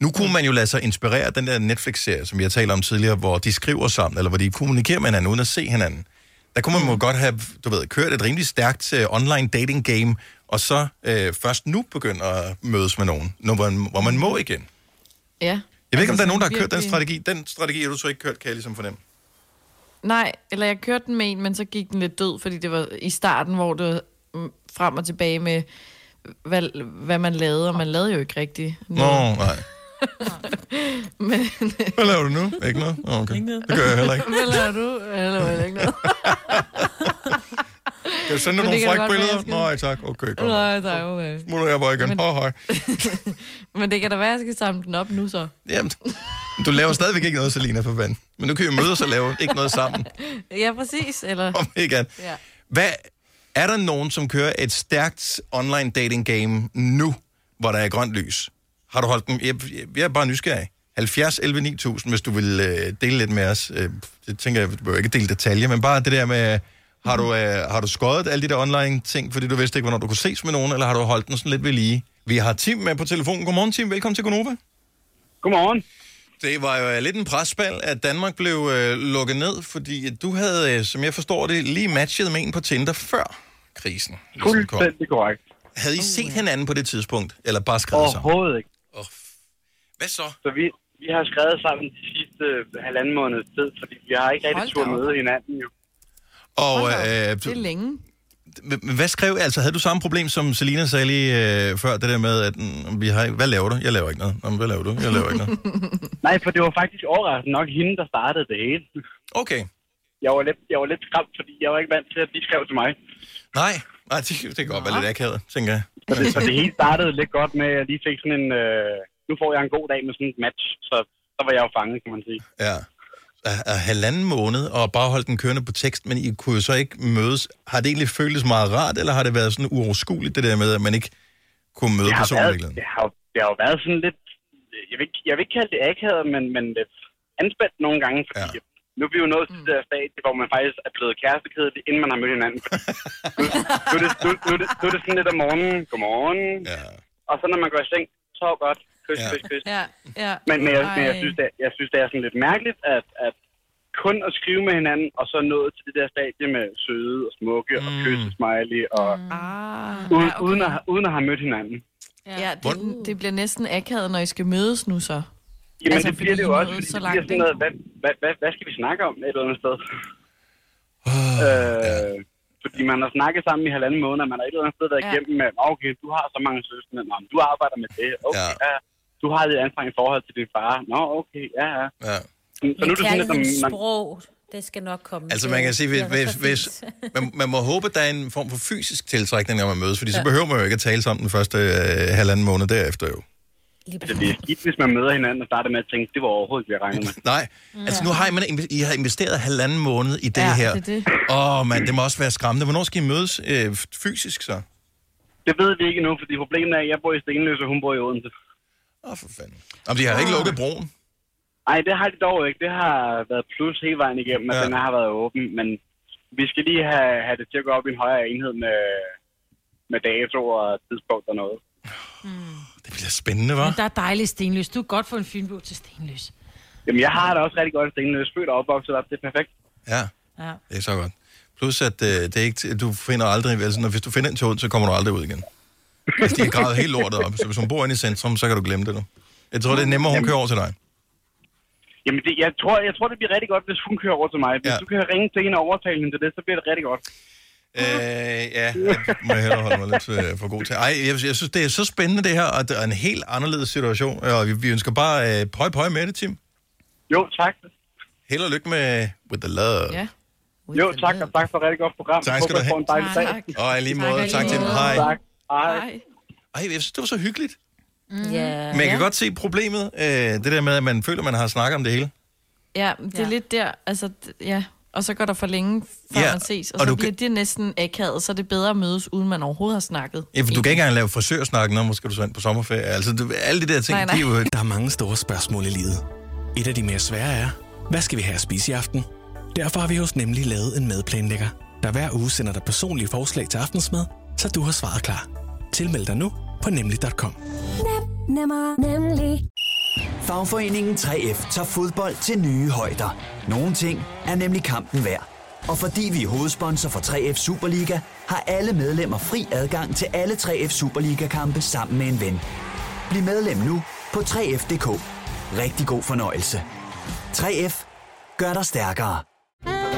Speaker 1: Nu kunne man jo lade sig inspirere af den der Netflix-serie, som jeg talte om tidligere, hvor de skriver sammen, eller hvor de kommunikerer med hinanden, uden at se hinanden. Der kunne man jo godt have, du ved, kørt et rimelig stærkt uh, online dating game, og så øh, først nu begynde at mødes med nogen, når man, hvor man må igen.
Speaker 3: Ja.
Speaker 1: Jeg ved ikke, om der
Speaker 3: sådan
Speaker 1: er nogen, der har kørt den
Speaker 3: virkelig-
Speaker 1: strategi. Den strategi har du så ikke kørt, kan jeg ligesom fornemme.
Speaker 3: Nej, eller jeg kørte den med en, men så gik den lidt død, fordi det var i starten, hvor det var mm, frem og tilbage med, hvad, hvad man lavede, og man lavede jo ikke rigtigt
Speaker 1: Nå, nej.
Speaker 3: Men,
Speaker 1: Hvad laver du nu? Ikke noget? Nå, Okay. Det gør jeg heller ikke.
Speaker 3: Hvad laver du? Jeg laver heller ikke noget.
Speaker 1: Kan du
Speaker 3: Men
Speaker 1: sende dig nogle
Speaker 3: det kan da
Speaker 1: frække
Speaker 3: godt være,
Speaker 1: billeder?
Speaker 3: jeg skal-
Speaker 1: Nej, tak. Okay, godt.
Speaker 3: Nej, tak, okay.
Speaker 1: Smutter jeg bare igen.
Speaker 3: Men-
Speaker 1: Hej, hej.
Speaker 3: øh. Men det kan da være, jeg skal samle den op nu så.
Speaker 1: Jamen, du laver stadigvæk ikke noget, Selina, for fanden. Men nu kan vi mødes og lave ikke noget sammen.
Speaker 3: Ja, præcis. Eller...
Speaker 1: Om ikke andet.
Speaker 3: Ja.
Speaker 1: Hvad, er der nogen, som kører et stærkt online dating game nu, hvor der er grønt lys? Har du holdt dem? Jeg, jeg er bare nysgerrig. 70 11 9000, hvis du vil øh, dele lidt med os. Øh, det tænker jeg, du behøver ikke dele detaljer, men bare det der med, har du, øh, har du skåret alle de der online ting, fordi du vidste ikke, hvornår du kunne ses med nogen, eller har du holdt den sådan lidt ved lige? Vi har Tim med på telefonen. Godmorgen, Tim. Velkommen til Gonova.
Speaker 20: Godmorgen.
Speaker 1: Det var jo øh, lidt en presspil, at Danmark blev øh, lukket ned, fordi at du havde, øh, som jeg forstår det, lige matchet med en på Tinder før krisen. ligesom kom.
Speaker 20: Fuldstændig korrekt.
Speaker 1: Havde I set hinanden på det tidspunkt, eller bare skrevet sammen?
Speaker 20: Overhovedet ikke.
Speaker 1: Oh. Hvad så?
Speaker 20: Så vi, vi har skrevet sammen de sidste øh, halvanden måneds tid, fordi vi har ikke rigtig
Speaker 3: Hold da
Speaker 20: tur
Speaker 3: op.
Speaker 20: møde hinanden jo.
Speaker 1: Og øh,
Speaker 3: Det er længe.
Speaker 1: h- hvad skrev, altså havde du samme problem, som Selina sagde lige øh, før, det der med, at mm, vi har, ikke- hvad laver du? Jeg laver ikke noget. Nå, men hvad laver du? Jeg laver ikke noget.
Speaker 20: Nej, for det var faktisk overraskende nok hende, der startede det hele.
Speaker 1: Okay.
Speaker 20: Jeg var lidt, jeg var lidt skræmt, fordi jeg var ikke vant til, at de skrev til mig.
Speaker 1: Nej, nej det, det kan godt være lidt akavet, tænker jeg.
Speaker 20: Så det, så det hele startede lidt godt med, at de fik sådan en... Øh, nu får jeg en god dag med sådan et match, så så var jeg jo fanget, kan man sige.
Speaker 1: Ja. Af- af halvanden måned, og bare holdt den kørende på tekst, men I kunne jo så ikke mødes. Har det egentlig føltes meget rart, eller har det været sådan uoverskueligt, det der med, at man ikke kunne møde
Speaker 20: det har,
Speaker 1: personen i
Speaker 20: været,
Speaker 1: virkeligheden?
Speaker 20: det, har, jo- det har jo været sådan lidt, jeg vil, ikke, jeg vil ikke kalde det akavet, men, men lidt anspændt nogle gange, fordi ja. nu er vi jo nået
Speaker 3: Mm.
Speaker 20: til det der stadie, hvor man faktisk er blevet kærestekedelig, inden man har mødt hinanden. Fordi nu, nu, er det, nu, nu, er det, nu er det sådan lidt om morgenen, godmorgen,
Speaker 1: ja.
Speaker 20: og så når man går i seng, sov godt, kys,
Speaker 1: Ja.
Speaker 20: ja. kys, kys.
Speaker 3: Ja, ja.
Speaker 20: Men, men, jeg, men jeg,
Speaker 3: Ej.
Speaker 20: synes, det er, jeg synes, det er sådan lidt mærkeligt, at, at kun at skrive med hinanden, og så nået til det der stadie med søde og smukke mm. og kyssesmiley, og
Speaker 3: Ah,
Speaker 20: mm. uden, uden, at, uden at have mødt hinanden.
Speaker 3: Ja, det, det bliver næsten akavet, når I skal mødes nu så.
Speaker 20: Jamen,
Speaker 3: Altså,
Speaker 20: altså, det bliver
Speaker 3: fordi
Speaker 20: det
Speaker 3: I
Speaker 20: jo også,
Speaker 3: nåede
Speaker 20: fordi
Speaker 3: så
Speaker 20: så det
Speaker 3: langt,
Speaker 20: bliver sådan
Speaker 3: ikke?
Speaker 20: noget, hvad, hvad, hvad, hvad skal vi snakke om et eller andet sted?
Speaker 1: Ah,
Speaker 20: øh, fordi man har snakket sammen i halvanden måned, og man har et eller andet sted været
Speaker 3: Ja.
Speaker 20: igennem med, "Nå, okay, du har så mange søskende, Nå, men du arbejder med det, okay, ja. ja. Du har lidt anstrengt forhold til din far, nå, okay, ja, ja.
Speaker 1: ja.
Speaker 20: Så, så nu er det sådan lidt,
Speaker 4: Kærlighedens
Speaker 20: som man,
Speaker 4: sprog, det skal nok komme.
Speaker 1: Altså man kan sige, hvis,
Speaker 4: Det er
Speaker 1: hvis,
Speaker 4: så
Speaker 1: hvis
Speaker 4: fint.
Speaker 1: man, man må håbe, at der er en form for fysisk tiltrækning, når man mødes, fordi så
Speaker 4: Ja.
Speaker 1: behøver man jo ikke at tale sammen den første øh, halvanden måned derefter jo.
Speaker 20: altså, det er skidt, hvis man møder hinanden og starter med at tænke, det var overhovedet ikke, jeg regnede med.
Speaker 1: Nej, altså nu har I, man, I har investeret halvanden måned i det
Speaker 20: Mm. Ja,
Speaker 1: her.
Speaker 20: det er det.
Speaker 1: Åh mand, det må også være skræmmende. Hvornår skal I mødes øh, fysisk så?
Speaker 20: Det ved vi ikke endnu, fordi problemet er, at jeg bor i Stenløse, og hun bor i Odense.
Speaker 1: Åh, for fanden. Jamen, de har ikke lukket broen.
Speaker 20: Nej, det har de dog ikke. Det har været plus hele vejen igennem, at ja. den har været åben. Men vi skal lige have, have det til at gå op i en højere enhed med, med datoer og tidspunkt og noget.
Speaker 1: Det bliver spændende, var.
Speaker 2: Men der er dejligt stenløs. Du er godt for en fynbo til stenløs.
Speaker 20: Jamen, jeg har det også rigtig godt i Stenløs. Født og opvokset op, det er perfekt.
Speaker 1: Ja.
Speaker 2: Ja.
Speaker 1: Det er så godt. Plus, at øh, det er ikke, du finder aldrig, altså, når, hvis du finder en tog, så kommer du aldrig ud igen. Hvis de har gravet helt lortet op. Så hvis hun bor inde i centrum, så kan du glemme det nu. Jeg tror, det er nemmere, hun kører over til dig.
Speaker 20: Jamen, det, jeg, tror, jeg tror, det bliver rigtig godt, hvis hun kører over til mig. Hvis ja. du kan ringe til hende og overtale hende til det, så bliver det rigtig godt.
Speaker 1: Øh, ja, det må jeg hellere holde mig lidt øh, for god til. Ej, jeg, jeg synes, det er så spændende det her, og det er en helt anderledes situation. Og vi, vi ønsker bare øh, pøj pøj med det, Tim.
Speaker 20: Jo, tak.
Speaker 1: Held og lykke med With the Love.
Speaker 20: Ja. Jo, tak, og tak for et rigtig godt program.
Speaker 1: Tak skal
Speaker 20: Håber,
Speaker 1: du
Speaker 20: I får
Speaker 1: have.
Speaker 20: en dejlig dag.
Speaker 1: Og i lige måde, tak, Tim. Hej.
Speaker 20: Tak. Hej.
Speaker 1: Ej, jeg synes, det var så hyggeligt.
Speaker 4: Ja.
Speaker 1: Men jeg kan godt se problemet, øh, det der med, at man føler, man har snakket om det hele.
Speaker 3: Ja, det er lidt der, altså, d- ja. Og så går der for længe, før
Speaker 1: Ja,
Speaker 3: man ses, og,
Speaker 1: og
Speaker 3: så
Speaker 1: du
Speaker 3: bliver
Speaker 1: kan-
Speaker 3: det næsten akavet, så er det bedre at mødes, uden man overhovedet har snakket.
Speaker 1: Ja, for du kan ikke engang lave frisørsnakken om, hvor skal du så ind på sommerferie. Altså, du, alle de der ting,
Speaker 3: Nej, nej.
Speaker 1: de er jo...
Speaker 18: Der er mange store spørgsmål i livet. Et af de mere svære er, hvad skal vi have at spise i aften? Derfor har vi hos Nemlig lavet en madplanlægger, der hver uge sender dig personlige forslag til aftensmad, så du har svaret klar. Tilmeld dig nu på nemlig.com.
Speaker 22: Nem, nemmer, nemlig.
Speaker 19: Fagforeningen 3F tager fodbold til nye højder. Nogle ting er nemlig kampen værd. Og fordi vi er hovedsponsor for 3F Superliga, har alle medlemmer fri adgang til alle 3F Superliga-kampe sammen med en ven. Bliv medlem nu på 3F.dk. Rigtig god fornøjelse. 3F gør dig stærkere.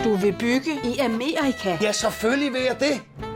Speaker 9: Du vil bygge i Amerika? Ja, selvfølgelig vil jeg det.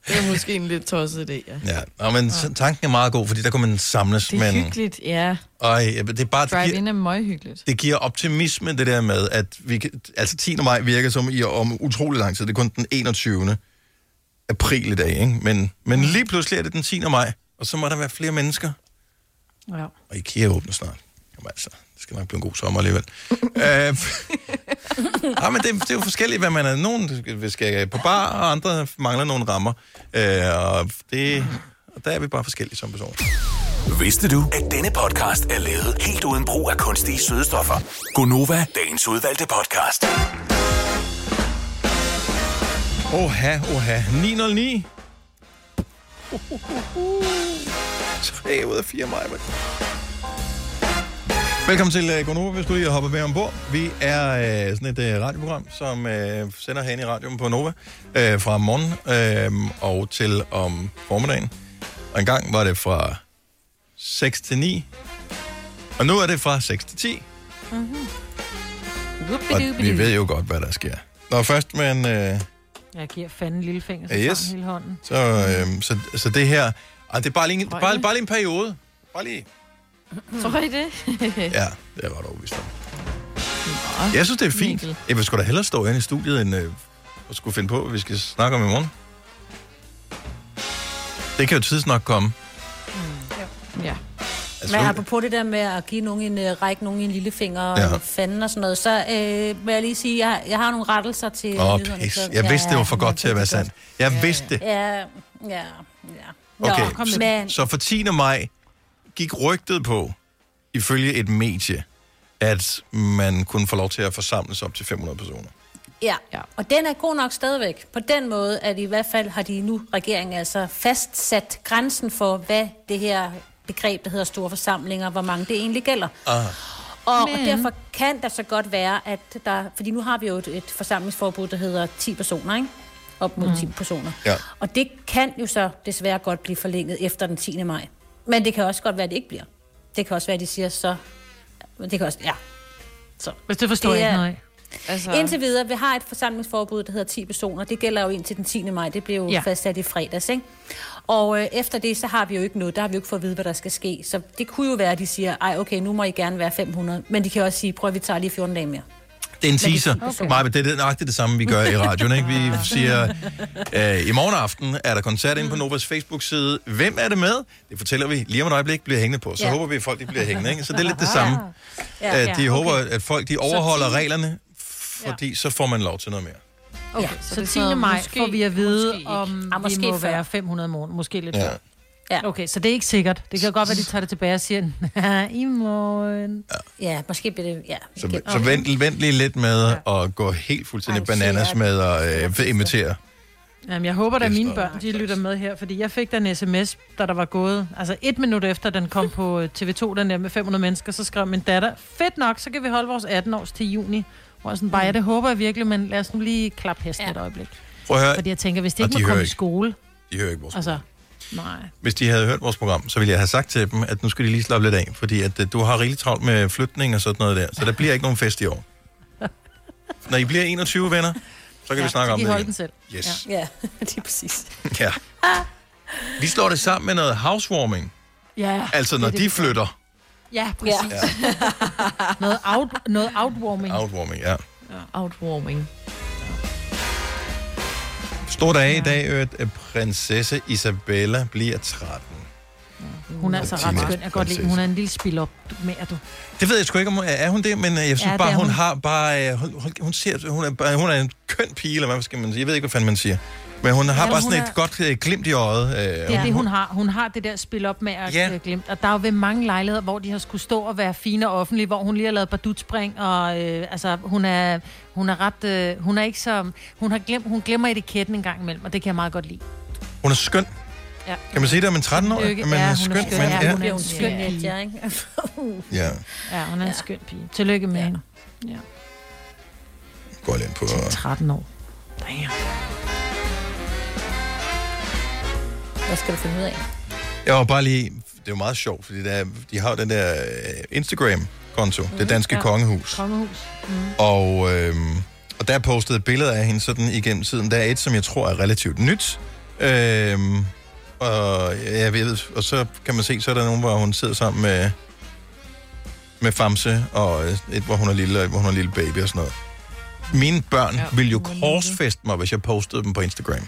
Speaker 3: Det er måske en lidt tosset idé, ja.
Speaker 1: Ja, Nå, men så- tanken er meget god, fordi der kunne man samles.
Speaker 3: Det er
Speaker 1: men,
Speaker 3: hyggeligt, ja.
Speaker 1: og, det er bare, det giver,
Speaker 3: Drive-in er møghyggeligt.
Speaker 1: det giver optimisme, det der med, at vi kan, altså 10. maj virker som i om utrolig lang tid. Det er kun den 21. april i dag, ikke? Men, men lige pludselig er det den 10. maj, og så må der være flere mennesker.
Speaker 2: Ja.
Speaker 1: Og IKEA åbner snart. Jamen altså, det skal nok blive en god sommer alligevel. øh, ja, men det, det er jo forskelligt, hvad man er. Nogen skal på bar, og andre mangler nogle rammer. Øh, og, det, og der er vi bare forskellige som personer.
Speaker 6: Vidste du, at denne podcast er lavet helt uden brug af kunstige sødestoffer? Gonova, dagens udvalgte podcast.
Speaker 1: Oha, oha. 909. Tre ud af fire maj. Velkommen til uh, Gonova, hvis du lige hopper med ombord. Vi er uh, sådan et uh, radioprogram, som uh, sender hen i radioen på Nova uh, fra morgen uh, og til om formiddagen. Og en gang var det fra 6 til 9, og nu er det fra 6 til 10.
Speaker 2: Mhm.
Speaker 1: Og vi ved jo godt, hvad der sker. Når først man... Uh,
Speaker 2: Jeg giver fanden lillefinger, så
Speaker 1: Ja,
Speaker 2: yes.
Speaker 1: yes.
Speaker 2: hele hånden.
Speaker 1: Så, øh, så, så det her... Ej, det er bare lige, en, bare, bare lige en periode. Bare lige.
Speaker 3: Tror I det?
Speaker 1: Ja, det er jeg ret overbevist om. Jeg synes, det er fint.
Speaker 3: Mikkel.
Speaker 1: Jeg vil sgu da hellere stå inde i studiet, end øh, at skulle finde på, hvad vi skal snakke om i morgen. Det kan jo tids nok komme.
Speaker 3: Ja.
Speaker 1: Altså,
Speaker 4: Men apropos det der med at give nogen en, øh, række nogen en lillefinger og
Speaker 1: Ja.
Speaker 4: ja. fanden og sådan noget, så øh, vil jeg lige sige, at jeg, jeg har nogle rettelser til...
Speaker 1: Åh,
Speaker 4: nyhederne,
Speaker 1: pis.
Speaker 4: så-
Speaker 1: Jeg vidste, det var for
Speaker 4: ja,
Speaker 1: godt til at være sandt. Jeg vidste det.
Speaker 4: Ja, ja, ja.
Speaker 1: Okay,
Speaker 4: Nå,
Speaker 1: så,
Speaker 4: men,
Speaker 1: så for 10. maj gik rygtet på, ifølge et medie, at man kunne få lov til at forsamles op til 500 personer.
Speaker 4: ja. Og den er god nok stadigvæk. På den måde, at i hvert fald har de nu, regeringen altså, fastsat grænsen for, hvad det her begreb, der hedder store forsamlinger, hvor mange det egentlig gælder.
Speaker 1: Ah.
Speaker 4: Og,
Speaker 17: Men-
Speaker 4: og derfor kan der så godt være, at der... Fordi nu har vi jo et, et forsamlingsforbud, der hedder 10 personer, ikke? Op mod
Speaker 17: Mm.
Speaker 4: mm. 10 personer.
Speaker 17: Ja.
Speaker 4: Og det kan jo så desværre godt blive forlænget efter den 10. maj. Men det kan også godt være, at det ikke bliver. Det kan også være, at de siger så... Men det kan også... Ja. Så.
Speaker 2: Hvis det forstår
Speaker 4: Det
Speaker 2: jeg
Speaker 4: er-
Speaker 2: ikke noget af.
Speaker 4: Altså... Indtil videre, vi har et forsamlingsforbud, der hedder 10 personer. Det gælder jo indtil den 10. maj. Det blev jo
Speaker 2: Ja.
Speaker 4: ja. fastsat i fredags, ikke? Og øh, efter det, så har vi jo ikke noget. Der har vi jo ikke fået at vide, hvad der skal ske. Så det kunne jo være, at de siger, ej, okay, nu må I gerne være 500. Men de kan også sige, prøv at vi tager lige 14 dage mere.
Speaker 1: Det er en
Speaker 4: Men det er
Speaker 1: teaser.
Speaker 4: fint,
Speaker 1: Okay.
Speaker 4: person.
Speaker 1: Maja, det er det- nøjagtigt det samme, vi gør i radioen. Ikke? Vi siger, øh, i morgen aften er der koncert
Speaker 6: Mm.
Speaker 1: inde på Novas Facebook-side. Hvem er det med? Det fortæller vi lige om et øjeblik, bliver hængende på. Så
Speaker 6: Ja. Ah.
Speaker 1: ja. håber vi, at folk de bliver hængende. Ikke? Så det er lidt det samme.
Speaker 6: Ja.
Speaker 1: Ja.
Speaker 6: Ja,
Speaker 1: Ja, de
Speaker 6: ja,
Speaker 1: håber,
Speaker 6: okay.
Speaker 1: at folk de overholder
Speaker 6: ti-
Speaker 1: reglerne, fordi så får man lov til noget mere.
Speaker 2: Okay,
Speaker 3: så
Speaker 2: ja,
Speaker 3: det er
Speaker 2: så,
Speaker 3: sådan
Speaker 2: 10. maj
Speaker 3: noget,
Speaker 2: får vi at vide, om
Speaker 4: Ah,
Speaker 2: vi
Speaker 4: måske
Speaker 2: må
Speaker 4: før.
Speaker 2: være 500 om morgenen. Måske lidt
Speaker 1: Ja.
Speaker 2: før. Ja. Okay, så det er ikke sikkert. Det kan godt være, de tager det tilbage og siger, "Haha, i morgen.
Speaker 4: Ja, måske bliver det... Ja,
Speaker 1: Så, okay. så vent, vent lige lidt med at gå helt fuldstændig
Speaker 2: Ej,
Speaker 1: bananas
Speaker 2: shit.
Speaker 1: med at øh, invitere.
Speaker 2: Jamen, jeg håber da, at mine børn de lytter med her, fordi jeg fik da en sms, da der var gået. Altså et minut efter, den kom på øh, TV2, den der med 500 mennesker, så skrev min datter, fedt nok, så kan vi holde vores 18-års til juni. Hvor jeg sådan,
Speaker 1: Mm.
Speaker 2: bare, ja, det håber jeg virkelig, men lad os nu lige klappe hesten ja. et øjeblik.
Speaker 1: Prøv at høre.
Speaker 2: Fordi jeg tænker, hvis det
Speaker 1: Og
Speaker 2: ikke
Speaker 1: de
Speaker 2: må
Speaker 1: hører
Speaker 2: komme i
Speaker 1: ikke.
Speaker 2: skole,
Speaker 1: De hører ikke vores
Speaker 2: altså, nej.
Speaker 1: Hvis de havde hørt vores program, så ville jeg have sagt til dem, at nu skal de lige slappe lidt af, fordi at, øh, du har rigtig travlt med flytning og sådan noget der, så der bliver ikke nogen fest i år. Når I bliver 21 venner, så kan ja, vi snakke om
Speaker 2: I
Speaker 1: det.
Speaker 2: holder
Speaker 1: igen.
Speaker 2: den selv.
Speaker 1: Yes.
Speaker 4: Ja, ja det er præcis.
Speaker 1: Ja.
Speaker 2: Ah.
Speaker 1: Vi slår det sammen med noget housewarming.
Speaker 2: Ah, Ja,
Speaker 1: Altså, når
Speaker 2: det er det,
Speaker 1: de
Speaker 2: vi
Speaker 1: flytter.
Speaker 2: Ja, præcis.
Speaker 1: Ja.
Speaker 2: noget, out, noget outwarming.
Speaker 1: Outwarming, ja.
Speaker 2: Outwarming.
Speaker 1: Stor dag i dag, øvrigt, at prinsesse Isabella bliver 13.
Speaker 2: Hun er altså ret
Speaker 1: Teenage
Speaker 2: skøn. Jeg kan godt lide,
Speaker 1: prinsesse.
Speaker 2: hende. hun er en lille spil op med, at du.
Speaker 1: Det ved jeg sgu ikke, om hun- er hun det, men øh, jeg synes
Speaker 2: Ja,
Speaker 1: ja,
Speaker 2: det
Speaker 1: bare,
Speaker 2: er hun.
Speaker 1: hun, hun har bare... øh, Hun, hun, hun, ser, hun, er, bare- hun er en køn pige, eller hvad skal man sige? Jeg ved ikke, hvad fanden man siger. Men hun har
Speaker 2: Ja,
Speaker 1: ja, bare
Speaker 2: hun
Speaker 1: sådan
Speaker 2: er-
Speaker 1: et godt øh, glimt i øjet. Øh, ja,
Speaker 2: Det er det, hun har. Hun har det der spil op med at
Speaker 1: Ja.
Speaker 2: ja. glemt. Og der er jo ved mange lejligheder, hvor de har skulle stå og være fine og offentlige, hvor hun lige har lavet badutspring, og øh, altså, hun er, hun er ret... Øh, hun er ikke så... Hun, har glemt, hun glemmer etiketten en gang imellem, og det kan jeg meget godt lide.
Speaker 1: Hun er skøn.
Speaker 2: Ja.
Speaker 1: Kan man sige det om en 13-årig?
Speaker 2: Tillykke.
Speaker 1: Men hun
Speaker 2: Ja,
Speaker 1: er
Speaker 2: hun
Speaker 1: skøn, men
Speaker 2: Ja, hun er
Speaker 1: ja.
Speaker 2: en skøn
Speaker 4: Ja,
Speaker 2: pige.
Speaker 4: ja, ikke?
Speaker 1: Ja,
Speaker 2: Ja, hun er en skøn pige. Tillykke med ja. hende. Ja.
Speaker 1: går lidt på...
Speaker 2: 13 år. Damn.
Speaker 4: Hvad skal du finde ud af?
Speaker 1: Jeg var bare lige... Det er jo meget sjovt, fordi der, de har jo den der øh, Instagram-konto, mm, det danske ja. kongehus.
Speaker 2: Kongehus. Mm.
Speaker 1: Og, øh, og der postede billeder af hende sådan igennem tiden. Der er et, som jeg tror er relativt nyt. Øh, og, jeg ved, og så kan man se, så er der nogen, hvor hun sidder sammen med, med Famse, og øh, et, hvor hun er lille, og et, hvor hun er lille baby og sådan noget. Mine børn ja, ville jo korsfeste mig, hvis jeg postede dem på Instagram.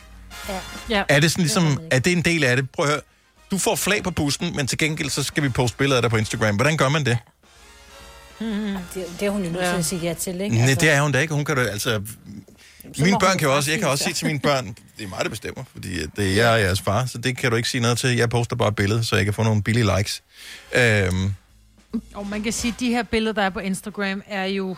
Speaker 2: Ja.
Speaker 1: Er det sådan ligesom, er det en del af det? Prøv at høre. Du får flag på bussen, men til gengæld så skal vi poste billeder af dig på Instagram. Hvordan gør man det?
Speaker 4: Mm. Det, det er hun jo nødt til at sige ja til, ikke?
Speaker 1: Nej, det er hun da ikke. Hun kan da, altså...
Speaker 4: så
Speaker 1: Mine
Speaker 4: må
Speaker 1: børn
Speaker 4: hun
Speaker 1: kan jo også, jeg kan
Speaker 4: frasige
Speaker 1: også
Speaker 4: sig.
Speaker 1: sige til mine børn, det er mig, der bestemmer, fordi at det er jeg og jeres far, så det kan du ikke sige noget til. Jeg poster bare et billede, så jeg kan få nogle billige likes. Øhm,
Speaker 2: Og man kan sige, at de her billeder, der er på Instagram, er jo...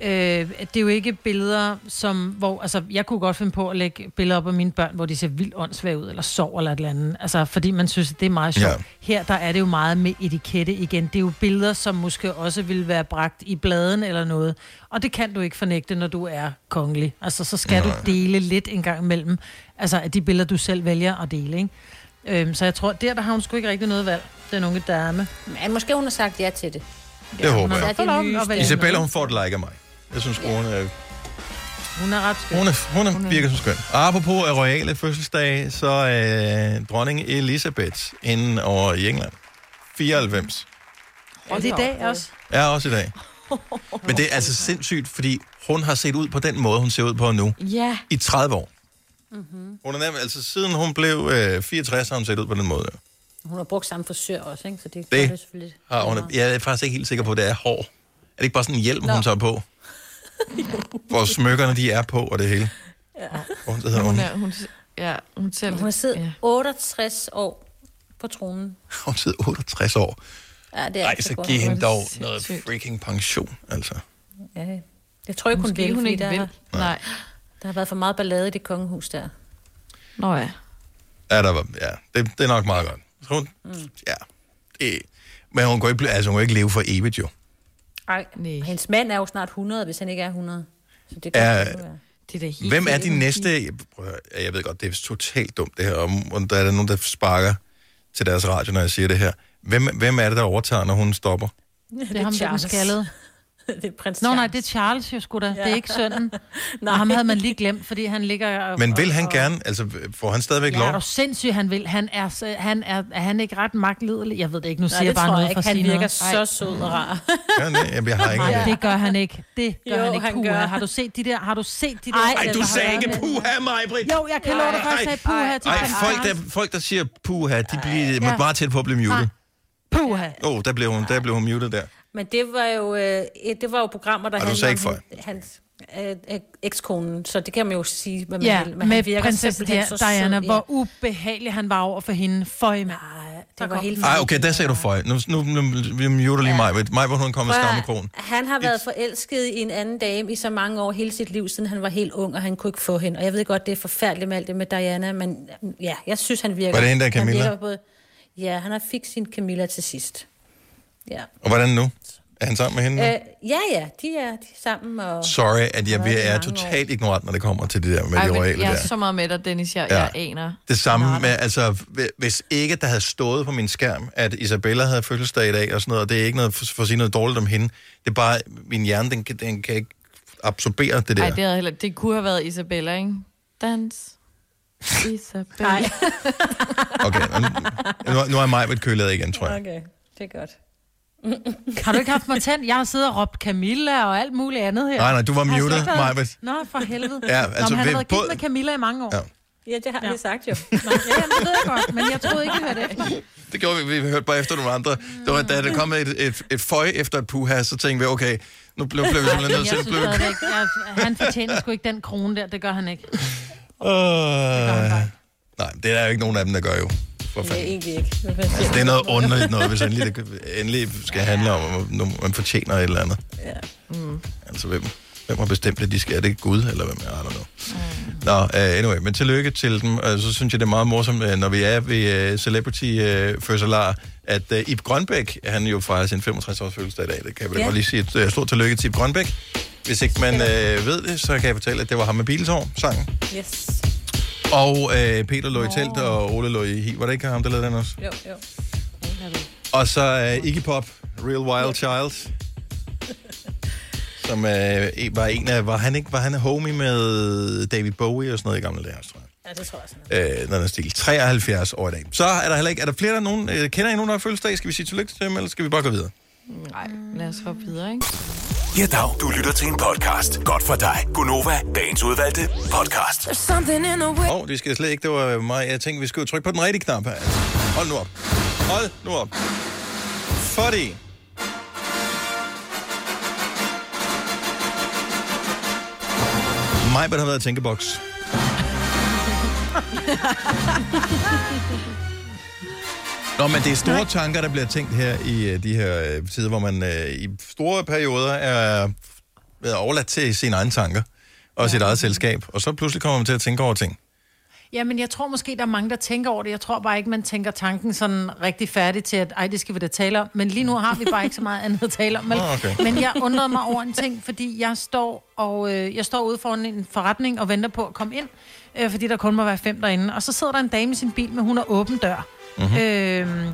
Speaker 2: Øh, det er jo ikke billeder, som... Hvor, altså, jeg kunne godt finde på at lægge billeder op af mine børn, hvor de ser vildt åndssvage ud, eller sover eller et eller andet. Altså, fordi man synes, at det er meget sjovt.
Speaker 17: Ja.
Speaker 2: Ja. Her, der er det jo meget med etikette igen. Det er jo billeder, som måske også ville være bragt i bladen eller noget. Og det kan du ikke fornægte, når du er kongelig. Altså, så skal Nej.
Speaker 17: Nej.
Speaker 2: du dele lidt en gang imellem. Altså, af de billeder, du selv vælger at dele, ikke? Øhm, så jeg tror, der, der har hun sgu ikke rigtig noget valg, den unge dame.
Speaker 4: Men måske hun har sagt ja til det.
Speaker 1: det ja, håber
Speaker 2: hun har
Speaker 1: jeg.
Speaker 2: fået lov at vælge
Speaker 1: Isabella,
Speaker 2: noget.
Speaker 1: hun får et like af mig. Jeg synes, hun er,
Speaker 2: Hun er ret skøn.
Speaker 1: hun er, hun er virker så skøn. Og apropos af royale fødselsdag, så er øh, dronning Elisabeth inde over i England. 94.
Speaker 2: Og det er i dag også.
Speaker 1: Er også i dag. Men det er altså sindssygt, fordi hun har set ud på den måde, hun ser ud på nu.
Speaker 2: Ja.
Speaker 1: I 30 år. Mm-hmm. Hun er nærmest, altså siden hun blev øh, 64, har hun set ud på den måde.
Speaker 4: Hun har brugt samme frisør også, ikke? Så det,
Speaker 1: Det
Speaker 4: det. er selvfølgelig...
Speaker 1: Har hun, jeg er faktisk ikke helt sikker på, at det er hår. Er det ikke bare sådan en hjelm, Nå. hun tager på? Hvor smykkerne de er på og det hele.
Speaker 4: Ja.
Speaker 1: Hvor hun, hedder hun,
Speaker 3: Hun
Speaker 1: hun,
Speaker 3: er, hun, ja, hun selv.
Speaker 4: Hun har siddet ja. 68 år på tronen.
Speaker 1: hun sidder 68 år.
Speaker 4: Ja, det er
Speaker 1: Nej,
Speaker 4: altså
Speaker 1: så
Speaker 4: godt.
Speaker 1: giv
Speaker 4: Hvor er
Speaker 1: hende
Speaker 4: det
Speaker 1: dog noget freaking pension, altså.
Speaker 4: Ja. Jeg tror ikke, hun
Speaker 3: Måske
Speaker 4: vil,
Speaker 3: hun
Speaker 4: fordi
Speaker 3: ikke
Speaker 4: der,
Speaker 3: vil.
Speaker 4: Har,
Speaker 3: Nej.
Speaker 4: der har været for meget ballade i det kongehus der.
Speaker 3: Nå ja.
Speaker 1: Ja, der var, ja det, det er nok meget godt. Så hun, mm. ja, det, men hun kan ikke, blive- altså, hun kan ikke leve for evigt, jo.
Speaker 4: Nej. Hendes mand er jo snart 100, hvis han ikke er 100. Så det kan
Speaker 1: Er-
Speaker 4: ja. ikke være.
Speaker 3: Det er
Speaker 1: Hvem er de næste? Jeg, prøv at høre, jeg ved godt, det er totalt dumt det her, og og der er der nogen, der sparker til deres radio, når jeg siger det her. Hvem, hvem er det, der overtager, når hun stopper?
Speaker 2: Det er ham, der er den skaldede.
Speaker 4: det er prins
Speaker 2: Nå nej, det er Charles jo sgu da. Ja. Det er ikke sønnen. nej. Og ham havde man lige glemt, fordi han ligger... og-
Speaker 1: Men vil
Speaker 2: og-
Speaker 1: han
Speaker 2: og-
Speaker 1: gerne, altså får han stadigvæk
Speaker 2: Ja, er
Speaker 1: lov?
Speaker 2: du sindssyg, han vil. Han er, så- han er, er han ikke ret magtlidelig? Jeg ved det ikke, nu
Speaker 4: Nej,
Speaker 2: siger jeg
Speaker 4: det
Speaker 2: bare
Speaker 4: tror jeg
Speaker 2: noget
Speaker 4: ikke.
Speaker 2: for at
Speaker 4: Han
Speaker 2: sige
Speaker 4: virker
Speaker 2: noget.
Speaker 4: så sød og rar.
Speaker 1: Ja, nej, jeg, jeg har ikke.
Speaker 2: Nej, det gør han ikke. Det gør
Speaker 4: Jo,
Speaker 2: han ikke.
Speaker 4: han
Speaker 2: Puha.
Speaker 4: gør.
Speaker 2: Har du set de der... Har du set de der...
Speaker 4: Ej,
Speaker 1: Ej, du
Speaker 2: der
Speaker 1: sagde
Speaker 2: Altså, har
Speaker 1: ikke
Speaker 2: været-
Speaker 1: puha, Majbrit!
Speaker 2: Jo, jeg kan love dig for, at jeg sagde puha til
Speaker 1: Ej,
Speaker 2: prins
Speaker 1: folk
Speaker 2: Charles.
Speaker 1: der, folk, der siger puha, de bliver
Speaker 4: Ja.
Speaker 1: ja. meget tæt på at blive
Speaker 4: Nej.
Speaker 1: muted.
Speaker 2: Puha.
Speaker 1: Åh, oh, der blev hun, der blev hun muted der.
Speaker 4: Men det var jo, øh, et- det var jo programmer, der
Speaker 1: Og du
Speaker 4: handlede
Speaker 1: sagde ikke
Speaker 4: om hen- hans... øh, øh, ekskonen, så det kan man jo sige, hvad man
Speaker 2: Ja,
Speaker 4: vil.
Speaker 2: med,
Speaker 4: Men han virker
Speaker 2: med prinsesse
Speaker 4: simpelthen så sød,
Speaker 2: Diana,
Speaker 4: ja.
Speaker 2: hvor ubehagelig han var over for hende. Føj, mand.
Speaker 4: Det var helt
Speaker 1: Ej, okay, der sagde du føj. Nu, nu, nu vi muter lige mig. Mig, hvor hun kommer
Speaker 4: Prøv at-
Speaker 1: stammekrogen.
Speaker 4: Han har været forelsket i en anden dame i så mange år, hele sit liv, siden han var helt ung, og han kunne ikke få hende. Og jeg ved godt, det er forfærdeligt med alt det med Diana, men ja, jeg synes, han virker...
Speaker 1: Var det hende der,
Speaker 4: han
Speaker 1: Camilla?
Speaker 4: virker både, ja, han har fik sin Camilla til sidst. Ja.
Speaker 1: Og hvordan nu? Er han sammen med hende? nu?
Speaker 4: Øh, ja, ja, de er, de er sammen. Og...
Speaker 1: Sorry, at jeg,
Speaker 4: Hvad er
Speaker 1: jeg
Speaker 4: det,
Speaker 1: er
Speaker 4: mange
Speaker 1: totalt ignorant, når det kommer til det der med de royale
Speaker 3: jeg er
Speaker 1: der.
Speaker 3: så meget med dig, Dennis. Jeg,
Speaker 1: Ja.
Speaker 3: ja. jeg aner.
Speaker 1: Det samme med, altså, hv- hvis ikke der havde stået på min skærm, at Isabella havde fødselsdag i dag og sådan noget, og det er ikke noget for, for at sige noget dårligt om hende. Det er bare, min hjerne, den, kan- den kan ikke absorbere det der.
Speaker 3: Ej, det, havde heller, det kunne have været Isabella, ikke? Dans. Isabella. Nej.
Speaker 1: Nu, nu er mig ved kølet igen, tror jeg.
Speaker 4: Okay, det er godt.
Speaker 2: Har du ikke haft mig tændt? Jeg har siddet og råbt Camilla og alt muligt andet her.
Speaker 1: Nej, nej, du var
Speaker 2: Har jeg slet
Speaker 1: muted,
Speaker 2: ikke været-
Speaker 1: Majbrit.
Speaker 2: Nå, for helvede.
Speaker 1: Ja,
Speaker 2: Nå,
Speaker 1: altså,
Speaker 2: men han
Speaker 1: ved
Speaker 2: har været gift
Speaker 1: både-
Speaker 2: med Camilla i mange år.
Speaker 1: Ja.
Speaker 4: Ja, det har
Speaker 2: Ja.
Speaker 4: vi sagt jo.
Speaker 2: Det ved jeg godt, men jeg troede ikke, I hørte efter.
Speaker 1: Det gjorde vi, vi hørte bare efter nogle andre. Det var, da der kom et, et, et føj efter et puha, så tænkte vi, okay, nu blev, blev vi simpelthen
Speaker 2: Jeg
Speaker 1: nødt til at
Speaker 2: synes
Speaker 1: blive...
Speaker 2: stadigvæk, jeg, han fortjener sgu ikke den krone der, det gør han ikke.
Speaker 1: Øh, nej, det er der jo ikke nogen af dem, der gør jo. For
Speaker 4: Nej,
Speaker 1: fanden.
Speaker 4: egentlig ikke.
Speaker 1: Altså, det er noget underligt noget, hvis endelig, det endelig skal handle om, om om man fortjener et eller andet.
Speaker 4: Mm.
Speaker 1: Altså, hvem, hvem har bestemt, at de skal? Er det Gud, eller hvem? Jeg don't know. Nå, uh, anyway, men tillykke til dem. Uh, så synes jeg, det er meget morsomt, uh, når vi er ved uh, Celebrity uh, Fødselar, at uh, Ib Grønbæk, han jo fejrer sin 65-års fødselsdag i dag. Det kan jeg vel
Speaker 22: Ja.
Speaker 1: godt lige sige et uh, stort tillykke til Ib Grønbæk. Hvis ikke man uh, ved det, så kan jeg fortælle, at det var ham med Biltår, sangen.
Speaker 4: Yes.
Speaker 1: Og øh, Peter lå i telt, og Ole lå i hi. Var det ikke ham, der lavede den også?
Speaker 4: Jo, jo.
Speaker 1: Og så øh, Iggy Pop, Real Wild Child. Som øh, en- var en af... Var han ikke... Var han homie med David Bowie og sådan noget i gamle dage, også, tror jeg.
Speaker 4: Ja, det tror jeg sådan.
Speaker 1: Øh, når der er stil 73 år i dag. Så er der heller ikke... Er der flere, der er nogen... Øh, kender I nogen, der har fødselsdag? Skal vi sige tillykke til dem, eller skal vi bare gå videre?
Speaker 3: Nej, lad os hoppe videre, ikke?
Speaker 6: Ja, dag. Du lytter til en podcast. Godt for dig. Gunova, dagens udvalgte podcast.
Speaker 1: Åh, oh, det skal jeg slet ikke. Det var mig. Jeg tænkte, vi skulle trykke på den rigtige knap her. Altså. Hold nu op. Hold nu op. Fordi... Majbert har været i tænkeboks. Nå, men det er store tanker, der bliver tænkt her i øh, de her øh, tider, hvor man øh, i store perioder er øh, overladt til sine egne tanker og sit eget selskab. Og så pludselig kommer man til at tænke over ting.
Speaker 2: Ja, men jeg tror måske, der er mange, der tænker over det. Jeg tror bare ikke, man tænker tanken sådan rigtig færdig til, at ej, det skal vi da tale om. Men lige nu har vi bare ikke så meget andet at tale om. vel?
Speaker 1: Ah,
Speaker 17: Nå, okay.
Speaker 2: Men jeg undrede mig over en ting, fordi jeg står, og, øh, jeg står ude foran en forretning og venter på at komme ind, øh, fordi der kun må være fem derinde. Og så sidder der en dame i sin bil, men hun har åben dør.
Speaker 17: Mhm.
Speaker 2: Mm-hmm. Øh,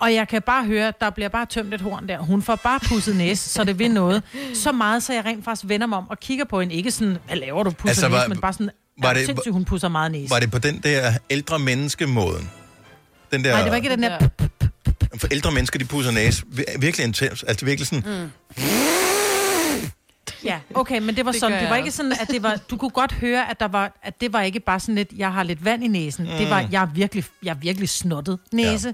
Speaker 2: og jeg kan bare høre, at der bliver bare tømt et horn der. Hun får bare pudset næse, så det vil noget. Så meget, så jeg rent faktisk vender mig om og kigger på hende. Ikke sådan, hvad laver du, pudser
Speaker 1: Altså,
Speaker 2: altså,
Speaker 1: var-
Speaker 2: næse, men bare sådan,
Speaker 1: var
Speaker 2: var
Speaker 1: det-
Speaker 2: det, sindssygt, hun pudser meget næse.
Speaker 1: Var det på den der ældre menneske-måden? Den der,
Speaker 2: Nej, det var ikke den der...
Speaker 1: For ældre mennesker, de pudser næse. vir- Virkelig intens. Altså virkelig sådan...
Speaker 2: Mm. Ja, okay, men det var
Speaker 17: Det gør
Speaker 2: det sådan. Det var
Speaker 17: jeg
Speaker 2: ikke
Speaker 17: også.
Speaker 2: sådan, at det var... Du kunne godt høre, at, der var, at det var ikke bare sådan lidt, jeg har lidt vand i næsen. Mm. Det var,
Speaker 17: Mm.
Speaker 2: jeg er virkelig, jeg er virkelig snottet næse. Ja.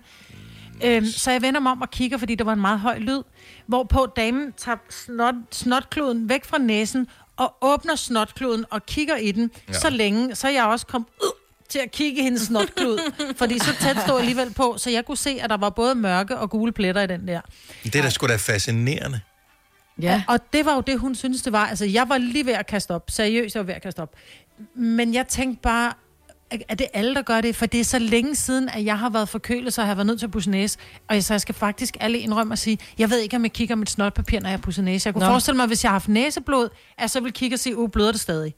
Speaker 2: Øhm, så jeg vender mig om og kigger, fordi der var en meget høj lyd, hvorpå damen tager snot, snotkloden væk fra næsen og åbner snotkloden og kigger i den
Speaker 17: Ja.
Speaker 2: ja. så længe, så jeg også kom ud til at kigge i hendes snotklod, fordi så tæt stod jeg alligevel på, så jeg kunne se, at der var både mørke og gule pletter i den der.
Speaker 1: Det er da sgu da fascinerende.
Speaker 2: Ja. Og det var jo det, hun syntes, det var. Altså, jeg var lige ved at kaste op. Seriøst, jeg var ved at kaste op. Men jeg tænkte bare, er det alle, der gør det? For det er så længe siden, at jeg har været forkølet, så jeg har været nødt til at pusse næse. Og så jeg skal faktisk alle indrømme og sige, jeg ved ikke, om jeg kigger mit snotpapir, når jeg pusser næse. Jeg kunne
Speaker 17: Nå.
Speaker 2: Nå. forestille mig, hvis jeg har haft næseblod, at så vil kigge og sige, uh, bløder det stadig.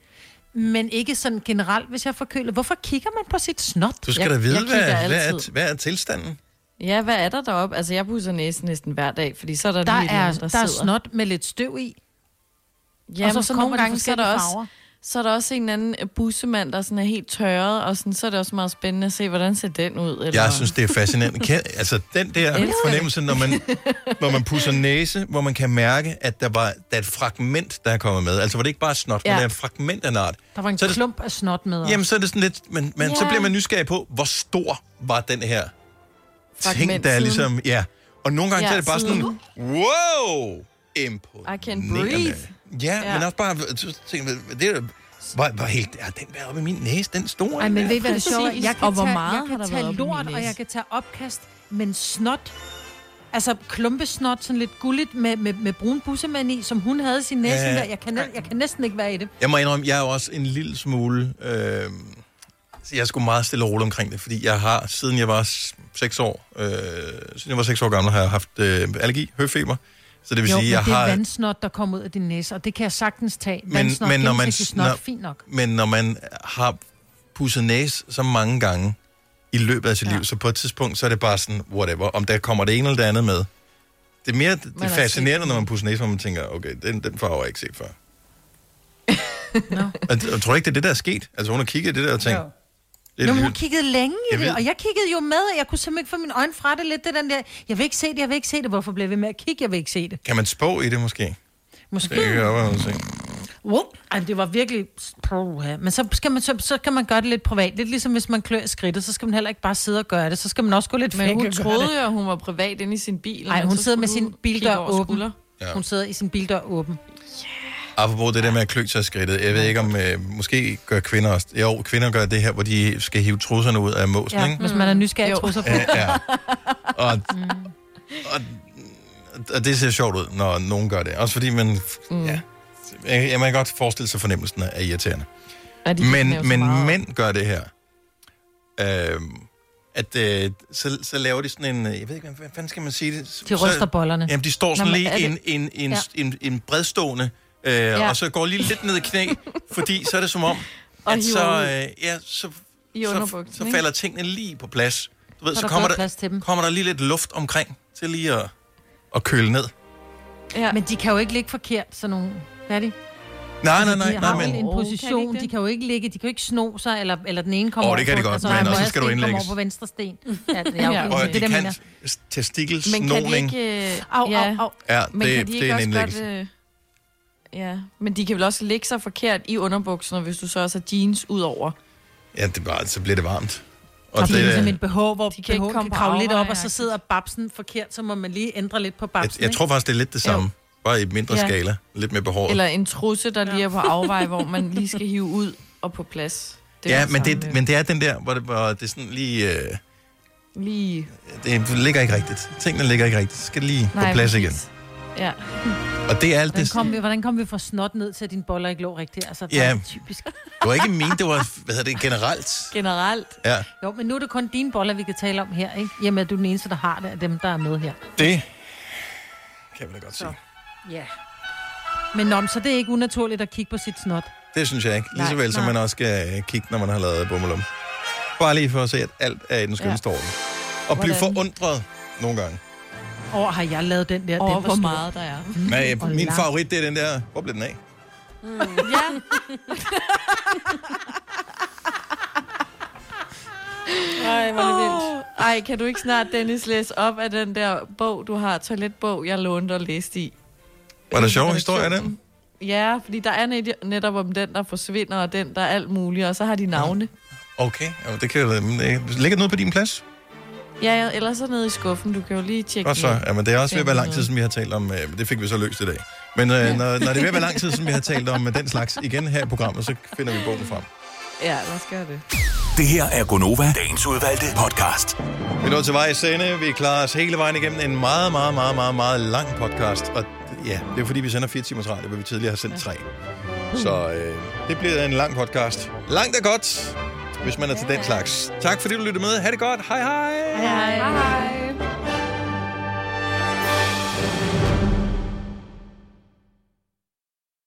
Speaker 2: Men ikke sådan generelt, hvis jeg er forkølet. Hvorfor kigger man på sit snot?
Speaker 1: Du skal
Speaker 3: Jeg-
Speaker 1: da vide,
Speaker 3: jeg
Speaker 1: hvad,
Speaker 3: kigger
Speaker 1: hvad, er,
Speaker 3: altid.
Speaker 1: hvad er tilstanden?
Speaker 3: Ja, hvad er der deroppe? Altså, jeg pusser næsen næsten hver dag, fordi så er der,
Speaker 2: Der
Speaker 3: lige et eller
Speaker 2: er-
Speaker 3: andet,
Speaker 2: der er
Speaker 3: sidder.
Speaker 2: snot med lidt støv i.
Speaker 3: Ja,
Speaker 2: Og så
Speaker 3: men så
Speaker 2: kommer
Speaker 3: nogle
Speaker 2: de
Speaker 3: gange, så er der
Speaker 2: forskellige
Speaker 3: også...
Speaker 2: farver.
Speaker 3: Så er der også en eller anden øh, bussemand, der sådan er helt tørret, og sådan, så er det også meget spændende at se, hvordan ser den ud. Eller...
Speaker 1: Jeg synes, det er fascinerende. Kan, altså, den der
Speaker 3: Elsker det.
Speaker 1: fornemmelse, når man, når man pusser næse, hvor man kan mærke, at der var der er et fragment, der er kommet med. Altså, hvor det ikke bare er snot, ja.
Speaker 2: Ja.
Speaker 1: men der er et fragment af nart.
Speaker 2: Der var en
Speaker 1: Så er det-
Speaker 2: klump af snot med. også.
Speaker 1: Jamen, så er det sådan lidt... Men, men yeah. så
Speaker 2: Ja.
Speaker 1: bliver man nysgerrig på, hvor stor var den her ting,
Speaker 3: Fragment
Speaker 1: der er
Speaker 3: siden.
Speaker 1: ligesom... Ja. Og nogle gange ja,
Speaker 3: Ja,
Speaker 1: så er det bare sådan...
Speaker 3: siden.
Speaker 1: Wow! Imponerende.
Speaker 3: I can breathe.
Speaker 1: Ja, ja, men også bare, så tænkte jeg, det er var, var helt, ja, den der oppe i min næse, den store.
Speaker 2: Ej, men ved I, hvad det
Speaker 1: Præcis.
Speaker 2: sjove er? Jeg kan
Speaker 1: Og hvor
Speaker 2: tage,
Speaker 1: meget
Speaker 2: jeg
Speaker 1: har
Speaker 2: kan
Speaker 1: der
Speaker 2: tage
Speaker 1: været oppe i min
Speaker 2: lort, og
Speaker 1: næse?
Speaker 2: jeg kan tage opkast, men snot, altså klumpesnot, sådan lidt gulligt med, med, med brun bussemænd i, som hun havde i sin næse.
Speaker 1: Ja.
Speaker 2: Ja. Jeg, kan, næ- jeg kan næsten ikke være i det.
Speaker 1: Jeg må indrømme, jeg er jo også en lille smule... Øh, så jeg er sgu meget stille og roligt omkring det, fordi jeg har, siden jeg var 6 år, øh, siden jeg var 6 år gammel, har jeg haft øh, allergi, høfeber. Så det vil
Speaker 2: jo,
Speaker 1: sige, jeg
Speaker 2: men det er
Speaker 1: har...
Speaker 2: vandsnot, der kommer ud af din næse, og det kan jeg sagtens tage.
Speaker 1: men,
Speaker 2: Vandsnot,
Speaker 1: men, når man,
Speaker 2: gennemsigtig snot,
Speaker 1: når-
Speaker 2: fint nok.
Speaker 1: men når man har pusset næse så mange gange i løbet af sit ja. liv, så på et tidspunkt, så er det bare sådan, whatever, om der kommer det ene eller det andet med. Det er mere det
Speaker 2: har ikke
Speaker 1: fascinerende, når man pusser næse, hvor man tænker, okay, den, den farve har jeg ikke set før. Og, og tror du ikke, det er det, der er sket? Altså, hun har kigget i det der og tænkt...
Speaker 2: Det Nå, men hun
Speaker 1: alligevel-
Speaker 2: kiggede længe i
Speaker 1: Jeg
Speaker 2: det,
Speaker 1: ved-
Speaker 2: og jeg kiggede jo med, og jeg kunne simpelthen ikke få min øjne fra det lidt, det den der, jeg vil ikke se det, jeg vil ikke se det, hvorfor blev jeg ved med at kigge, jeg vil ikke se det.
Speaker 1: Kan man spå i det måske?
Speaker 2: Måske.
Speaker 1: Det kan jeg godt være, hun
Speaker 2: Wow. Ej, det var virkelig... Puha. Men så, skal man, så, så kan man gøre det lidt privat. Lidt ligesom hvis man klør i skridtet, så skal man heller ikke bare sidde og gøre det. Så skal man også gå lidt
Speaker 3: Men
Speaker 2: fake
Speaker 3: hun
Speaker 2: og gøre
Speaker 3: troede
Speaker 2: det.
Speaker 3: jo, at hun var privat inde i sin bil.
Speaker 2: Nej,
Speaker 3: men
Speaker 2: hun
Speaker 3: så
Speaker 2: sidder med
Speaker 3: skulle
Speaker 2: sin
Speaker 3: du
Speaker 2: bildør
Speaker 3: kigge over
Speaker 2: åben.
Speaker 3: skulder.
Speaker 1: Ja.
Speaker 2: Ja. Hun sidder i sin bildør åben.
Speaker 1: Apropos det der med at klø sig i skridtet. Jeg ved ikke, om øh, måske gør kvinder også... Jo, kvinder gør det her, hvor de skal hive trusserne ud af måsen,
Speaker 2: Ja,
Speaker 1: ikke?
Speaker 2: hvis man er nysgerrig, tror sig på.
Speaker 1: Ja, ja. Og, og, og det ser sjovt ud, når nogen gør det. Også fordi man... Mm. Ja, jeg, jeg man kan godt forestille sig, fornemmelsen er irriterende.
Speaker 3: Ja, de kan ikke lave
Speaker 1: men
Speaker 3: så
Speaker 1: men
Speaker 3: meget.
Speaker 1: mænd gør det her. Øhm, at øh, så, så laver de sådan en... øh, Jeg ved ikke, hvad fanden skal man sige det?
Speaker 2: De ryster
Speaker 1: så,
Speaker 2: bollerne.
Speaker 1: Jamen, de står sådan
Speaker 2: Nå, men
Speaker 1: lige
Speaker 2: er
Speaker 1: i
Speaker 2: det-
Speaker 1: en, en, en,
Speaker 2: Ja.
Speaker 1: en, en, en bredstående, øh, ja. og så går lige lidt ned i knæ, fordi så er det som om,
Speaker 2: Og
Speaker 1: at
Speaker 2: hiver
Speaker 1: så,
Speaker 2: ud.
Speaker 1: øh, ja, så,
Speaker 2: I
Speaker 1: så,
Speaker 2: underbuksen,
Speaker 1: så
Speaker 2: ikke?
Speaker 1: falder tingene lige på plads. Du ved,
Speaker 2: Så
Speaker 1: så,
Speaker 2: er der
Speaker 1: kommer,
Speaker 2: bedre plads til
Speaker 1: der,
Speaker 2: dem.
Speaker 1: kommer der lige lidt luft omkring til lige at, at køle ned.
Speaker 2: Ja. Men de kan jo ikke ligge forkert, sådan nogle... Hvad er de?
Speaker 1: Nej, nej,
Speaker 2: Altså, de
Speaker 1: nej,
Speaker 2: har
Speaker 1: nej,
Speaker 2: vel en
Speaker 1: men...
Speaker 2: position, kan de, kan jo ikke ligge, de kan jo ikke sno sig, eller, eller den ene kommer
Speaker 1: Åh, det kan de
Speaker 2: over på-
Speaker 1: godt,
Speaker 2: altså,
Speaker 1: men
Speaker 2: nej,
Speaker 1: også
Speaker 2: højre
Speaker 1: skal du
Speaker 2: sten kommer
Speaker 1: indlægges.
Speaker 2: over på venstre sten. Ja, det er jo
Speaker 1: Og
Speaker 2: det, er
Speaker 1: de
Speaker 2: det, jeg mener.
Speaker 1: kan testikkelsnoning.
Speaker 2: Au, au, au.
Speaker 1: Ja,
Speaker 3: Øh, men
Speaker 1: det-
Speaker 3: kan de
Speaker 1: det
Speaker 3: ikke
Speaker 1: er en
Speaker 3: også
Speaker 1: indlæggelse.
Speaker 3: Godt, øh, ja, men de kan vel også ligge sig forkert i underbukserne, hvis du så også har jeans ud over.
Speaker 1: Ja, det er bare, så bliver det varmt.
Speaker 2: Og det er ligesom
Speaker 1: øh,
Speaker 2: en behov, hvor de
Speaker 3: kan
Speaker 2: kan,
Speaker 3: ikke
Speaker 2: kan
Speaker 3: komme på
Speaker 2: kravle lidt op, og så
Speaker 3: Aura-agtigt.
Speaker 2: sidder babsen forkert, så må man lige ændre lidt på
Speaker 1: jeg,
Speaker 2: babsen.
Speaker 1: jeg tror faktisk, det er lidt det samme. Bare i mindre
Speaker 3: Ja.
Speaker 1: skala. Lidt mere behåret.
Speaker 3: Eller en trusse, der lige er på afvej, hvor man lige skal hive ud og på plads.
Speaker 1: Det ja, men det, men det er den der, hvor det, hvor det sådan lige... Øh,
Speaker 3: Lige...
Speaker 1: det ligger ikke rigtigt. Tingene ligger ikke rigtigt. Så skal det lige Nej,
Speaker 2: Nej,
Speaker 1: på plads igen.
Speaker 2: præcis. Ja.
Speaker 1: Og det er alt
Speaker 2: Hvordan
Speaker 1: det...
Speaker 2: kom, vi, hvordan kom vi fra snot ned til, at dine boller ikke lå rigtigt? Altså, det
Speaker 1: Ja.
Speaker 2: er typisk.
Speaker 1: Det var ikke min, det var hvad hedder det, generelt.
Speaker 2: Generelt.
Speaker 1: Ja,
Speaker 2: Jo, men nu er det kun dine boller, vi kan tale om her, ikke? Jamen, at du er den eneste, der har det af dem, der er med her.
Speaker 1: det kan man da godt sige.
Speaker 2: Ja. Men om, så det er ikke unaturligt at kigge på sit snot.
Speaker 1: Det synes jeg ikke. Lige så
Speaker 2: Nej,
Speaker 1: vel, som
Speaker 2: nej.
Speaker 1: man også skal øh, kigge, når man har lavet bummelum. Bare lige for at se, at alt er i den skønneste orden. Og blive
Speaker 2: Hvordan?
Speaker 1: forundret nogle gange.
Speaker 2: Åh, har jeg lavet den der?
Speaker 3: Over
Speaker 2: den var
Speaker 3: hvor
Speaker 2: stor.
Speaker 3: meget der er.
Speaker 2: Mm,
Speaker 1: Nej,
Speaker 2: og
Speaker 1: min
Speaker 2: lang.
Speaker 1: favorit, det er den der... Hvor blev den af?
Speaker 3: Mm. Ja. Ej, hvor er det vildt. Ej, kan du ikke snart, Dennis, læse op af den der bog, du har, toiletbog, jeg lånte og læste i?
Speaker 1: Var der sjov historie, den?
Speaker 3: Ja, fordi der er net- netop om den, der forsvinder, og den, der er alt muligt, og så har de navne.
Speaker 1: Okay, ja, det kan jeg... men, øh, Ligger den ude på din plads?
Speaker 3: Ja, ja eller så nede i skuffen, du kan jo lige tjekke
Speaker 1: Godt så.
Speaker 3: ned.
Speaker 1: Ja, men det er også ved at være lang tid,
Speaker 3: Finde
Speaker 1: siden vi har talt om... Øh, men det fik vi så løst i dag. Men øh, når, når det er ved at være lang tid, siden vi har talt om øh, den slags igen her i programmet, så finder vi bogen frem.
Speaker 3: noget. Ja, lad os gøre det.
Speaker 6: Det her er Gonova, dagens udvalgte podcast.
Speaker 1: Vi er nået til vej i sende. Vi klarer os hele vejen igennem en meget, meget, meget, meget, meget lang podcast. Og ja, det er fordi, vi sender fire timers radio, hvor vi tidligere har sendt tre. Så øh, det bliver en lang podcast. Langt og godt, hvis man er til den slags. Tak fordi du lyttede med. Ha' det godt. Hej hej.
Speaker 2: Hej, hej.